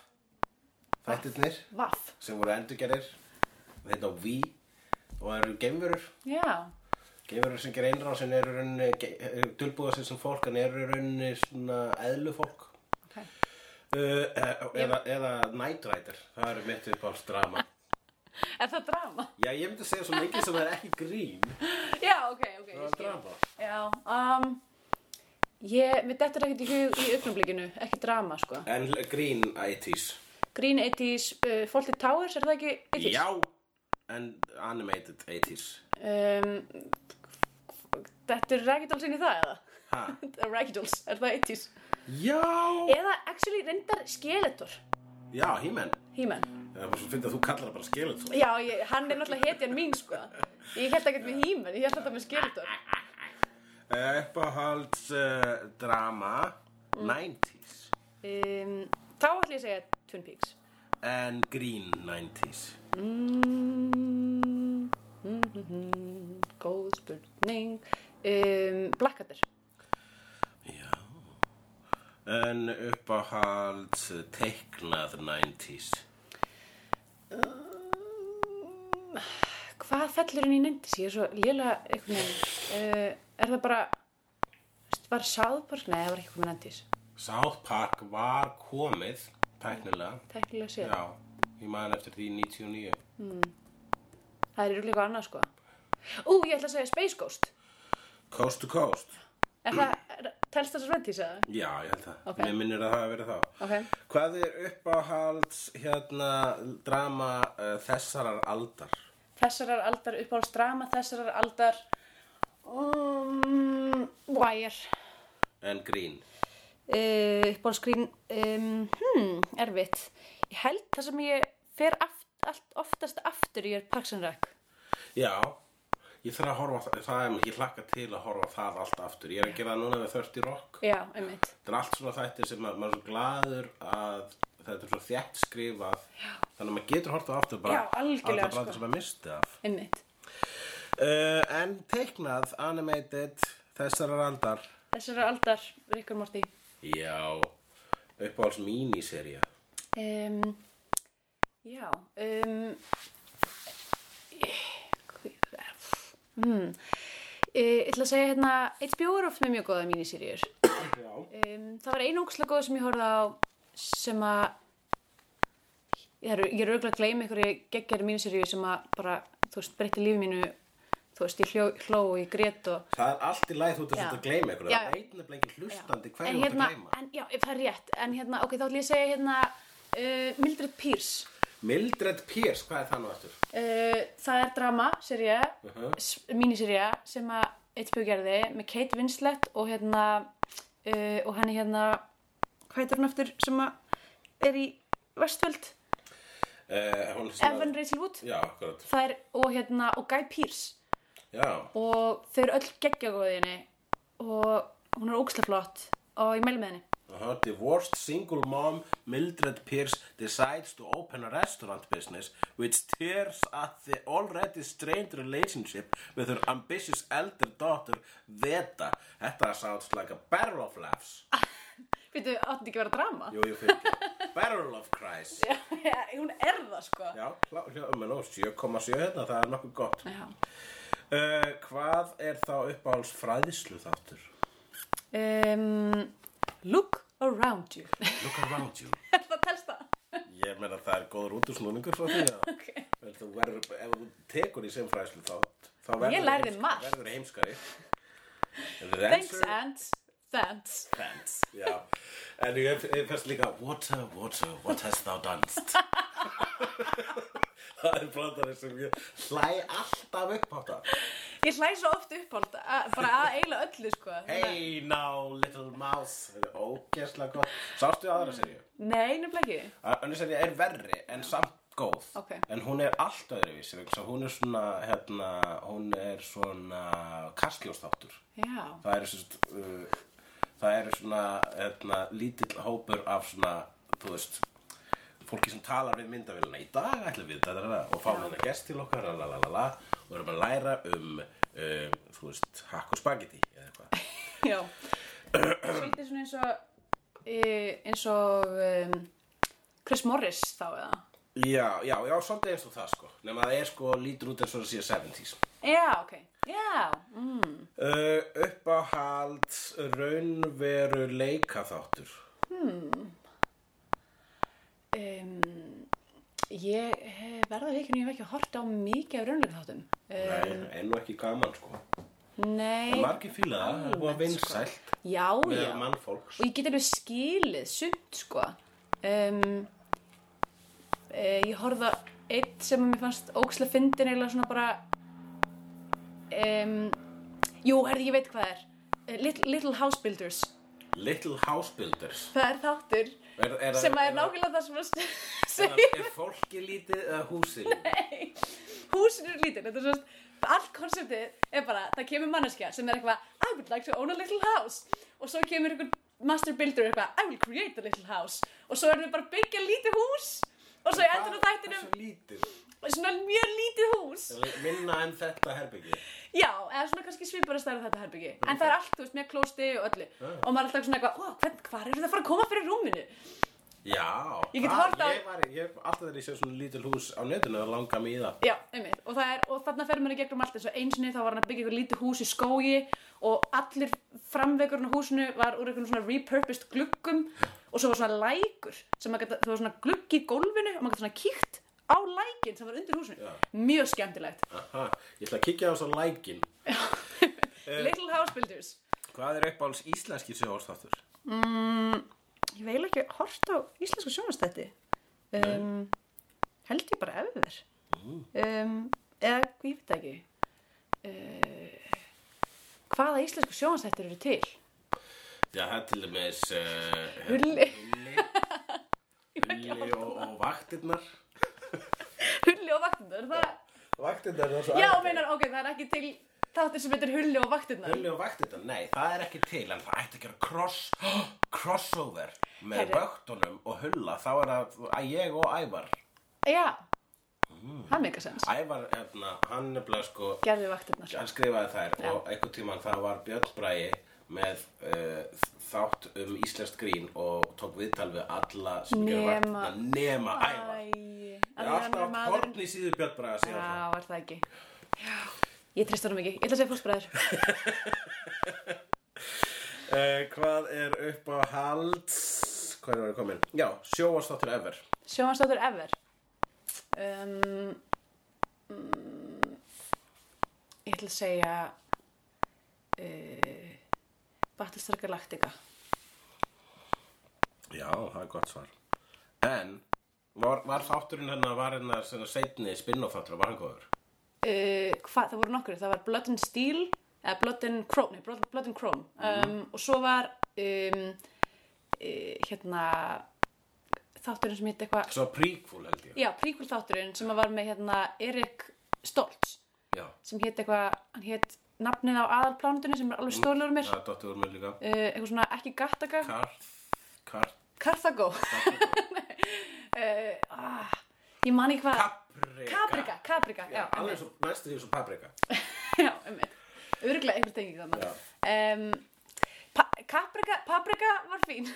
[SPEAKER 4] þættirnir,
[SPEAKER 3] Vaff.
[SPEAKER 4] sem voru endurgerir, þeir heita Ví, og eru geimverur,
[SPEAKER 3] Já,
[SPEAKER 4] geimverur sem gerir einrásin eru í rauninni, dulbúða sem sem fólk, en eru í rauninni svona eðlufólk,
[SPEAKER 3] ok.
[SPEAKER 4] uh, eða, eða Night Rider, það eru mitt uppáhalds drama.
[SPEAKER 3] Er það drama?
[SPEAKER 4] Já, ég myndi segja svo mikið sem það er ekki grín,
[SPEAKER 3] Já, ok, ok,
[SPEAKER 4] það
[SPEAKER 3] ég
[SPEAKER 4] er
[SPEAKER 3] skil.
[SPEAKER 4] drama.
[SPEAKER 3] Já, um, ég, mér dettur ekkert í hug í augnablikinu, ekki drama, sko.
[SPEAKER 4] En grín 80s.
[SPEAKER 3] Green 80s, uh, Fawlty Towers, er það ekki 80s?
[SPEAKER 4] Já, en animated 80s
[SPEAKER 3] Um, þetta er Um, Ragdolls inn í það, eða? (laughs)
[SPEAKER 4] Ha?
[SPEAKER 3] Ragdolls, er það 80s?
[SPEAKER 4] Já
[SPEAKER 3] Eða actually reyndar Skeletor
[SPEAKER 4] Já, He-Man
[SPEAKER 3] He-Man
[SPEAKER 4] Það er bara svo fyndið að þú kallar það bara Skeletor
[SPEAKER 3] Já, ég, hann er náttúrulega hetjan mín sko Ég held ekkert með He-Man, ég held þetta með Skeletor
[SPEAKER 4] Uppáhalds uh, drama Mm. 90s
[SPEAKER 3] um, Þá ætlum ég að segja Twin Peaks
[SPEAKER 4] En green 90s
[SPEAKER 3] mm, -hmm. Góð spurning. Um, Blackadder.
[SPEAKER 4] Já. En uppáhalds eh, teiknað 90s.
[SPEAKER 3] Hvað fellur henni í nendis? Ég er svo lélega einhvern veginn. Uh, er það bara, veist, var sáðborg? Nei, það var ekki komin nendis.
[SPEAKER 4] South Park var komið, tæknilega.
[SPEAKER 3] Tækilega séð.
[SPEAKER 4] Já, ég man eftir því 99.
[SPEAKER 3] Það er rúglega annað sko. Ú, ég ætla að segja Space Ghost.
[SPEAKER 4] Coast to Coast.
[SPEAKER 3] Er það, er- telst það svo svendís að?
[SPEAKER 4] Já, ég held það.
[SPEAKER 3] Ok.
[SPEAKER 4] Mér minnir að það hafa verið þá.
[SPEAKER 3] Ok.
[SPEAKER 4] Hvað er uppáhalds hérna drama uh, þessarar aldar?
[SPEAKER 3] Þessarar aldar, uppáhalds drama, þessarar aldar, um, Wire,
[SPEAKER 4] En Green.
[SPEAKER 3] uh, uppáhalds grín, um, hmm, erfitt. Ég held það sem ég fer aft, allt, oftast aftur í er Parks and Rec.
[SPEAKER 4] Já, ég þarf að horfa á það, það er mér, ég hlakka til að horfa á það allt aftur. Ég er að gera það núna með 30 Rock.
[SPEAKER 3] Já, einmitt.
[SPEAKER 4] Þetta er allt svona þættir sem að, maður er svo glaður að þetta er svo þjætt skrifað Já. þannig að maður getur horta aftur bara
[SPEAKER 3] Já, algjörlega,
[SPEAKER 4] alltaf bara
[SPEAKER 3] sko.
[SPEAKER 4] sem maður misti af
[SPEAKER 3] Einmitt.
[SPEAKER 4] uh, En teiknað, animated, þessarar aldar
[SPEAKER 3] Þessarar aldar, Rick and Morty.
[SPEAKER 4] Já, uppáhalds míniserja
[SPEAKER 3] Um, já, um, hmm, ég ætla að segja hérna, HBO er oft með mjög góða mínisýrjur.
[SPEAKER 4] Já
[SPEAKER 3] Um, það var einu ógslag góð sem ég horfði á sem að, ég er, ég er auðvitað að gleyma einhverju geggjari mínisýrju sem að bara, þú veist, breytti lífi mínu, þú veist, ég hljó, hló og ég grét og
[SPEAKER 4] Það er allt í lagi þú ert að
[SPEAKER 3] Já.
[SPEAKER 4] þetta að gleyma ykkur
[SPEAKER 3] Já.
[SPEAKER 4] Það er nefnilega ekki hlustandi
[SPEAKER 3] en
[SPEAKER 4] hverju þú ert
[SPEAKER 3] hérna,
[SPEAKER 4] að gleyma
[SPEAKER 3] en, já, það er rétt, en hérna, ok, þá ætla ég að segja hérna, uh, Mildred Pierce.
[SPEAKER 4] Mildred Pierce, hvað er það nú eftir?
[SPEAKER 3] Uh, það er drama, serja, uh
[SPEAKER 4] Mhm.
[SPEAKER 3] míniserja sem að HBO gerði með Kate Winslet og hérna uh, og henni hérna hvað heitir hún aftur sem að er í Westworld,
[SPEAKER 4] Uh, hún sem að-
[SPEAKER 3] Evan Rachel Wood
[SPEAKER 4] Já, akkurat
[SPEAKER 3] það er, og hérna, og Guy Pearce
[SPEAKER 4] Já,
[SPEAKER 3] og þau eru öll geggjagóðinni og hún er ógstlega flott og ég mæli með henni
[SPEAKER 4] Uh-huh. Divorced single mom Mildred Pierce decides to open a restaurant business which tears at the already strained relationship with her ambitious elder daughter Veta. Þetta sounds like a barrel of laughs.
[SPEAKER 3] Veitu, átti ekki að vera drama?
[SPEAKER 4] Jú, jú, fyrir ekki. barrel of cries.
[SPEAKER 3] (laughs) Já, hún er það sko
[SPEAKER 4] Já, hlá, hlá, menn og 7,7 hérna, það er nokkuð gott.
[SPEAKER 3] Já.
[SPEAKER 4] Uh, hvað er þá uppáhalds fræðislu þáttur?
[SPEAKER 3] Um, look around you
[SPEAKER 4] Look around you.
[SPEAKER 3] (laughs) Það telst það
[SPEAKER 4] Ég meina það er góður útusnúningur frá því að
[SPEAKER 3] Ok.
[SPEAKER 4] Vel, þú verður, ef þú tekur í sem fræslu þá, þá verður
[SPEAKER 3] Ég lærði
[SPEAKER 4] heims-
[SPEAKER 3] margt.
[SPEAKER 4] verður heimskari. The
[SPEAKER 3] Thanks
[SPEAKER 4] answer-
[SPEAKER 3] and thanks.
[SPEAKER 4] Thanks. Já, en ég ég fyrst líka Water, water, what hast thou done?
[SPEAKER 3] (laughs)
[SPEAKER 4] það er brandari sem ég hlæ alltaf upp á það.
[SPEAKER 3] Ég hlæ svo oft upp á þetta, að- bara að eila öllu sko.
[SPEAKER 4] Hey now little mouse. Það er Ógeðslega gott. Sástu aðra serju?
[SPEAKER 3] Nei, nefnilega ekki.
[SPEAKER 4] Önnur serja er verri en samt góð.
[SPEAKER 3] Ok.
[SPEAKER 4] En hún er allt öðruvísi. vegna þess að Hún er svona, hérna, hún er svona kastljóstáttur.
[SPEAKER 3] Já,
[SPEAKER 4] það eru sérst uh, það eru svona hérna, lítill hópur af svona þú veist fólki sem talar við myndavélina í dag ætlum við þetta og fá hérna gest til okkar lalalala, og erum að læra um um, þú veist, hakk og spagetti eða eitthvað
[SPEAKER 3] já. Svolítið svona eins og, e, eins og um, Chris Morris þá eða.
[SPEAKER 4] já, já, já, svolítið eins og það sko nema það er sko, lítur út eins og það sé 70s
[SPEAKER 3] Já, ok. Já, mm.
[SPEAKER 4] uh, uppáhald raunveru
[SPEAKER 3] Eh.
[SPEAKER 4] leikaþáttur
[SPEAKER 3] Um, ég eh, verða að vikinu, ég hef ekki hort á mikið af raunleika þáttum.
[SPEAKER 4] það er enn og ekki gaman sko
[SPEAKER 3] Nei,
[SPEAKER 4] margir fíla það, það er búið að
[SPEAKER 3] Eh. Almennt, sko.
[SPEAKER 4] vinsælt
[SPEAKER 3] já, já.
[SPEAKER 4] með mannfólks
[SPEAKER 3] og ég get alveg skilið sumt sko um, e, ég horfði á eitt sem mér fannst ókslega fyndin eða svona bara um, jú, herði, ég veit hvað það er Eh, Little, Little House Builders
[SPEAKER 4] Little House Builders
[SPEAKER 3] það er þáttur
[SPEAKER 4] er, er,
[SPEAKER 3] sem að er nákvæmlega það sem að st-
[SPEAKER 4] er,
[SPEAKER 3] segja
[SPEAKER 4] er fólki lítið eða húsi lítið?
[SPEAKER 3] húsin eru lítin þetta er svona allt konseptið er bara það kemur manneskja sem er eitthvað I would like to own a little house og svo kemur einhver master builder eitthvað I will create a little house og svo erum við bara að byggja lítið hús og svo í endan á
[SPEAKER 4] Hvað-
[SPEAKER 3] þættinum
[SPEAKER 4] hversu lítið
[SPEAKER 3] svona mjög lítið hús
[SPEAKER 4] Minna en þetta herbyggi
[SPEAKER 3] Já, eða svona kannski svipara stærð þetta herbyggi En það er allt, þú veist, með klósti og öllu Og maður er alltaf svona eitthvað, ó, hvern, hvar eru það að fara að koma fyrir rúminu?
[SPEAKER 4] Já
[SPEAKER 3] Ég get
[SPEAKER 4] það-
[SPEAKER 3] horft á-
[SPEAKER 4] Ég var, ég, alltaf þegar ég sé svona lítil hús á netinu Það langar mig í það
[SPEAKER 3] Já, einmitt, og, það er, og þarna fer maður í gegnum allt eins og einsinni þá var hann að byggja eitthvað lítið hús í skógi og allir framvegurinn á húsinu var úr eitthvað svona repurposed gluggum og svo var svona lækur sem maður gæti, það var svona glugg í gólfinu og maður gæti svona kíkt á lækin sem var undir húsinu
[SPEAKER 4] Já.
[SPEAKER 3] mjög skemmtilegt
[SPEAKER 4] Aha, Ég ætla að kíkja á svo lækin
[SPEAKER 3] Little House Builders
[SPEAKER 4] Hvað er uppáhalds íslenski sjóðstáttur?
[SPEAKER 3] Ég veil ekki hort á íslensku sjónastætti um, held ég bara ef þér um, eða ég veit það ekki uh, hvaða íslensku sjónastættir eru til?
[SPEAKER 4] Já, það er til dæmis uh,
[SPEAKER 3] Hulli.
[SPEAKER 4] Hulli Hulli og, og vaktirnar
[SPEAKER 3] Hulli og vaktindur, það...
[SPEAKER 4] Vaktirnar er svo
[SPEAKER 3] Já, meinar, ok, það er ekki til þáttir sem heitir Hulli og vaktindur.
[SPEAKER 4] Hulli og vaktirnar, nei, það er ekki til En það ætti að gera cross, (gasps) crossover Með
[SPEAKER 3] Heyrðu.
[SPEAKER 4] vöktunum og hulla Þá er það að ég og Ævar
[SPEAKER 3] Já,
[SPEAKER 4] Mm.
[SPEAKER 3] það meika sens.
[SPEAKER 4] Ævar, hérna, hann nefnilega sko
[SPEAKER 3] Gerði vaktindur.
[SPEAKER 4] hann skrifaði þær og einhvern tímann það var Björn Bræi með uh, þátt um Íslands grín og tók viðtal við alla sem gera
[SPEAKER 3] Nema-
[SPEAKER 4] vaktina nema
[SPEAKER 3] Æ,
[SPEAKER 4] æfa Það er alltaf korn í síðu Björn Bræi að
[SPEAKER 3] Já,
[SPEAKER 4] segja það
[SPEAKER 3] er það ekki. Já, ég trist honum ekki. Ég ætla að segja fósbræður.
[SPEAKER 4] uh, Hvað er upp á halds? Hvað er það komin? Já, sjóastáttur ever
[SPEAKER 3] Sjónastáttur ever. Um, mm, ég ætla að segja... Uh, Battlestar Galactica.
[SPEAKER 4] Já, það er gott svar En var, var þátturinn hennar var hennar svona seinni spin-off þáttur var hann góður?
[SPEAKER 3] uh, hvað, það voru nokkur, það var Blood and Steel eða Blood and Chrome, nei, Blood, Blood and Chrome um, og svo var um, uh, hérna þátturinn sem heit eitthvað
[SPEAKER 4] Svo prequel held ég
[SPEAKER 3] já, prequel þátturinn sem var með hérna Erik Stoltz
[SPEAKER 4] Já,
[SPEAKER 3] sem heit eitthvað, hann heit nafnið á aðalplánundinu sem er alveg stólur mér
[SPEAKER 4] það
[SPEAKER 3] uh,
[SPEAKER 4] er dottur úr mér líka
[SPEAKER 3] eitthvað svona ekki Gattaca
[SPEAKER 4] Karth, Karth,
[SPEAKER 3] Carthago (laughs) Nei, uh, ah, ég man ekki hvað
[SPEAKER 4] Paprika
[SPEAKER 3] Kaprika, Kaprika, já,
[SPEAKER 4] Já, alveg
[SPEAKER 3] einmitt.
[SPEAKER 4] svo, næstu því svo paprika
[SPEAKER 3] (laughs) Já, einmitt. Örglega einhver tengið þannig. Um, pa kaprika, paprika var fín. (laughs)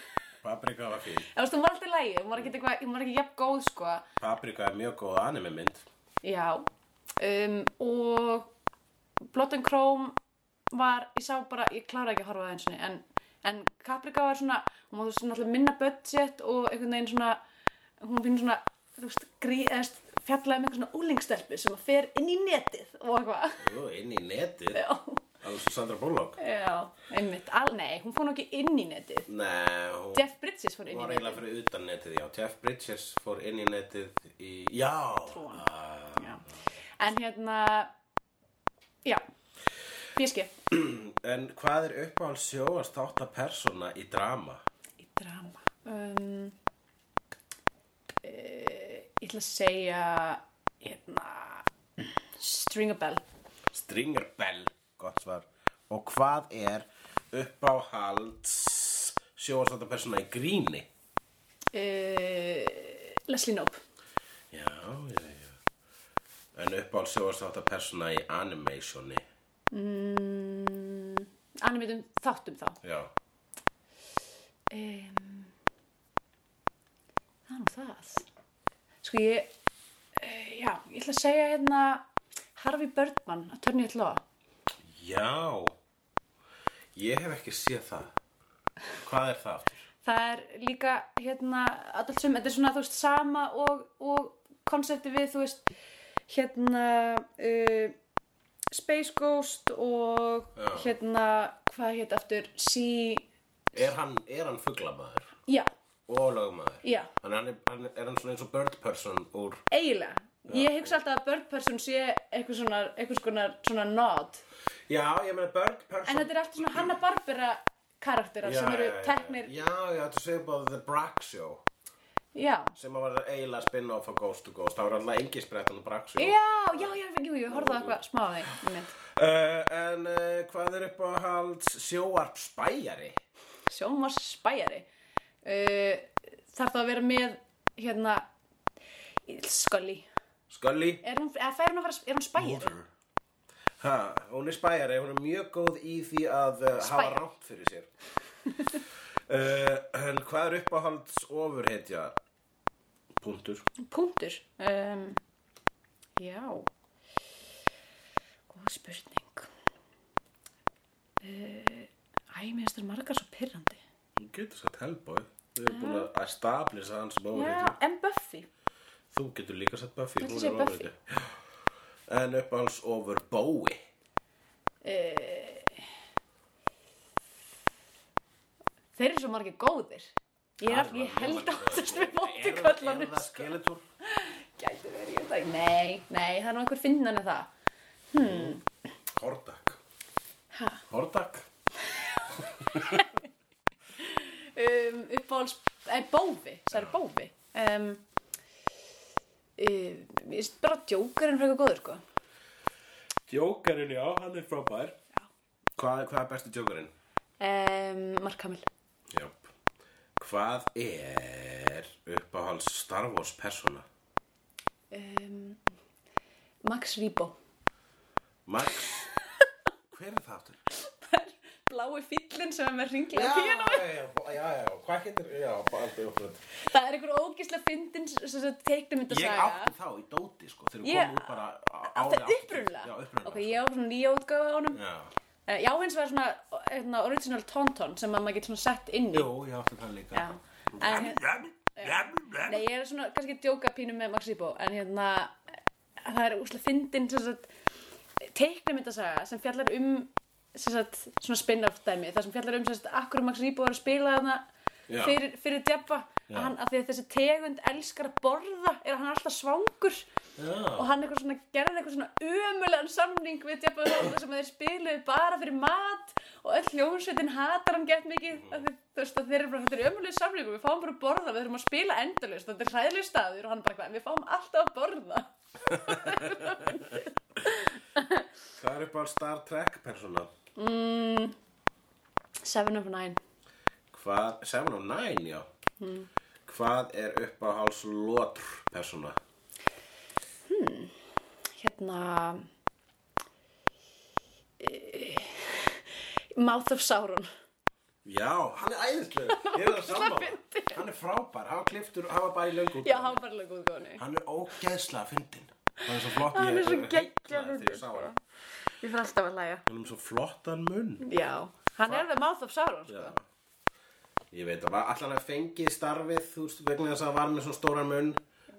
[SPEAKER 4] Paprika var fín
[SPEAKER 3] Það varst, hún var alltaf lægi, hún var ekki eitthvað, hún var ekki jafn góð, sko.
[SPEAKER 4] Paprika er mjög góð anime mynd
[SPEAKER 3] Já. Um, og Blood and Chrome var, ég sá bara, ég klára ekki að horfa á það eins og en, en kaprika var svona, hún var svona alltaf minna budget og einhvern veginn svona, hún finnir svona, þú veist, grí, eðst, fjallaði með einhver svona úlingstelpi sem að fer inn í netið og eitthvað. (laughs)
[SPEAKER 4] Jú, inn í netið
[SPEAKER 3] Já.
[SPEAKER 4] Alveg svo Sandra Bullock
[SPEAKER 3] Já, einmitt, al, nei, hún fór nú ekki inn í netið
[SPEAKER 4] Nei, hún
[SPEAKER 3] Jeff Bridges fór inn í
[SPEAKER 4] var
[SPEAKER 3] netið
[SPEAKER 4] eiginlega fyrir utan netið, já Jeff Bridges fór inn í netið í Já
[SPEAKER 3] Trúan.
[SPEAKER 4] ah,
[SPEAKER 3] já. En hérna, já, físki
[SPEAKER 4] En hvað er uppáhald sjóast þátt að persóna í drama?
[SPEAKER 3] Í drama um, uh, Ég ætla að segja, hérna, String a Bell
[SPEAKER 4] Stringer Bell Gott svar Og hvað er uppáhald sjóast þátt að persóna í gríni?
[SPEAKER 3] uh, Leslie Knope
[SPEAKER 4] Já, já, já. En uppáhald sjóastáttar persóna í animationi.
[SPEAKER 3] mm, Animatum þáttum þá
[SPEAKER 4] Já.
[SPEAKER 3] um, Það er nú það Sko ég uh, Já, ég ætla að segja hérna Harfi Birdman að törni ég law
[SPEAKER 4] Já. Ég hef ekki séð það. Hvað er það aftur?
[SPEAKER 3] Það er líka hérna Adult Swim, þetta er svona þú veist sama og, og konsepti við þú veist hérna uh, Space Ghost og
[SPEAKER 4] Já.
[SPEAKER 3] hérna hvað hétt aftur Sea,
[SPEAKER 4] Er hann, er hann fuglamaður
[SPEAKER 3] já,
[SPEAKER 4] og lögmaður?
[SPEAKER 3] Já.
[SPEAKER 4] Þannig hann er, hann er hann svona eins og bird person úr...
[SPEAKER 3] eiginlega Ég hugsa alltaf að Bird Person sé eitthvað svona, eitthvað svona, svona nod
[SPEAKER 4] Já, ég meina bird
[SPEAKER 3] En
[SPEAKER 4] person...
[SPEAKER 3] þetta er allt svona Hanna-Barbera karakterar sem eru teknir
[SPEAKER 4] Já, já, þetta séu bara The Brack Show
[SPEAKER 3] Já,
[SPEAKER 4] sem að var eiginlega spin-off á Ghost to Ghost. Það var alltaf engi sprettan á Brack Show.
[SPEAKER 3] já, já, já, jú, jú, horfðu á eitthvað smá af því einmitt.
[SPEAKER 4] Uh, en uh, hvað er uppáhald sjóarpsbæjari?
[SPEAKER 3] Sjómas spæjari uh, Þarf það að vera með hérna Scully
[SPEAKER 4] Scully
[SPEAKER 3] Er hún, eða fær hún að vera, er hún spæjir?
[SPEAKER 4] ha, hún er spæjari, hún er mjög góð í því að uh, hafa
[SPEAKER 3] Spæja.
[SPEAKER 4] rátt fyrir sér uh, en hvað er uppáhalds ofurhetja punktur
[SPEAKER 3] Punktur. Um, já. Góð spurning. Uh, æ, mér finnst það margar svo pyrrandi.
[SPEAKER 4] Þú getur sagt Hellboy Við erum búin að stablisa hann sem ofurhetja
[SPEAKER 3] Já, en Buffy.
[SPEAKER 4] Þú getur líka sagt Buffy
[SPEAKER 3] Viltu
[SPEAKER 4] hún
[SPEAKER 3] segja
[SPEAKER 4] er
[SPEAKER 3] Buffy?
[SPEAKER 4] ofurhetja. Já. En uppáhalds ofur Bowie
[SPEAKER 3] Eh, Þeir eru svo margir góðir. Ég, er, all- ég held að þessum við móti
[SPEAKER 4] Er
[SPEAKER 3] kollanum.
[SPEAKER 4] það Skeletor?
[SPEAKER 3] Gæti verið, ég veit það ekki. Nei, nei, það er nú einhver finnan en það.
[SPEAKER 4] Hordak
[SPEAKER 3] Ha?
[SPEAKER 4] Hordak?
[SPEAKER 3] um, uppáhalds, eða bófi, það er bófi um, um, ég veist bara djókarinn frekar góður sko
[SPEAKER 4] Jokerinn, já, hann er frábær Hvað, hvað er besti Jokerinn?
[SPEAKER 3] um, Mark Hamill
[SPEAKER 4] Já Hvað er uppáhalds Star Wars persóna?
[SPEAKER 3] um, Max Rebo (laughs)
[SPEAKER 4] Max Hver er það aftur?
[SPEAKER 3] blái fyllin sem er með ringlega píanói
[SPEAKER 4] já, já, já, hvað hittir? Já, bara allt er uppfrönd
[SPEAKER 3] það er einhver ógislega fyndin
[SPEAKER 4] Ég
[SPEAKER 3] teiknumyndasaga
[SPEAKER 4] átti þá í dóti, sko, þegar
[SPEAKER 3] Ég-
[SPEAKER 4] við komum út bara á-
[SPEAKER 3] Átti
[SPEAKER 4] árið
[SPEAKER 3] upprunlega?
[SPEAKER 4] Já, upprunlega
[SPEAKER 3] Ok, ég á svona nýja útgáfa á honum.
[SPEAKER 4] Já,
[SPEAKER 3] Eh, Já, hins var svona, hérna, original tonton sem að maður getur svona sett inn í.
[SPEAKER 4] jú, ég átti það líka
[SPEAKER 3] Já. En, Nei, ég er svona kannski að djóka pínu með Max Rebo en hérna, það er úslega fyndin sem sagt, teiknamyndasaga sem fjallar um sem sagt, svona spin-off dæmi, það sem fjallar um sem sagt, akkur Max Rebo er að spila þarna
[SPEAKER 4] Já.
[SPEAKER 3] fyrir, fyrir djabba
[SPEAKER 4] Já.
[SPEAKER 3] að hann, af því að þessi tegund elskar að borða er að hann er alltaf svangur og hann eitthvað svona, gerði eitthvað svona ömulegan samning við djabba þarna sem að þeir spiluðu bara fyrir mat og öll hljómsveitin hatar hann gett mikið mm -hmm. þú veist að þeir eru bara, þetta er ömuleg samning og við fáum bara að borða, við þurfum að spila endalaust þetta er hræðileg staður og hann bara, eitthvað, "En við fáum alltaf að borða
[SPEAKER 4] Hvað er uppáhalds Star Trek persóna?
[SPEAKER 3] Seven of Nine
[SPEAKER 4] Hvað, 7 og 9, já
[SPEAKER 3] Hmm.
[SPEAKER 4] Hvað er uppáhalds Lotr persóna?
[SPEAKER 3] hérna eh, Mouth of Sauron
[SPEAKER 4] Já, hann er
[SPEAKER 3] (laughs)
[SPEAKER 4] æðislegur, ég er það sammála Hann er frábær, hann var kliftur, hann var bara í löngu
[SPEAKER 3] já, hann var bara góð góðni
[SPEAKER 4] Hann er ógeðslega fyndin Hann er svo flott
[SPEAKER 3] Hann er
[SPEAKER 4] ég-
[SPEAKER 3] svo
[SPEAKER 4] ég-
[SPEAKER 3] geggjaður
[SPEAKER 4] þegar
[SPEAKER 3] fyndinn,
[SPEAKER 4] ég sá
[SPEAKER 3] sko.
[SPEAKER 4] hann.
[SPEAKER 3] ég fyrir alltaf að læja
[SPEAKER 4] Hann er með svo flottan munn
[SPEAKER 3] já, hann er með Mouth of Sauron sko.
[SPEAKER 4] Já. Ég veit að var allan að fengið starfið þú veist vegna þess að hann var með svona stóran munn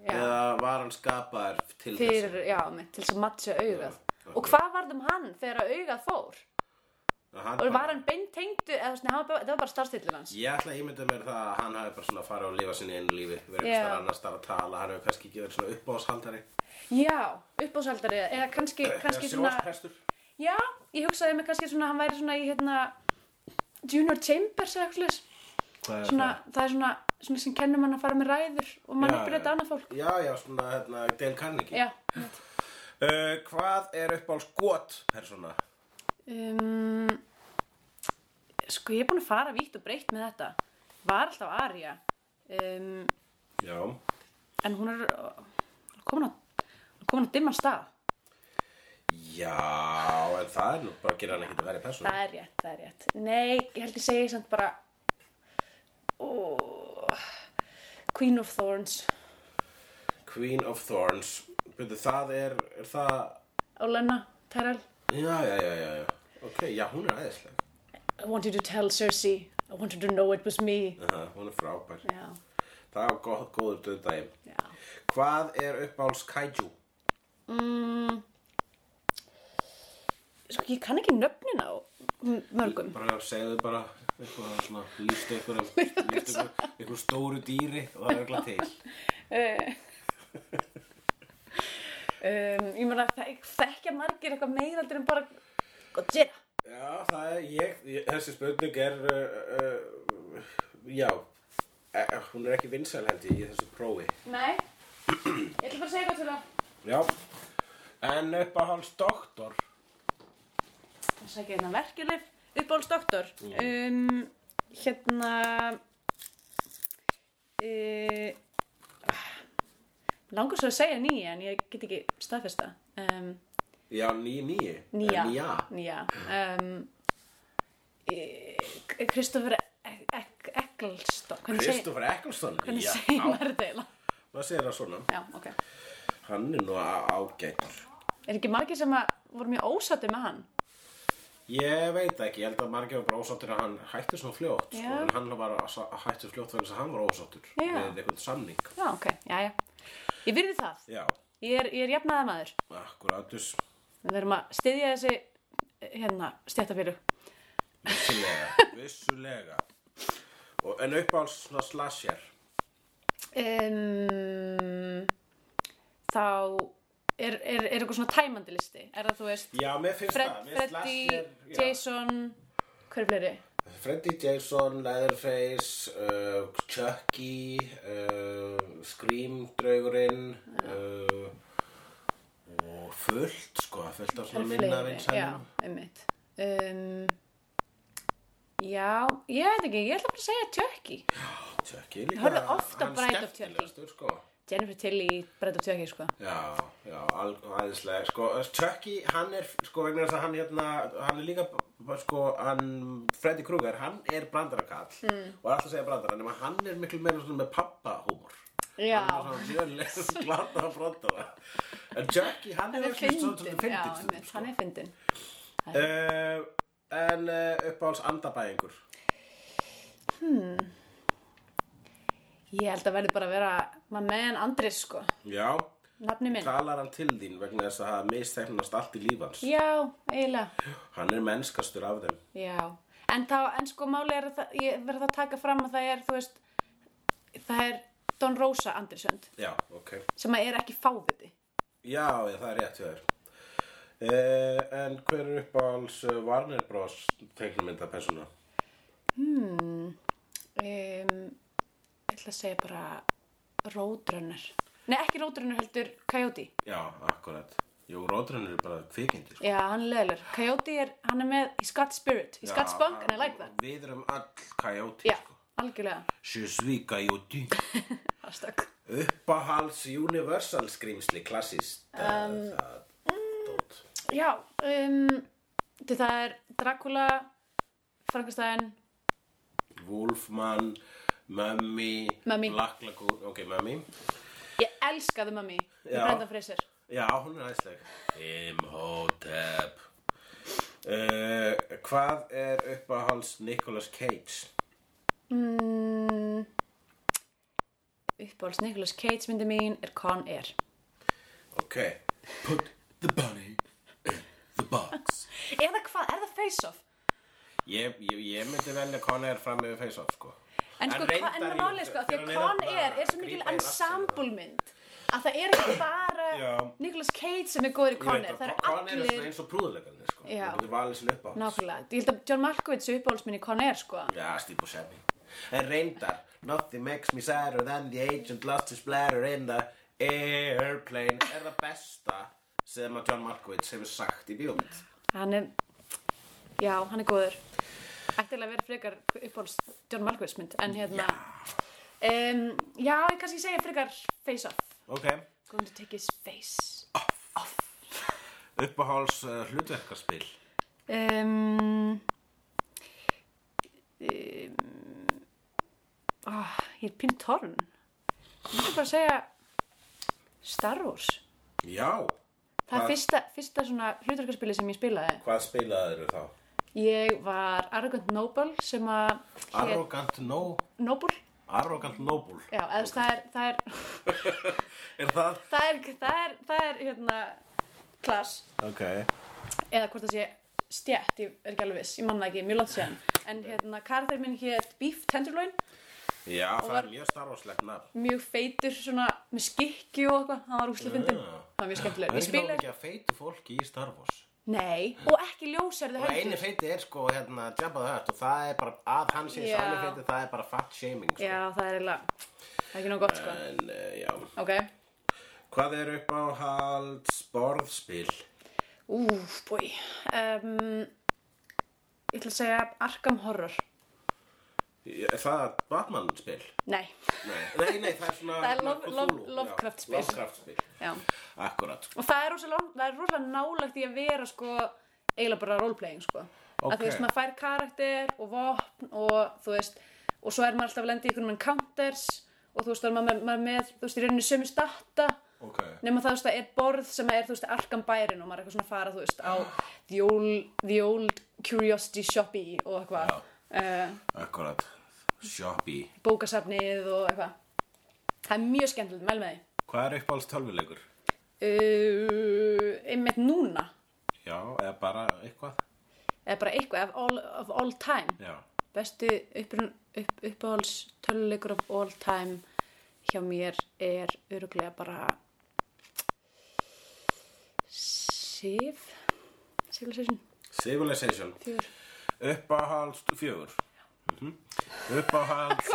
[SPEAKER 3] Já.
[SPEAKER 4] eða var hann skapaðar til
[SPEAKER 3] fyrir,
[SPEAKER 4] þess
[SPEAKER 3] já, með, til þess að matja augað
[SPEAKER 4] Já,
[SPEAKER 3] og hvað varð um hann þegar að augað fór
[SPEAKER 4] og hann
[SPEAKER 3] og
[SPEAKER 4] bara-
[SPEAKER 3] var hann beintengdu eða svona, hann var bara, það var bara starfstillin hans
[SPEAKER 4] Ég ætla að ímynda mér það að hann hafi bara svona farið og lifa sinni einu lífi verið
[SPEAKER 3] Já.
[SPEAKER 4] yeah. starf annars starf að tala hann hefur kannski ekki verið svona uppáðshaldari
[SPEAKER 3] já, uppásaldari eða kannski, kannski svona
[SPEAKER 4] sjónvarpsprestur.
[SPEAKER 3] já, ég hugsaði mig kannski svona hann væri svona í hérna junior chambers eða eitthvað svoleiðis.
[SPEAKER 4] Hvað er
[SPEAKER 3] svona,
[SPEAKER 4] það?
[SPEAKER 3] það er svona, svona sem kennum hann að fara með ræður og mann
[SPEAKER 4] Já,
[SPEAKER 3] uppur
[SPEAKER 4] já.
[SPEAKER 3] þetta annað fólk
[SPEAKER 4] Já, já, svona hérna, Dale Carnegie
[SPEAKER 3] já,
[SPEAKER 4] uh, Hvað er uppáhalds gott persóna?
[SPEAKER 3] um, sko ég er búin að fara vítt og breytt með þetta var alltaf Arja um,
[SPEAKER 4] Já
[SPEAKER 3] en hún er hún er komin á, hún er komin á dimman stað
[SPEAKER 4] Já, en það er nú bara að gera hann ekkert að vera persóna
[SPEAKER 3] það er rétt, það er rétt nei, ég held ég segi samt bara oh, Queen of Thorns
[SPEAKER 4] Queen of Thorns Byrðu, það er, er það
[SPEAKER 3] Olenna Tyrell
[SPEAKER 4] Já, já, já, já, já Ok, já, hún er æðisleg
[SPEAKER 3] I want you to tell Cersei I want you to know it was me
[SPEAKER 4] Aha, Hún er frábær
[SPEAKER 3] já,
[SPEAKER 4] Það var góð, góður döðdægum
[SPEAKER 3] já
[SPEAKER 4] Hvað er uppáhalds kaiju?
[SPEAKER 3] sko, ég kann ekki nöfnin á m- mörgum
[SPEAKER 4] Bara segðu bara eitthvað svona Lýstu einhverjum Lýstu einhverjum einhver stóru dýri og það er örugglega til
[SPEAKER 3] Eh, (laughs) um, ég meina þek- þekkja margir eitthvað meira aldrei en bara Godzilla
[SPEAKER 4] Já, það er ég, ég Þessi spurning er uh, uh, Já eh, eh, Hún er ekki vinsæl held ég í þessu prófi
[SPEAKER 3] nei ég ætla bara að segja Godzilla
[SPEAKER 4] Já En uppáhalds doktor
[SPEAKER 3] það segja hérna verkjuleg uppáhaldsdoktor um, hérna uh, eh, langar svo að segja nýja en ég get ekki staðfesta um,
[SPEAKER 4] Já, nýja nýja.
[SPEAKER 3] nýja,
[SPEAKER 4] Eh, Nýja.
[SPEAKER 3] nýja. Um, eh, Kristoffer Egglston E- hvernig segir
[SPEAKER 4] Kristoffer Eccleston.
[SPEAKER 3] hvernig
[SPEAKER 4] Já,
[SPEAKER 3] segir maður þetta eiginlega?
[SPEAKER 4] maður segir það svona.
[SPEAKER 3] já, ok
[SPEAKER 4] Hann er nú á- ágætur.
[SPEAKER 3] er ekki margir sem að voru mjög ósattir með hann
[SPEAKER 4] Ég veit ekki, ég held að margir var bara ósáttur að hann hætti svona fljótt, sko,
[SPEAKER 3] Já.
[SPEAKER 4] en hann var að hætti fljótt vegna þess að hann var ósáttur
[SPEAKER 3] Já.
[SPEAKER 4] með einhvern samning.
[SPEAKER 3] já, ok, já, já ég virði það,
[SPEAKER 4] Já,
[SPEAKER 3] ég er, ég er jafnaða maður
[SPEAKER 4] akkuratus,
[SPEAKER 3] við verðum að styðja þessi hérna, stjættafélug (laughs)
[SPEAKER 4] vissulega, vissulega. Og, en uppáhalds svona slasher,
[SPEAKER 3] um, þá er, er, er eitthvað svona tæmandi listi er það þú veist
[SPEAKER 4] já, mér finnst
[SPEAKER 3] Fred,
[SPEAKER 4] það, mér finnst
[SPEAKER 3] Freddy,
[SPEAKER 4] já.
[SPEAKER 3] Jason hver er fleiri?
[SPEAKER 4] Freddy Jason, Leatherface, uh, Chucky, uh, Scream draugurinn uh, og fullt sko, fullt af svona
[SPEAKER 3] Eru
[SPEAKER 4] minna
[SPEAKER 3] fleiri?
[SPEAKER 4] vinsælum.
[SPEAKER 3] já, einmitt um, já, ég veit ekki, ég ætla bara að segja Tjöki
[SPEAKER 4] Chucky líka.
[SPEAKER 3] Ég horfði oft á
[SPEAKER 4] hann
[SPEAKER 3] Bride of
[SPEAKER 4] skemmtilegastur, Sko.
[SPEAKER 3] Jennifer Tilly, Brett og Tjöki sko.
[SPEAKER 4] Já, já, al- aðeinslega, sko, Chucky, hann er, sko, vegna þess að hann hérna, hann er líka, bara, sko, hann, Freddy Krueger, hann er brandarakall
[SPEAKER 3] Hmm.
[SPEAKER 4] mm. og er alltaf að segja brandara, nema hann er miklu meira svona með pappahúmor.
[SPEAKER 3] já,
[SPEAKER 4] Hann er svona (laughs) mjög glata að brandara. En Chucky, hann
[SPEAKER 3] hann
[SPEAKER 4] er
[SPEAKER 3] er
[SPEAKER 4] ekki
[SPEAKER 3] fyndin
[SPEAKER 4] svona
[SPEAKER 3] já,
[SPEAKER 4] fyndin. stundum,
[SPEAKER 3] einmitt,
[SPEAKER 4] sko.
[SPEAKER 3] hann er fyndin
[SPEAKER 4] Uh, en uh, uppáhalds andabæðingur.
[SPEAKER 3] ég held að verði bara að vera maður meðan Andris sko,
[SPEAKER 4] Já,
[SPEAKER 3] nafni minn
[SPEAKER 4] talar hann til þín vegna þess að það misteknast allt í lífans.
[SPEAKER 3] já, eiginlega
[SPEAKER 4] Hann er mennskastur af þeim.
[SPEAKER 3] Já, en, þá, en sko máli er að það, ég verð að taka fram að það er, þú veist, það er Don Rosa Andrisönd
[SPEAKER 4] Já, ok.
[SPEAKER 3] sem að er ekki fáviti.
[SPEAKER 4] Já, já, það er rétt hjá þér. Uh, en hver er uppáhalds uh, Warner Bros. teiknumyndapersona?
[SPEAKER 3] Um, ég ætla að segja bara Roadrunner. Nei, ekki Roadrunner heldur Coyote.
[SPEAKER 4] Já, akkurat. Jú, Róðrunn er bara sko. kvikindir.
[SPEAKER 3] Já, hann er leðilegur. Coyote er, hann er með, he's got spirit, he's got spunk and I like that.
[SPEAKER 4] Við erum all kajóti,
[SPEAKER 3] Já, algjörlega.
[SPEAKER 4] Je suis kajóti.
[SPEAKER 3] Hashtag.
[SPEAKER 4] uppáhalds Universal skrýmsli, klassist. Um, dót.
[SPEAKER 3] Já, um, þið það er Dracula, Frankenstein,
[SPEAKER 4] Wolfman, Mummy,
[SPEAKER 3] Mummy.
[SPEAKER 4] Black Lagoon, ok, Mummy.
[SPEAKER 3] ég elskaði mami, ég
[SPEAKER 4] Já.
[SPEAKER 3] brenda frisir.
[SPEAKER 4] Já, hún er æðisleg. Imhotep. Uh, hvað er uppáhalds Nicolas Cage?
[SPEAKER 3] Mm, uppáhalds Nicolas Cage myndi mín er Con Air
[SPEAKER 4] Ok. Put the bunny in the box.
[SPEAKER 3] eða hvað, er það Face Off?
[SPEAKER 4] Ég, ég, ég myndi velja Con Air fram yfir Face Off, sko.
[SPEAKER 3] en sko, hva,
[SPEAKER 4] reyndar
[SPEAKER 3] en
[SPEAKER 4] jú,
[SPEAKER 3] máli sko, því
[SPEAKER 4] þegar
[SPEAKER 3] að
[SPEAKER 4] hann
[SPEAKER 3] Con
[SPEAKER 4] að
[SPEAKER 3] Air er svo mikil
[SPEAKER 4] grípa í rassinn.
[SPEAKER 3] ensemblemynd að það er ekki bara
[SPEAKER 4] Já.
[SPEAKER 3] Nicolas Cage sem er góður í
[SPEAKER 4] Ég
[SPEAKER 3] Con
[SPEAKER 4] veit
[SPEAKER 3] Air það
[SPEAKER 4] að Con Air
[SPEAKER 3] eru
[SPEAKER 4] er svona
[SPEAKER 3] allir
[SPEAKER 4] eins og prúðuleikarnir, sko.
[SPEAKER 3] Já.
[SPEAKER 4] Þú getur valið sinni upp á.
[SPEAKER 3] nákvæmlega, ég held að John Markovits er uppáhalds minn í Con Air sko
[SPEAKER 4] Já, Steve Buscemi. En reyndar, nothing makes me sadder than the agent lost his bladder in the airplane. Er það besta sem að John Markovits hefur sagt í bíómynd.
[SPEAKER 3] hann er, já, hann er góður ættilega að vera frekar uppáhalds John Markovits mynd en hérna um, já, ég kannski segja frekar Face Off
[SPEAKER 4] Ok.
[SPEAKER 3] going to take his face
[SPEAKER 4] Uppáhalds uh,
[SPEAKER 3] eh,
[SPEAKER 4] hlutverkarspil.
[SPEAKER 3] um, um, oh, ég er pín torn ég er bara að segja Star Wars
[SPEAKER 4] Já.
[SPEAKER 3] það
[SPEAKER 4] Hvað-
[SPEAKER 3] er fyrsta, fyrsta svona hlutarkarspili sem ég spilaði
[SPEAKER 4] Hvað spilaðir þú þá?
[SPEAKER 3] ég var Arrogant Noble sem að hét
[SPEAKER 4] Arrogant no...
[SPEAKER 3] Noble
[SPEAKER 4] Arrogant noble.
[SPEAKER 3] já, eða okay. það er það er,
[SPEAKER 4] Er það?
[SPEAKER 3] það er, það er, það er hérna klass
[SPEAKER 4] Ok.
[SPEAKER 3] eða hvort það sé stjætt, ég er ekki alveg viss, ég manna ekki, mjög langt séðan en hérna, karakter minn hétt Beef Tenderloin
[SPEAKER 4] Já, það
[SPEAKER 3] var-
[SPEAKER 4] er mjög starfarslegt nafn.
[SPEAKER 3] mjög feitur svona með skikki og eitthvað, hann var úslega fyndin
[SPEAKER 4] Já.
[SPEAKER 3] það var mjög
[SPEAKER 4] Það
[SPEAKER 3] skemmtilegur,
[SPEAKER 4] Ah. er
[SPEAKER 3] ég
[SPEAKER 4] ekki
[SPEAKER 3] spila
[SPEAKER 4] nóg mikið að feitu fólki í Star Wars.
[SPEAKER 3] nei, og ekki ljósherðu
[SPEAKER 4] Og eini
[SPEAKER 3] heldur
[SPEAKER 4] feiti er sko hérna Jabba the Hutt og það er bara að hann sé
[SPEAKER 3] Já.
[SPEAKER 4] yeah. sannlega feiti það er bara fat shaming sko.
[SPEAKER 3] já, það er eiginlega, það er ekki nóg gott sko
[SPEAKER 4] En uh, já.
[SPEAKER 3] ok,
[SPEAKER 4] Hvað er uppáhalds borðspil?
[SPEAKER 3] úf, búi um, ég ætla að segja Arkham Horror
[SPEAKER 4] Er það Batman spil?
[SPEAKER 3] Nei,
[SPEAKER 4] Nei, nei, nei það er svona
[SPEAKER 3] Það er Lov-
[SPEAKER 4] Cthulhu,
[SPEAKER 3] Lov-
[SPEAKER 4] já.
[SPEAKER 3] Lovecraft-spil.
[SPEAKER 4] Lovecraft-spil,
[SPEAKER 3] já.
[SPEAKER 4] akkurat sko.
[SPEAKER 3] Og það er rosalega, það er rosalega nálægt í að vera sko, eiginlega bara roleplaying sko. Okay. Að
[SPEAKER 4] Ok.
[SPEAKER 3] þú veist, maður fær karakter og vopn og þú veist, og svo er maður alltaf að lenda í einhvern veginn counters og þú veist, þá er maður, maður með, þú veist, í rauninni sömu statta
[SPEAKER 4] Ok,
[SPEAKER 3] nema það, þú veist, það er borð sem er, þú veist, alkan bærin og maður er eitthvað svona að fara, þú veist, á the old, the old curiosity shoppy og eitthvað, uh,
[SPEAKER 4] akkurat Shopee
[SPEAKER 3] bókasafnið og eitthvað. Það er mjög skemmtilegt, mæl með því.
[SPEAKER 4] Hvað er uppáhalds tölvuleikur?
[SPEAKER 3] Uh, einmitt núna,
[SPEAKER 4] Já, eða bara eitthvað
[SPEAKER 3] eða bara eitthvað, of all, of all time.
[SPEAKER 4] Já,
[SPEAKER 3] Bestu upprun, upp, uppáhalds töluleikur of all time hjá mér er öruglega bara Sif, Civilization
[SPEAKER 4] Civilization
[SPEAKER 3] 4.
[SPEAKER 4] Uppáhalds fjögur Mhm. Uppáhalds (laughs)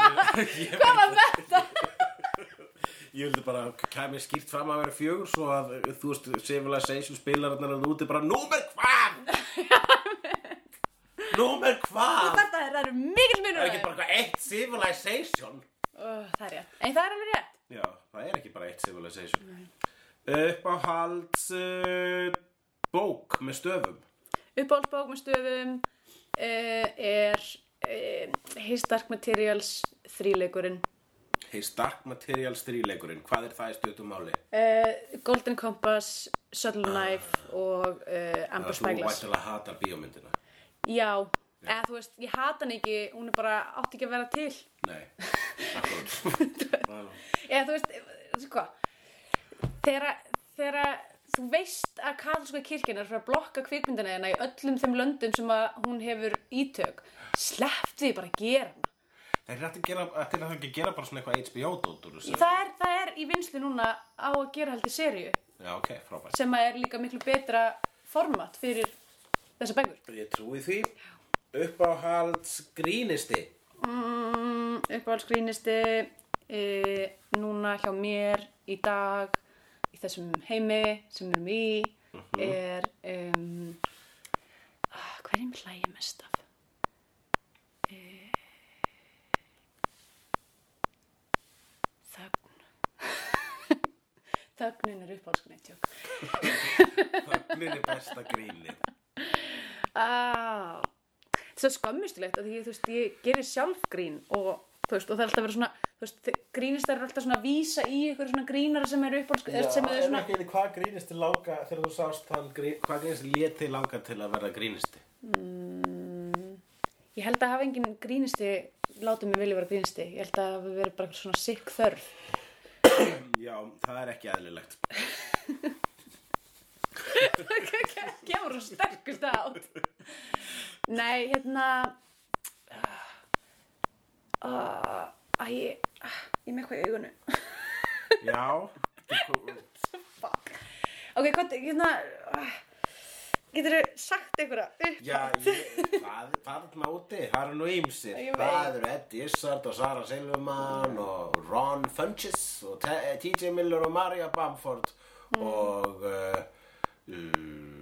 [SPEAKER 4] Ég-
[SPEAKER 3] (laughs) Hvað var það?
[SPEAKER 4] (laughs) Ég vildi bara kemja skýrt fram að vera fjögur svo að eh, þú veist Civilization spilararnar eru úti bara Númer
[SPEAKER 3] (laughs)
[SPEAKER 4] hvað? Númer hvað?
[SPEAKER 3] Þetta er, það eru mikil
[SPEAKER 4] Það
[SPEAKER 3] munur
[SPEAKER 4] er
[SPEAKER 3] á
[SPEAKER 4] ekki
[SPEAKER 3] þeim.
[SPEAKER 4] bara eitthvað eitt Civilization
[SPEAKER 3] Ö, Það er rétt, en það er alveg rétt
[SPEAKER 4] Já, það er ekki bara eitt Civilization Uppáhalds uh, bók með stöfum
[SPEAKER 3] Uppáhaldsbók með stöfum uh, er uh, His Dark Materials þríleikurinn
[SPEAKER 4] Hey, Stark Materials 3 leikurinn, hvað er það í stöðum máli?
[SPEAKER 3] uh, Golden Compass, Subtle Knife og uh, Amber
[SPEAKER 4] Það er þú
[SPEAKER 3] Spyglass
[SPEAKER 4] vætilega hatar bíómyndina
[SPEAKER 3] Já, eða þú veist, ég hata hann ekki, hún er bara átti ekki að vera til. (laughs)
[SPEAKER 4] Nei, akkurat Vá.
[SPEAKER 3] Eða þú veist, þú veist hvað, þegar, þegar þú veist að katholska kirkjan er fyrir að blokka kvikmyndina þeirna í öllum þeim löndum sem að hún hefur ítök, sleppt því bara að gera hana.
[SPEAKER 4] Þeir ætti að gera, ætti að ekki að gera bara svona eitthvað HBO-dót úr þessu
[SPEAKER 3] Það er, það er í vinslu núna á að gera heldur seríu
[SPEAKER 4] Já, ok, frábært
[SPEAKER 3] sem að er líka miklu betra format fyrir þessa bækur.
[SPEAKER 4] Ég trúi því Uppáhalds grínisti
[SPEAKER 3] Mm, uppáhaldsgrínisti e, núna hjá mér í dag í þessum heimi sem við erum í er um, ah, hverjum hlægir mest af? E, þögn (laughs) þögnin er uppáhaldsgrínistjók
[SPEAKER 4] Þögnin er besta gríni
[SPEAKER 3] Ah. Það er skömmustulegt að ég, þú veist, ég gerir sjálf grín og, þú veist, og það er alltaf að vera svona, þú veist, grínistar eru alltaf svona að vísa í ykkur svona grínara sem eru upp á, sem eru svona,
[SPEAKER 4] ekki, Hvað grínisti langa þegar þú sást þann grín Hvað grínisti leti langa til að verða grínisti?
[SPEAKER 3] ég held að hafa engin grínisti, láta mig vilja vera grínisti, ég held að hafa verið bara einhver svona sikk þörf. (laughs)
[SPEAKER 4] Já, það er ekki eðlilegt
[SPEAKER 3] Gefur þú sterkust átt. Nei, hérna, uh, æ, ég, ég er með eitthvað í augunum.
[SPEAKER 4] Já
[SPEAKER 3] Fuck. Ok, hvað, hérna, getur þú sagt einhverja upp? (laughs)
[SPEAKER 4] Já, ég, það, þarna úti, það eru nú ímsir
[SPEAKER 3] Ég veit.
[SPEAKER 4] Það eru Eddie Izzard og Sara Silverman og Ron Funches og T- eh, TJ Miller og Maria Bamford
[SPEAKER 3] Mm.
[SPEAKER 4] og uh,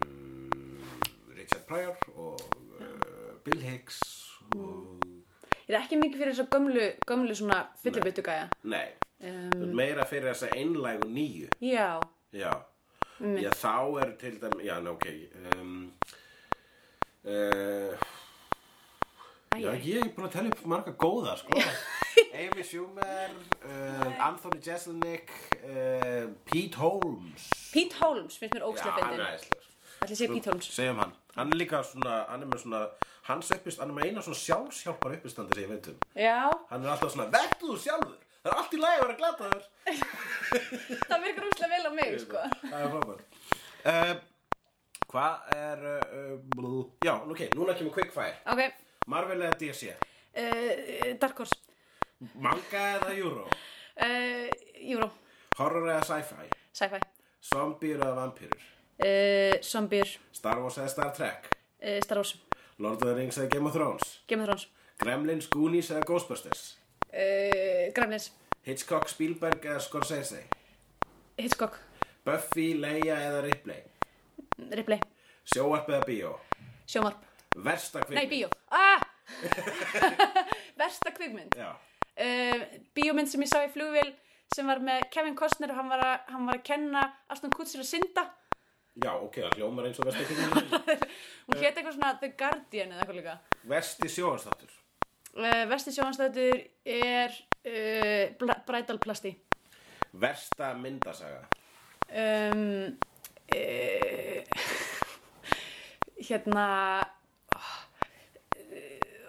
[SPEAKER 4] uh, Richard Pryor og uh, Bill Hicks og...
[SPEAKER 3] Mm. Ég er ekki mikið fyrir þessu gömlu, gömlu svona fyllibittu gæja.
[SPEAKER 4] Nei,
[SPEAKER 3] Um,
[SPEAKER 4] meira fyrir þessa einlægu nýju
[SPEAKER 3] já,
[SPEAKER 4] Já,
[SPEAKER 3] Mm.
[SPEAKER 4] já þá er til dæmi, já, ná, ok um, uh, Já,
[SPEAKER 3] æja.
[SPEAKER 4] ég er búin að telja upp marga góða, sko. (laughs) Amy Schumer, uh, Anthony Jeselnik, uh, Pete Holmes.
[SPEAKER 3] Pete Holmes finnst mér
[SPEAKER 4] Já,
[SPEAKER 3] ókslega
[SPEAKER 4] hann
[SPEAKER 3] fyndin.
[SPEAKER 4] er æðislegur.
[SPEAKER 3] Ætli sé Pete Holmes.
[SPEAKER 4] Segjum hann. Hann er líka svona, hann er með svona, hans uppist, hann er með eina svona sjálfshjálpar uppistandi sem ég veit um.
[SPEAKER 3] Já,
[SPEAKER 4] Hann er alltaf svona, verðu þú sjálfur, það er allt í lagi að vera glataður.
[SPEAKER 3] það virkar ókslega vel á mig, sko.
[SPEAKER 4] Það er frábært. Uh, hvað er, uh, uh, blú- já, ok, núna kemur Quickfire.
[SPEAKER 3] Ok,
[SPEAKER 4] Marvel eða DC?
[SPEAKER 3] uh, Dark Horse,
[SPEAKER 4] Manga eða Euro?
[SPEAKER 3] uh, Euro,
[SPEAKER 4] Horror eða sci-fi?
[SPEAKER 3] sci-fi,
[SPEAKER 4] Zombir eða vampýrur?
[SPEAKER 3] uh, Zombier,
[SPEAKER 4] Star Wars eða Star Trek?
[SPEAKER 3] uh, Star Wars,
[SPEAKER 4] Lord of the Rings eða Game of Thrones?
[SPEAKER 3] Game of Thrones,
[SPEAKER 4] Gremlins, Goonies eða Ghostbusters?
[SPEAKER 3] uh, Gremlins,
[SPEAKER 4] Hitchcock, Spielberg eða Scorsese?
[SPEAKER 3] Hitchcock,
[SPEAKER 4] Buffy, Leia eða Ripley?
[SPEAKER 3] Ripley,
[SPEAKER 4] Sjóarp eða Bíó?
[SPEAKER 3] Sjómarp,
[SPEAKER 4] Versta
[SPEAKER 3] nei,
[SPEAKER 4] kvikmynd?
[SPEAKER 3] Bíó, ah! (laughs) versta kvikmynd
[SPEAKER 4] já,
[SPEAKER 3] uh, bíómynd sem ég sá í flugvél sem var með Kevin Costner og hann var að, hann var að kenna Aston Kutcher að synda (laughs)
[SPEAKER 4] já, ok, það hljómar eins og vesti (laughs) kvikmynd
[SPEAKER 3] hún hét eitthvað svona The Guardian eða eitthvað líka
[SPEAKER 4] Vesti sjóhansdáttur
[SPEAKER 3] uh, Vesti sjóhansdættur er uh, bla, brætalplasti
[SPEAKER 4] Versta myndasaga
[SPEAKER 3] um, uh, (laughs) hérna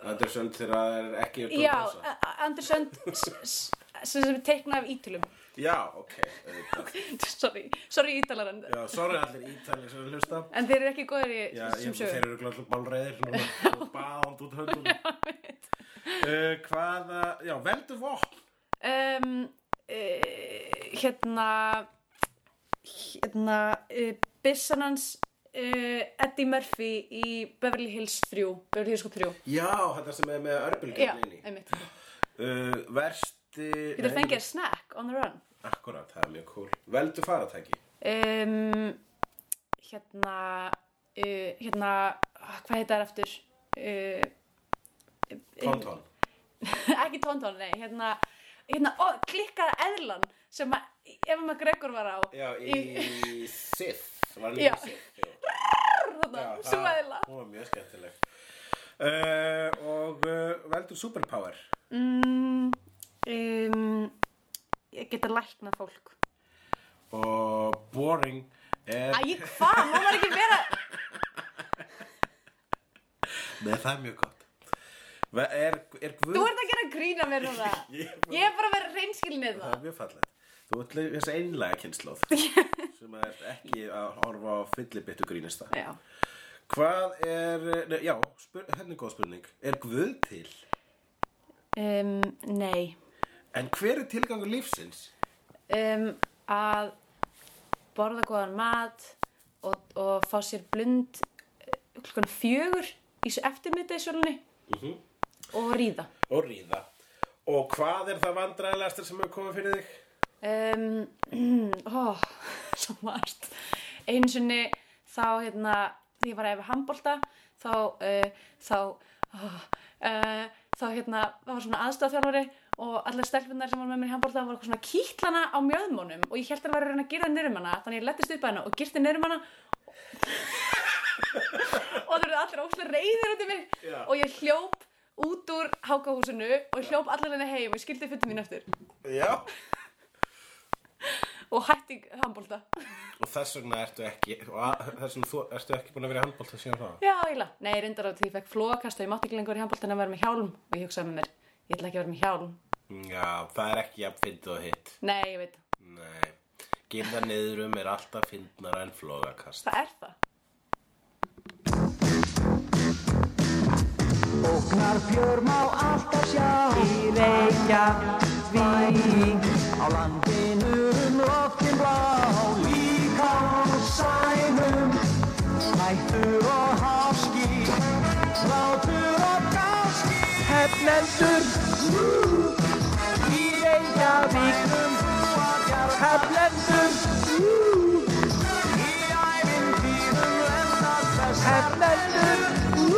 [SPEAKER 4] Þetta er sönd þegar það er ekki að
[SPEAKER 3] já,
[SPEAKER 4] brosa.
[SPEAKER 3] A- A- Andersson s- s- sem sem er teiknað af ítölum (laughs)
[SPEAKER 4] Já, ok auðvitað.
[SPEAKER 3] sorry, sorry ítalar en,
[SPEAKER 4] Já, sorry allir ítalið sem við hlusta
[SPEAKER 3] en þeir eru ekki góðir í
[SPEAKER 4] Já, ég
[SPEAKER 3] Eh, sem
[SPEAKER 4] held að
[SPEAKER 3] sögur
[SPEAKER 4] þeir eru glöðlega
[SPEAKER 3] (laughs)
[SPEAKER 4] bálreiðir og báðand út höndum uh, Hvaða, já, veldu vopn
[SPEAKER 3] um, uh, hérna hérna uh, byssan hans uh, Eddie Murphy í Beverly Hills 3 Beverly Hills Cop 3
[SPEAKER 4] Já, þetta sem er með
[SPEAKER 3] Já,
[SPEAKER 4] örbulgjarni inni
[SPEAKER 3] einmitt
[SPEAKER 4] uh, Versti
[SPEAKER 3] Getur
[SPEAKER 4] nei,
[SPEAKER 3] fengið að snack on the run
[SPEAKER 4] Akkúrat, það er mjög cool Veldu faratæki
[SPEAKER 3] um, Hérna uh, hérna ah, hvað heitar það aftur uh,
[SPEAKER 4] Tóntón
[SPEAKER 3] (laughs) ekki tóntón, nei hérna, hérna ó, klikkaða eðlan sem að Eva McGregor var á
[SPEAKER 4] Já, í Sith Var hann
[SPEAKER 3] Já.
[SPEAKER 4] í Sith já.
[SPEAKER 3] (laughs) þarna,
[SPEAKER 4] Já,
[SPEAKER 3] (laughs) svo
[SPEAKER 4] það-
[SPEAKER 3] eðla
[SPEAKER 4] Hún var mjög skemmtileg uh, Og uh, veldur superpower
[SPEAKER 3] Mm, um, ég geta læknað fólk
[SPEAKER 4] Og boring er,
[SPEAKER 3] Æ, hvað? Má maður ekki vera
[SPEAKER 4] Nei, það er mjög gott Ve- Er, er guð
[SPEAKER 3] Þú ert að gera grína mér núna (laughs) Ég er bara að vera reynskilnið
[SPEAKER 4] Það
[SPEAKER 3] það
[SPEAKER 4] er mjög fallegt Þú ert leið- þessi einlega
[SPEAKER 3] (laughs)
[SPEAKER 4] kynnslóð sem að ert ekki að horfa á fyllibittu grínista
[SPEAKER 3] Já
[SPEAKER 4] Hvað er, nei, já, spyr, henni er góð spurning Er guð til?
[SPEAKER 3] um, Nei
[SPEAKER 4] En hver er tilgangur lífsins?
[SPEAKER 3] um, Að borða góðan mat og, og fá sér blund eh, klukkan fjögur í svo eftirmiðdagsölunni Mhm. og ríða
[SPEAKER 4] Og ríða Og hvað er það vandræðilegasta sem hefur komið fyrir þig?
[SPEAKER 3] um, (clears throat) ó, (laughs) svo margt einu sinni þá hérna því ég var að efa handbolta þá uh, þá oh, uh, þá hérna það var svona aðstofþjálfari og allar stelpunnar sem var með mér í handbolta var svona kýtlana á mjöðmónum og ég held að það var að reyna að gyrða nýrum hana þannig ég lettist upp að hana og gyrti nýrum hana (laughs) og það eru allir óslega reyðir út í mig
[SPEAKER 4] Já.
[SPEAKER 3] og ég hljóp út úr hákahúsinu og hljóp allar henni heim og ég skildi fyrir mín eftir
[SPEAKER 4] Já
[SPEAKER 3] og hætti handbólta
[SPEAKER 4] Og þess vegna ertu ekki og að- þess vegna þú ertu ekki búin að vera í handbólt síðan það
[SPEAKER 3] já, eiginlega, nei, reyndar á því ég fekk flókast og ég mátti ekki lengur í handbólta en að vera með hjálm og ég hugsaði með mér, ég ætla ekki að vera með hjálm
[SPEAKER 4] Já, það er ekki jafn fyndið og hitt
[SPEAKER 3] nei, ég veit, það.
[SPEAKER 4] Nei, gyrða niðurum er alltaf fyndnara en flóðakast
[SPEAKER 3] það er það
[SPEAKER 5] Óknar fjör má alltaf sjá Í reykja vík Á landinu um loftin blá Líka á sænum Hættur og háski Látur og gáski Hefnendur Í reykja víknum Hefnendur Í ævintýrum lenda þess Hefnendur Hefnendur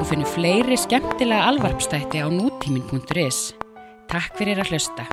[SPEAKER 1] Þú finnir fleiri skemmtilega alvarpstætti á nútímin.is. Takk fyrir að hlusta.